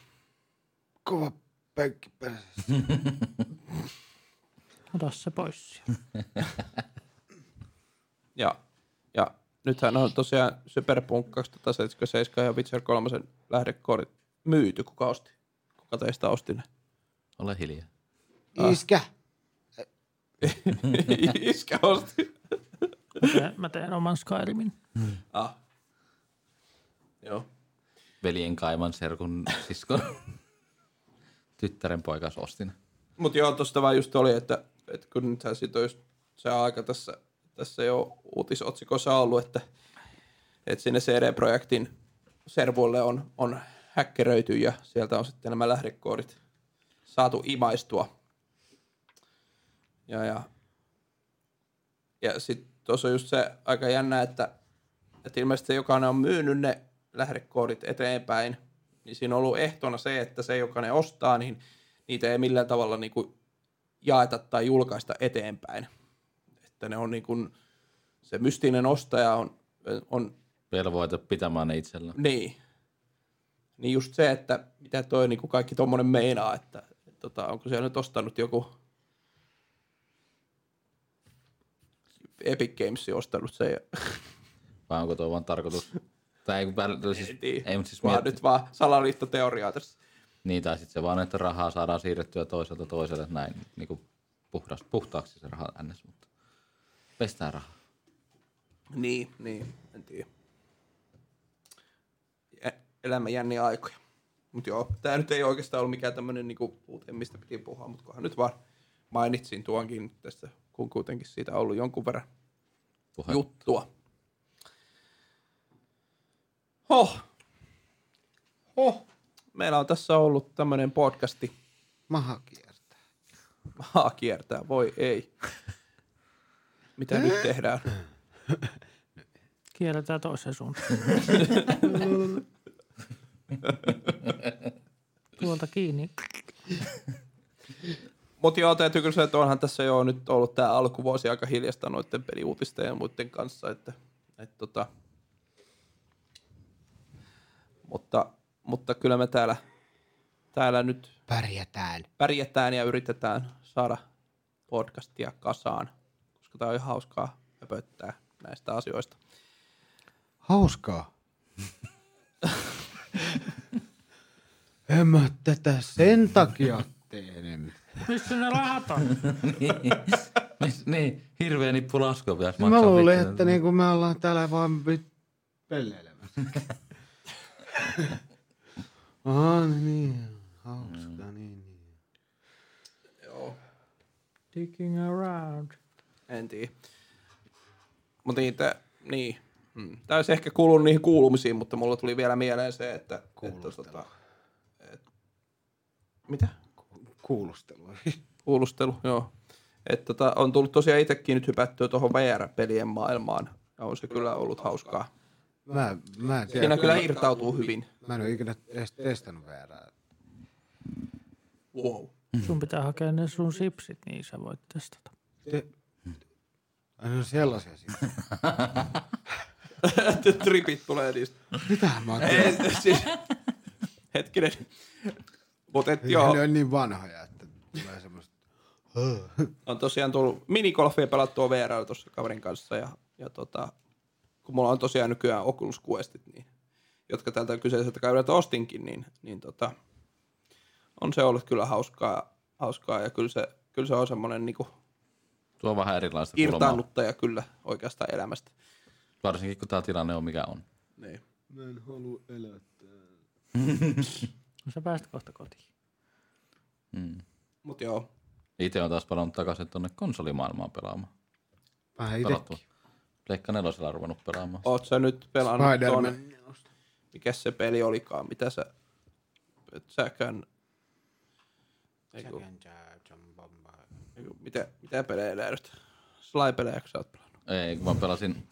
[SPEAKER 4] Kova penkki päässä.
[SPEAKER 2] Ota se pois. sieltä.
[SPEAKER 3] Ja, ja nythän on tosiaan Cyberpunk 2077 ja Witcher 3 lähdekoorit myyty. Kuka osti? Kuka teistä osti ne?
[SPEAKER 5] Ole hiljaa.
[SPEAKER 4] Ah. Iskä!
[SPEAKER 3] Mm. Iskä osti.
[SPEAKER 2] Mä teen- Mä teen oman Skyrimin.
[SPEAKER 3] Ah. Joo.
[SPEAKER 5] Veljen kaiman serkun siskon tyttären poika Sostin.
[SPEAKER 3] Mutta joo, tuosta vaan just oli, että, että kun nythän siitä on just se aika tässä, tässä jo uutisotsikossa ollut, että, että sinne CD-projektin servuille on, on häkkeröity ja sieltä on sitten nämä lähdekoodit saatu imaistua. Ja, ja, ja sitten tuossa on just se aika jännä, että, että ilmeisesti jokainen on myynyt ne lähdekoodit eteenpäin, niin siinä on ollut ehtona se, että se, joka ne ostaa, niin niitä ei millään tavalla niin kuin jaeta tai julkaista eteenpäin. Että ne on niin kuin, se mystinen ostaja on, on
[SPEAKER 5] Velvoite pitämään ne itsellään.
[SPEAKER 3] niin. Niin just se, että mitä toi niin kuin kaikki tommonen meinaa, että et tota, onko siellä nyt ostanut joku Epic Games ostanut sen. ja-
[SPEAKER 5] Vai onko tuo vaan tarkoitus? Tai ei, väl- siis,
[SPEAKER 3] En tiedä.
[SPEAKER 5] ei mutta siis
[SPEAKER 3] vaan
[SPEAKER 5] mietti,
[SPEAKER 3] nyt vaan salaliittoteoriaa tässä.
[SPEAKER 5] Niin, tai sitten se vaan, että rahaa saadaan siirrettyä toiselta toiselle näin niin kuin puhdas, puhtaaksi se raha ns. Mutta pestään rahaa.
[SPEAKER 3] Niin, niin, en tiedä. Ä- Elämme jänniä aikoja. Mutta joo, tämä nyt ei oikeastaan ollut mikään tämmöinen niinku, uuteen, mistä piti puhua, mutta kunhan nyt vaan mainitsin tuonkin tästä, kun kuitenkin siitä on ollut jonkun verran
[SPEAKER 5] Puhe.
[SPEAKER 3] juttua. Hoh. Hoh. Meillä on tässä ollut tämmöinen podcasti.
[SPEAKER 4] Maha kiertää.
[SPEAKER 3] Maa kiertää, voi ei. Mitä nyt tehdään?
[SPEAKER 2] Kierretään toiseen suuntaan. Tuolta kiinni.
[SPEAKER 3] Mutta joo, täytyy kyllä sanoa, että onhan tässä jo nyt ollut tämä alkuvuosi aika hiljasta noiden peliuutisten ja muiden kanssa, että, et tota. mutta, mutta kyllä me täällä, täällä nyt
[SPEAKER 4] Pärjätään.
[SPEAKER 3] pärjätään ja yritetään saada podcastia kasaan, koska tämä on ihan hauskaa höpöttää näistä asioista.
[SPEAKER 4] Hauskaa. en mä tätä sen takia tee enemmän.
[SPEAKER 2] Missä ne rahat on?
[SPEAKER 5] niin, niin, hirveä nippu laskua pitäisi
[SPEAKER 4] Mä
[SPEAKER 5] maksaa.
[SPEAKER 4] luulin,
[SPEAKER 5] pikkusen.
[SPEAKER 4] että niinku me ollaan täällä vaan vi- pelleilemässä. Aha, niin. Hauska, niin, niin.
[SPEAKER 3] Joo.
[SPEAKER 2] Digging around.
[SPEAKER 3] En tiedä. Mutta niin, tää, niin. Mm. Tämä olisi ehkä kuulunut niihin kuulumisiin, mutta mulla tuli vielä mieleen se, että... että
[SPEAKER 4] Kuulustelu.
[SPEAKER 3] tota, et, mitä?
[SPEAKER 4] Kuulustelua.
[SPEAKER 3] Kuulustelu, joo. Et, tota, on tullut tosiaan itsekin nyt hypättyä tuohon VR-pelien maailmaan. Ja on se kyllä ollut hauskaa.
[SPEAKER 4] Mä, mä en
[SPEAKER 3] Siinä
[SPEAKER 4] tiedä.
[SPEAKER 3] kyllä irtautuu hyvin.
[SPEAKER 4] Mä en ole ikinä edes testannut VRää.
[SPEAKER 3] Wow.
[SPEAKER 2] Sun pitää hakea ne sun sipsit, niin sä voit testata.
[SPEAKER 4] Te... Ai, No sellaisia sitten.
[SPEAKER 3] Tripit tulee niistä.
[SPEAKER 4] Mitähän mä oon
[SPEAKER 3] Ei, siis, hetkinen. Mutta joo.
[SPEAKER 4] Joo. Ne on niin vanhoja, että tulee semmoista.
[SPEAKER 3] on tosiaan tullut minigolfia pelattua VR tuossa kaverin kanssa ja, ja tota, kun mulla on tosiaan nykyään Oculus Questit, niin, jotka tältä kyseiseltä kaverilta ostinkin, niin, niin tota, on se ollut kyllä hauskaa, hauskaa ja kyllä se, kyllä se on semmoinen niinku
[SPEAKER 5] Tuo on vähän erilaista kulmaa,
[SPEAKER 3] irtaannuttaja kyllä oikeastaan elämästä.
[SPEAKER 5] varsinkin kun tämä tilanne on mikä on.
[SPEAKER 3] Niin.
[SPEAKER 4] Mä en halua elättää.
[SPEAKER 2] No Sä pääset kohta kotiin.
[SPEAKER 5] Mm.
[SPEAKER 3] Mut joo,
[SPEAKER 5] Itse on taas palannut takaisin tuonne konsolimaailmaan pelaamaan.
[SPEAKER 4] Vähän
[SPEAKER 5] Pelattua.
[SPEAKER 4] itekin.
[SPEAKER 5] Pleikka nelosella ruvennut pelaamaan.
[SPEAKER 3] Oot sä nyt pelannut tuonne?
[SPEAKER 4] Spider-Man.
[SPEAKER 3] Mikä se peli olikaan? Mitä sä... Säkän... Eiku, eiku, mitä, mitä pelejä löydät? Sly-pelejä, kun sä oot pelannut?
[SPEAKER 5] Ei, kun mä pelasin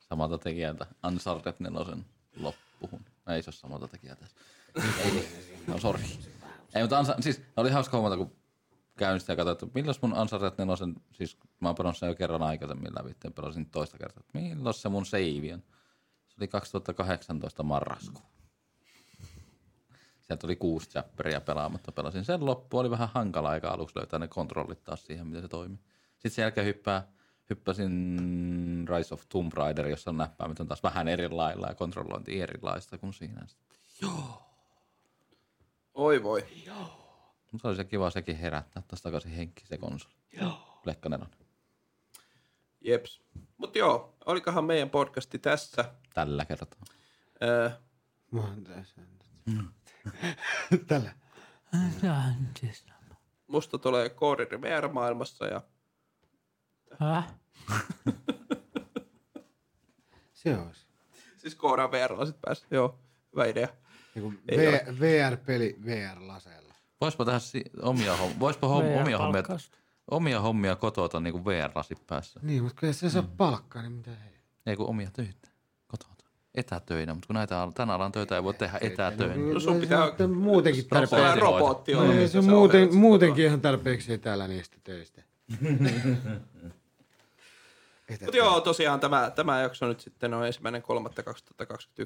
[SPEAKER 5] samalta tekijältä Uncharted 4 loppuun. No, Ei se ole samalta tekijältä. Ei, no sori. Ei, mutta ansa, siis oli hauska huomata, kun käyn sitä ja katsoin, että milloin mun Uncharted 4, siis mä oon pelannut sen jo kerran aikaisemmin läpi, ja pelasin toista kertaa, että milloin se mun save on. Se oli 2018 marraskuu. Sieltä oli kuusi chapteria pelaamatta. Pelasin sen loppu. Oli vähän hankala aika aluksi löytää ne kontrollit taas siihen, miten se toimii. Sitten sen jälkeen hyppää, hyppäsin Rise of Tomb Raider, jossa on näppäimet on taas vähän eri lailla ja kontrollointi erilaista kuin siinä.
[SPEAKER 3] Oi voi.
[SPEAKER 5] Mutta oli se kiva sekin herättää taas takaisin henkki se konsoli. Joo. Pleikka nelonen.
[SPEAKER 3] Jeps. Mut joo, olikohan meidän podcasti tässä.
[SPEAKER 5] Tällä kertaa.
[SPEAKER 3] Öö,
[SPEAKER 4] Monta sen. Tällä.
[SPEAKER 3] musta tulee koodiri VR-maailmassa ja
[SPEAKER 2] Häh?
[SPEAKER 4] Se olisi.
[SPEAKER 3] siis koodaan VR-lasit päässä. Joo, hyvä idea.
[SPEAKER 4] Joku
[SPEAKER 3] Ei
[SPEAKER 4] v- VR-peli VR-laseella.
[SPEAKER 5] Voispa tehdä si- omia, hommia, voispa hom- omia, hommia,
[SPEAKER 2] VR-palkkausta.
[SPEAKER 5] omia hommia kotota niin kuin VR-lasit päässä.
[SPEAKER 4] Niin, mutta kun ei se saa palkkaa, niin mitä hei.
[SPEAKER 5] Ei kun omia töitä kotona. Etätöinä, mutta kun näitä, al- tämän alan töitä ei voi tehdä etätöinä.
[SPEAKER 4] No,
[SPEAKER 3] sun pitää-
[SPEAKER 4] sitten muutenkin
[SPEAKER 3] Se on
[SPEAKER 4] tarpeeksi.
[SPEAKER 3] robotti.
[SPEAKER 4] No,
[SPEAKER 3] niin on,
[SPEAKER 4] ei
[SPEAKER 3] mitä
[SPEAKER 4] se
[SPEAKER 3] sä
[SPEAKER 4] muuten,
[SPEAKER 3] ohjelet.
[SPEAKER 4] muutenkin ihan tarpeeksi täällä niistä töistä. Etä-
[SPEAKER 3] Mutta joo, tosiaan tämä, tämä jakso nyt sitten on ensimmäinen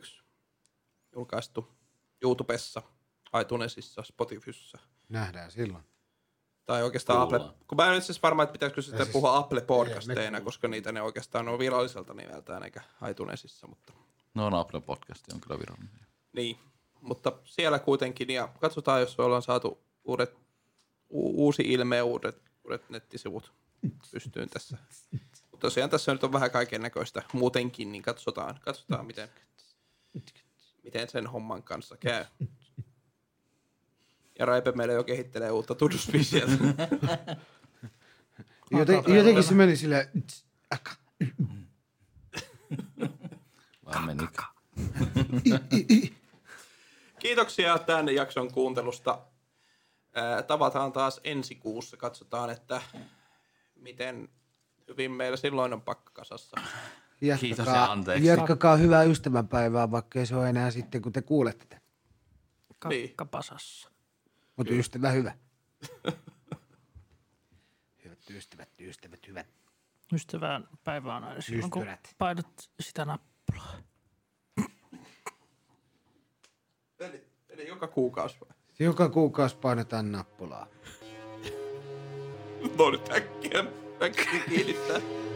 [SPEAKER 3] 3.2021 julkaistu YouTubessa, iTunesissa, Spotifyssä.
[SPEAKER 4] Nähdään silloin.
[SPEAKER 3] Tai oikeastaan Apple. Kun mä en itse asiassa varma, että pitäisikö sitä
[SPEAKER 4] siis-
[SPEAKER 3] puhua
[SPEAKER 4] ei,
[SPEAKER 3] Apple-podcasteina, koska niitä ne oikeastaan on viralliselta nimeltään eikä iTunesissa, mutta
[SPEAKER 5] No on Apple podcasti, on kyllä virallinen.
[SPEAKER 3] niin. Mutta siellä kuitenkin, ja katsotaan, jos ollaan saatu uudet, u- uusi ilme, uudet, uudet nettisivut pystyyn tässä. Mutta tosiaan tässä nyt on vähän kaiken näköistä muutenkin, niin katsotaan, katsotaan miten, miten sen homman kanssa käy. Ja Raipe meillä jo kehittelee uutta tunnusbiisiä.
[SPEAKER 4] Joten, jotenkin se meni silleen, tss, äkkä,
[SPEAKER 5] Vai menikö?
[SPEAKER 3] Kiitoksia tämän jakson kuuntelusta. Ää, Tavataan taas ensi kuussa. Katsotaan, että miten hyvin meillä silloin on pakkasassa.
[SPEAKER 5] Kiitos ja anteeksi.
[SPEAKER 4] Jatkakaa hyvää ystävänpäivää, vaikka ei se ole enää sitten, kun te kuulette tätä.
[SPEAKER 3] Niin.
[SPEAKER 2] Kakkapasassa.
[SPEAKER 4] Mutta ystävä hyvä. hyvät ystävät, ystävät, hyvät.
[SPEAKER 2] Ystävän päivä on aina silloin, kun
[SPEAKER 4] Ystävät.
[SPEAKER 2] painat sitä nappulaa.
[SPEAKER 3] Eli, eli joka kuukausi vai?
[SPEAKER 4] Joka kuukausi painetaan nappulaa.
[SPEAKER 3] No nyt äkkiä, äkkiä kiinnittää.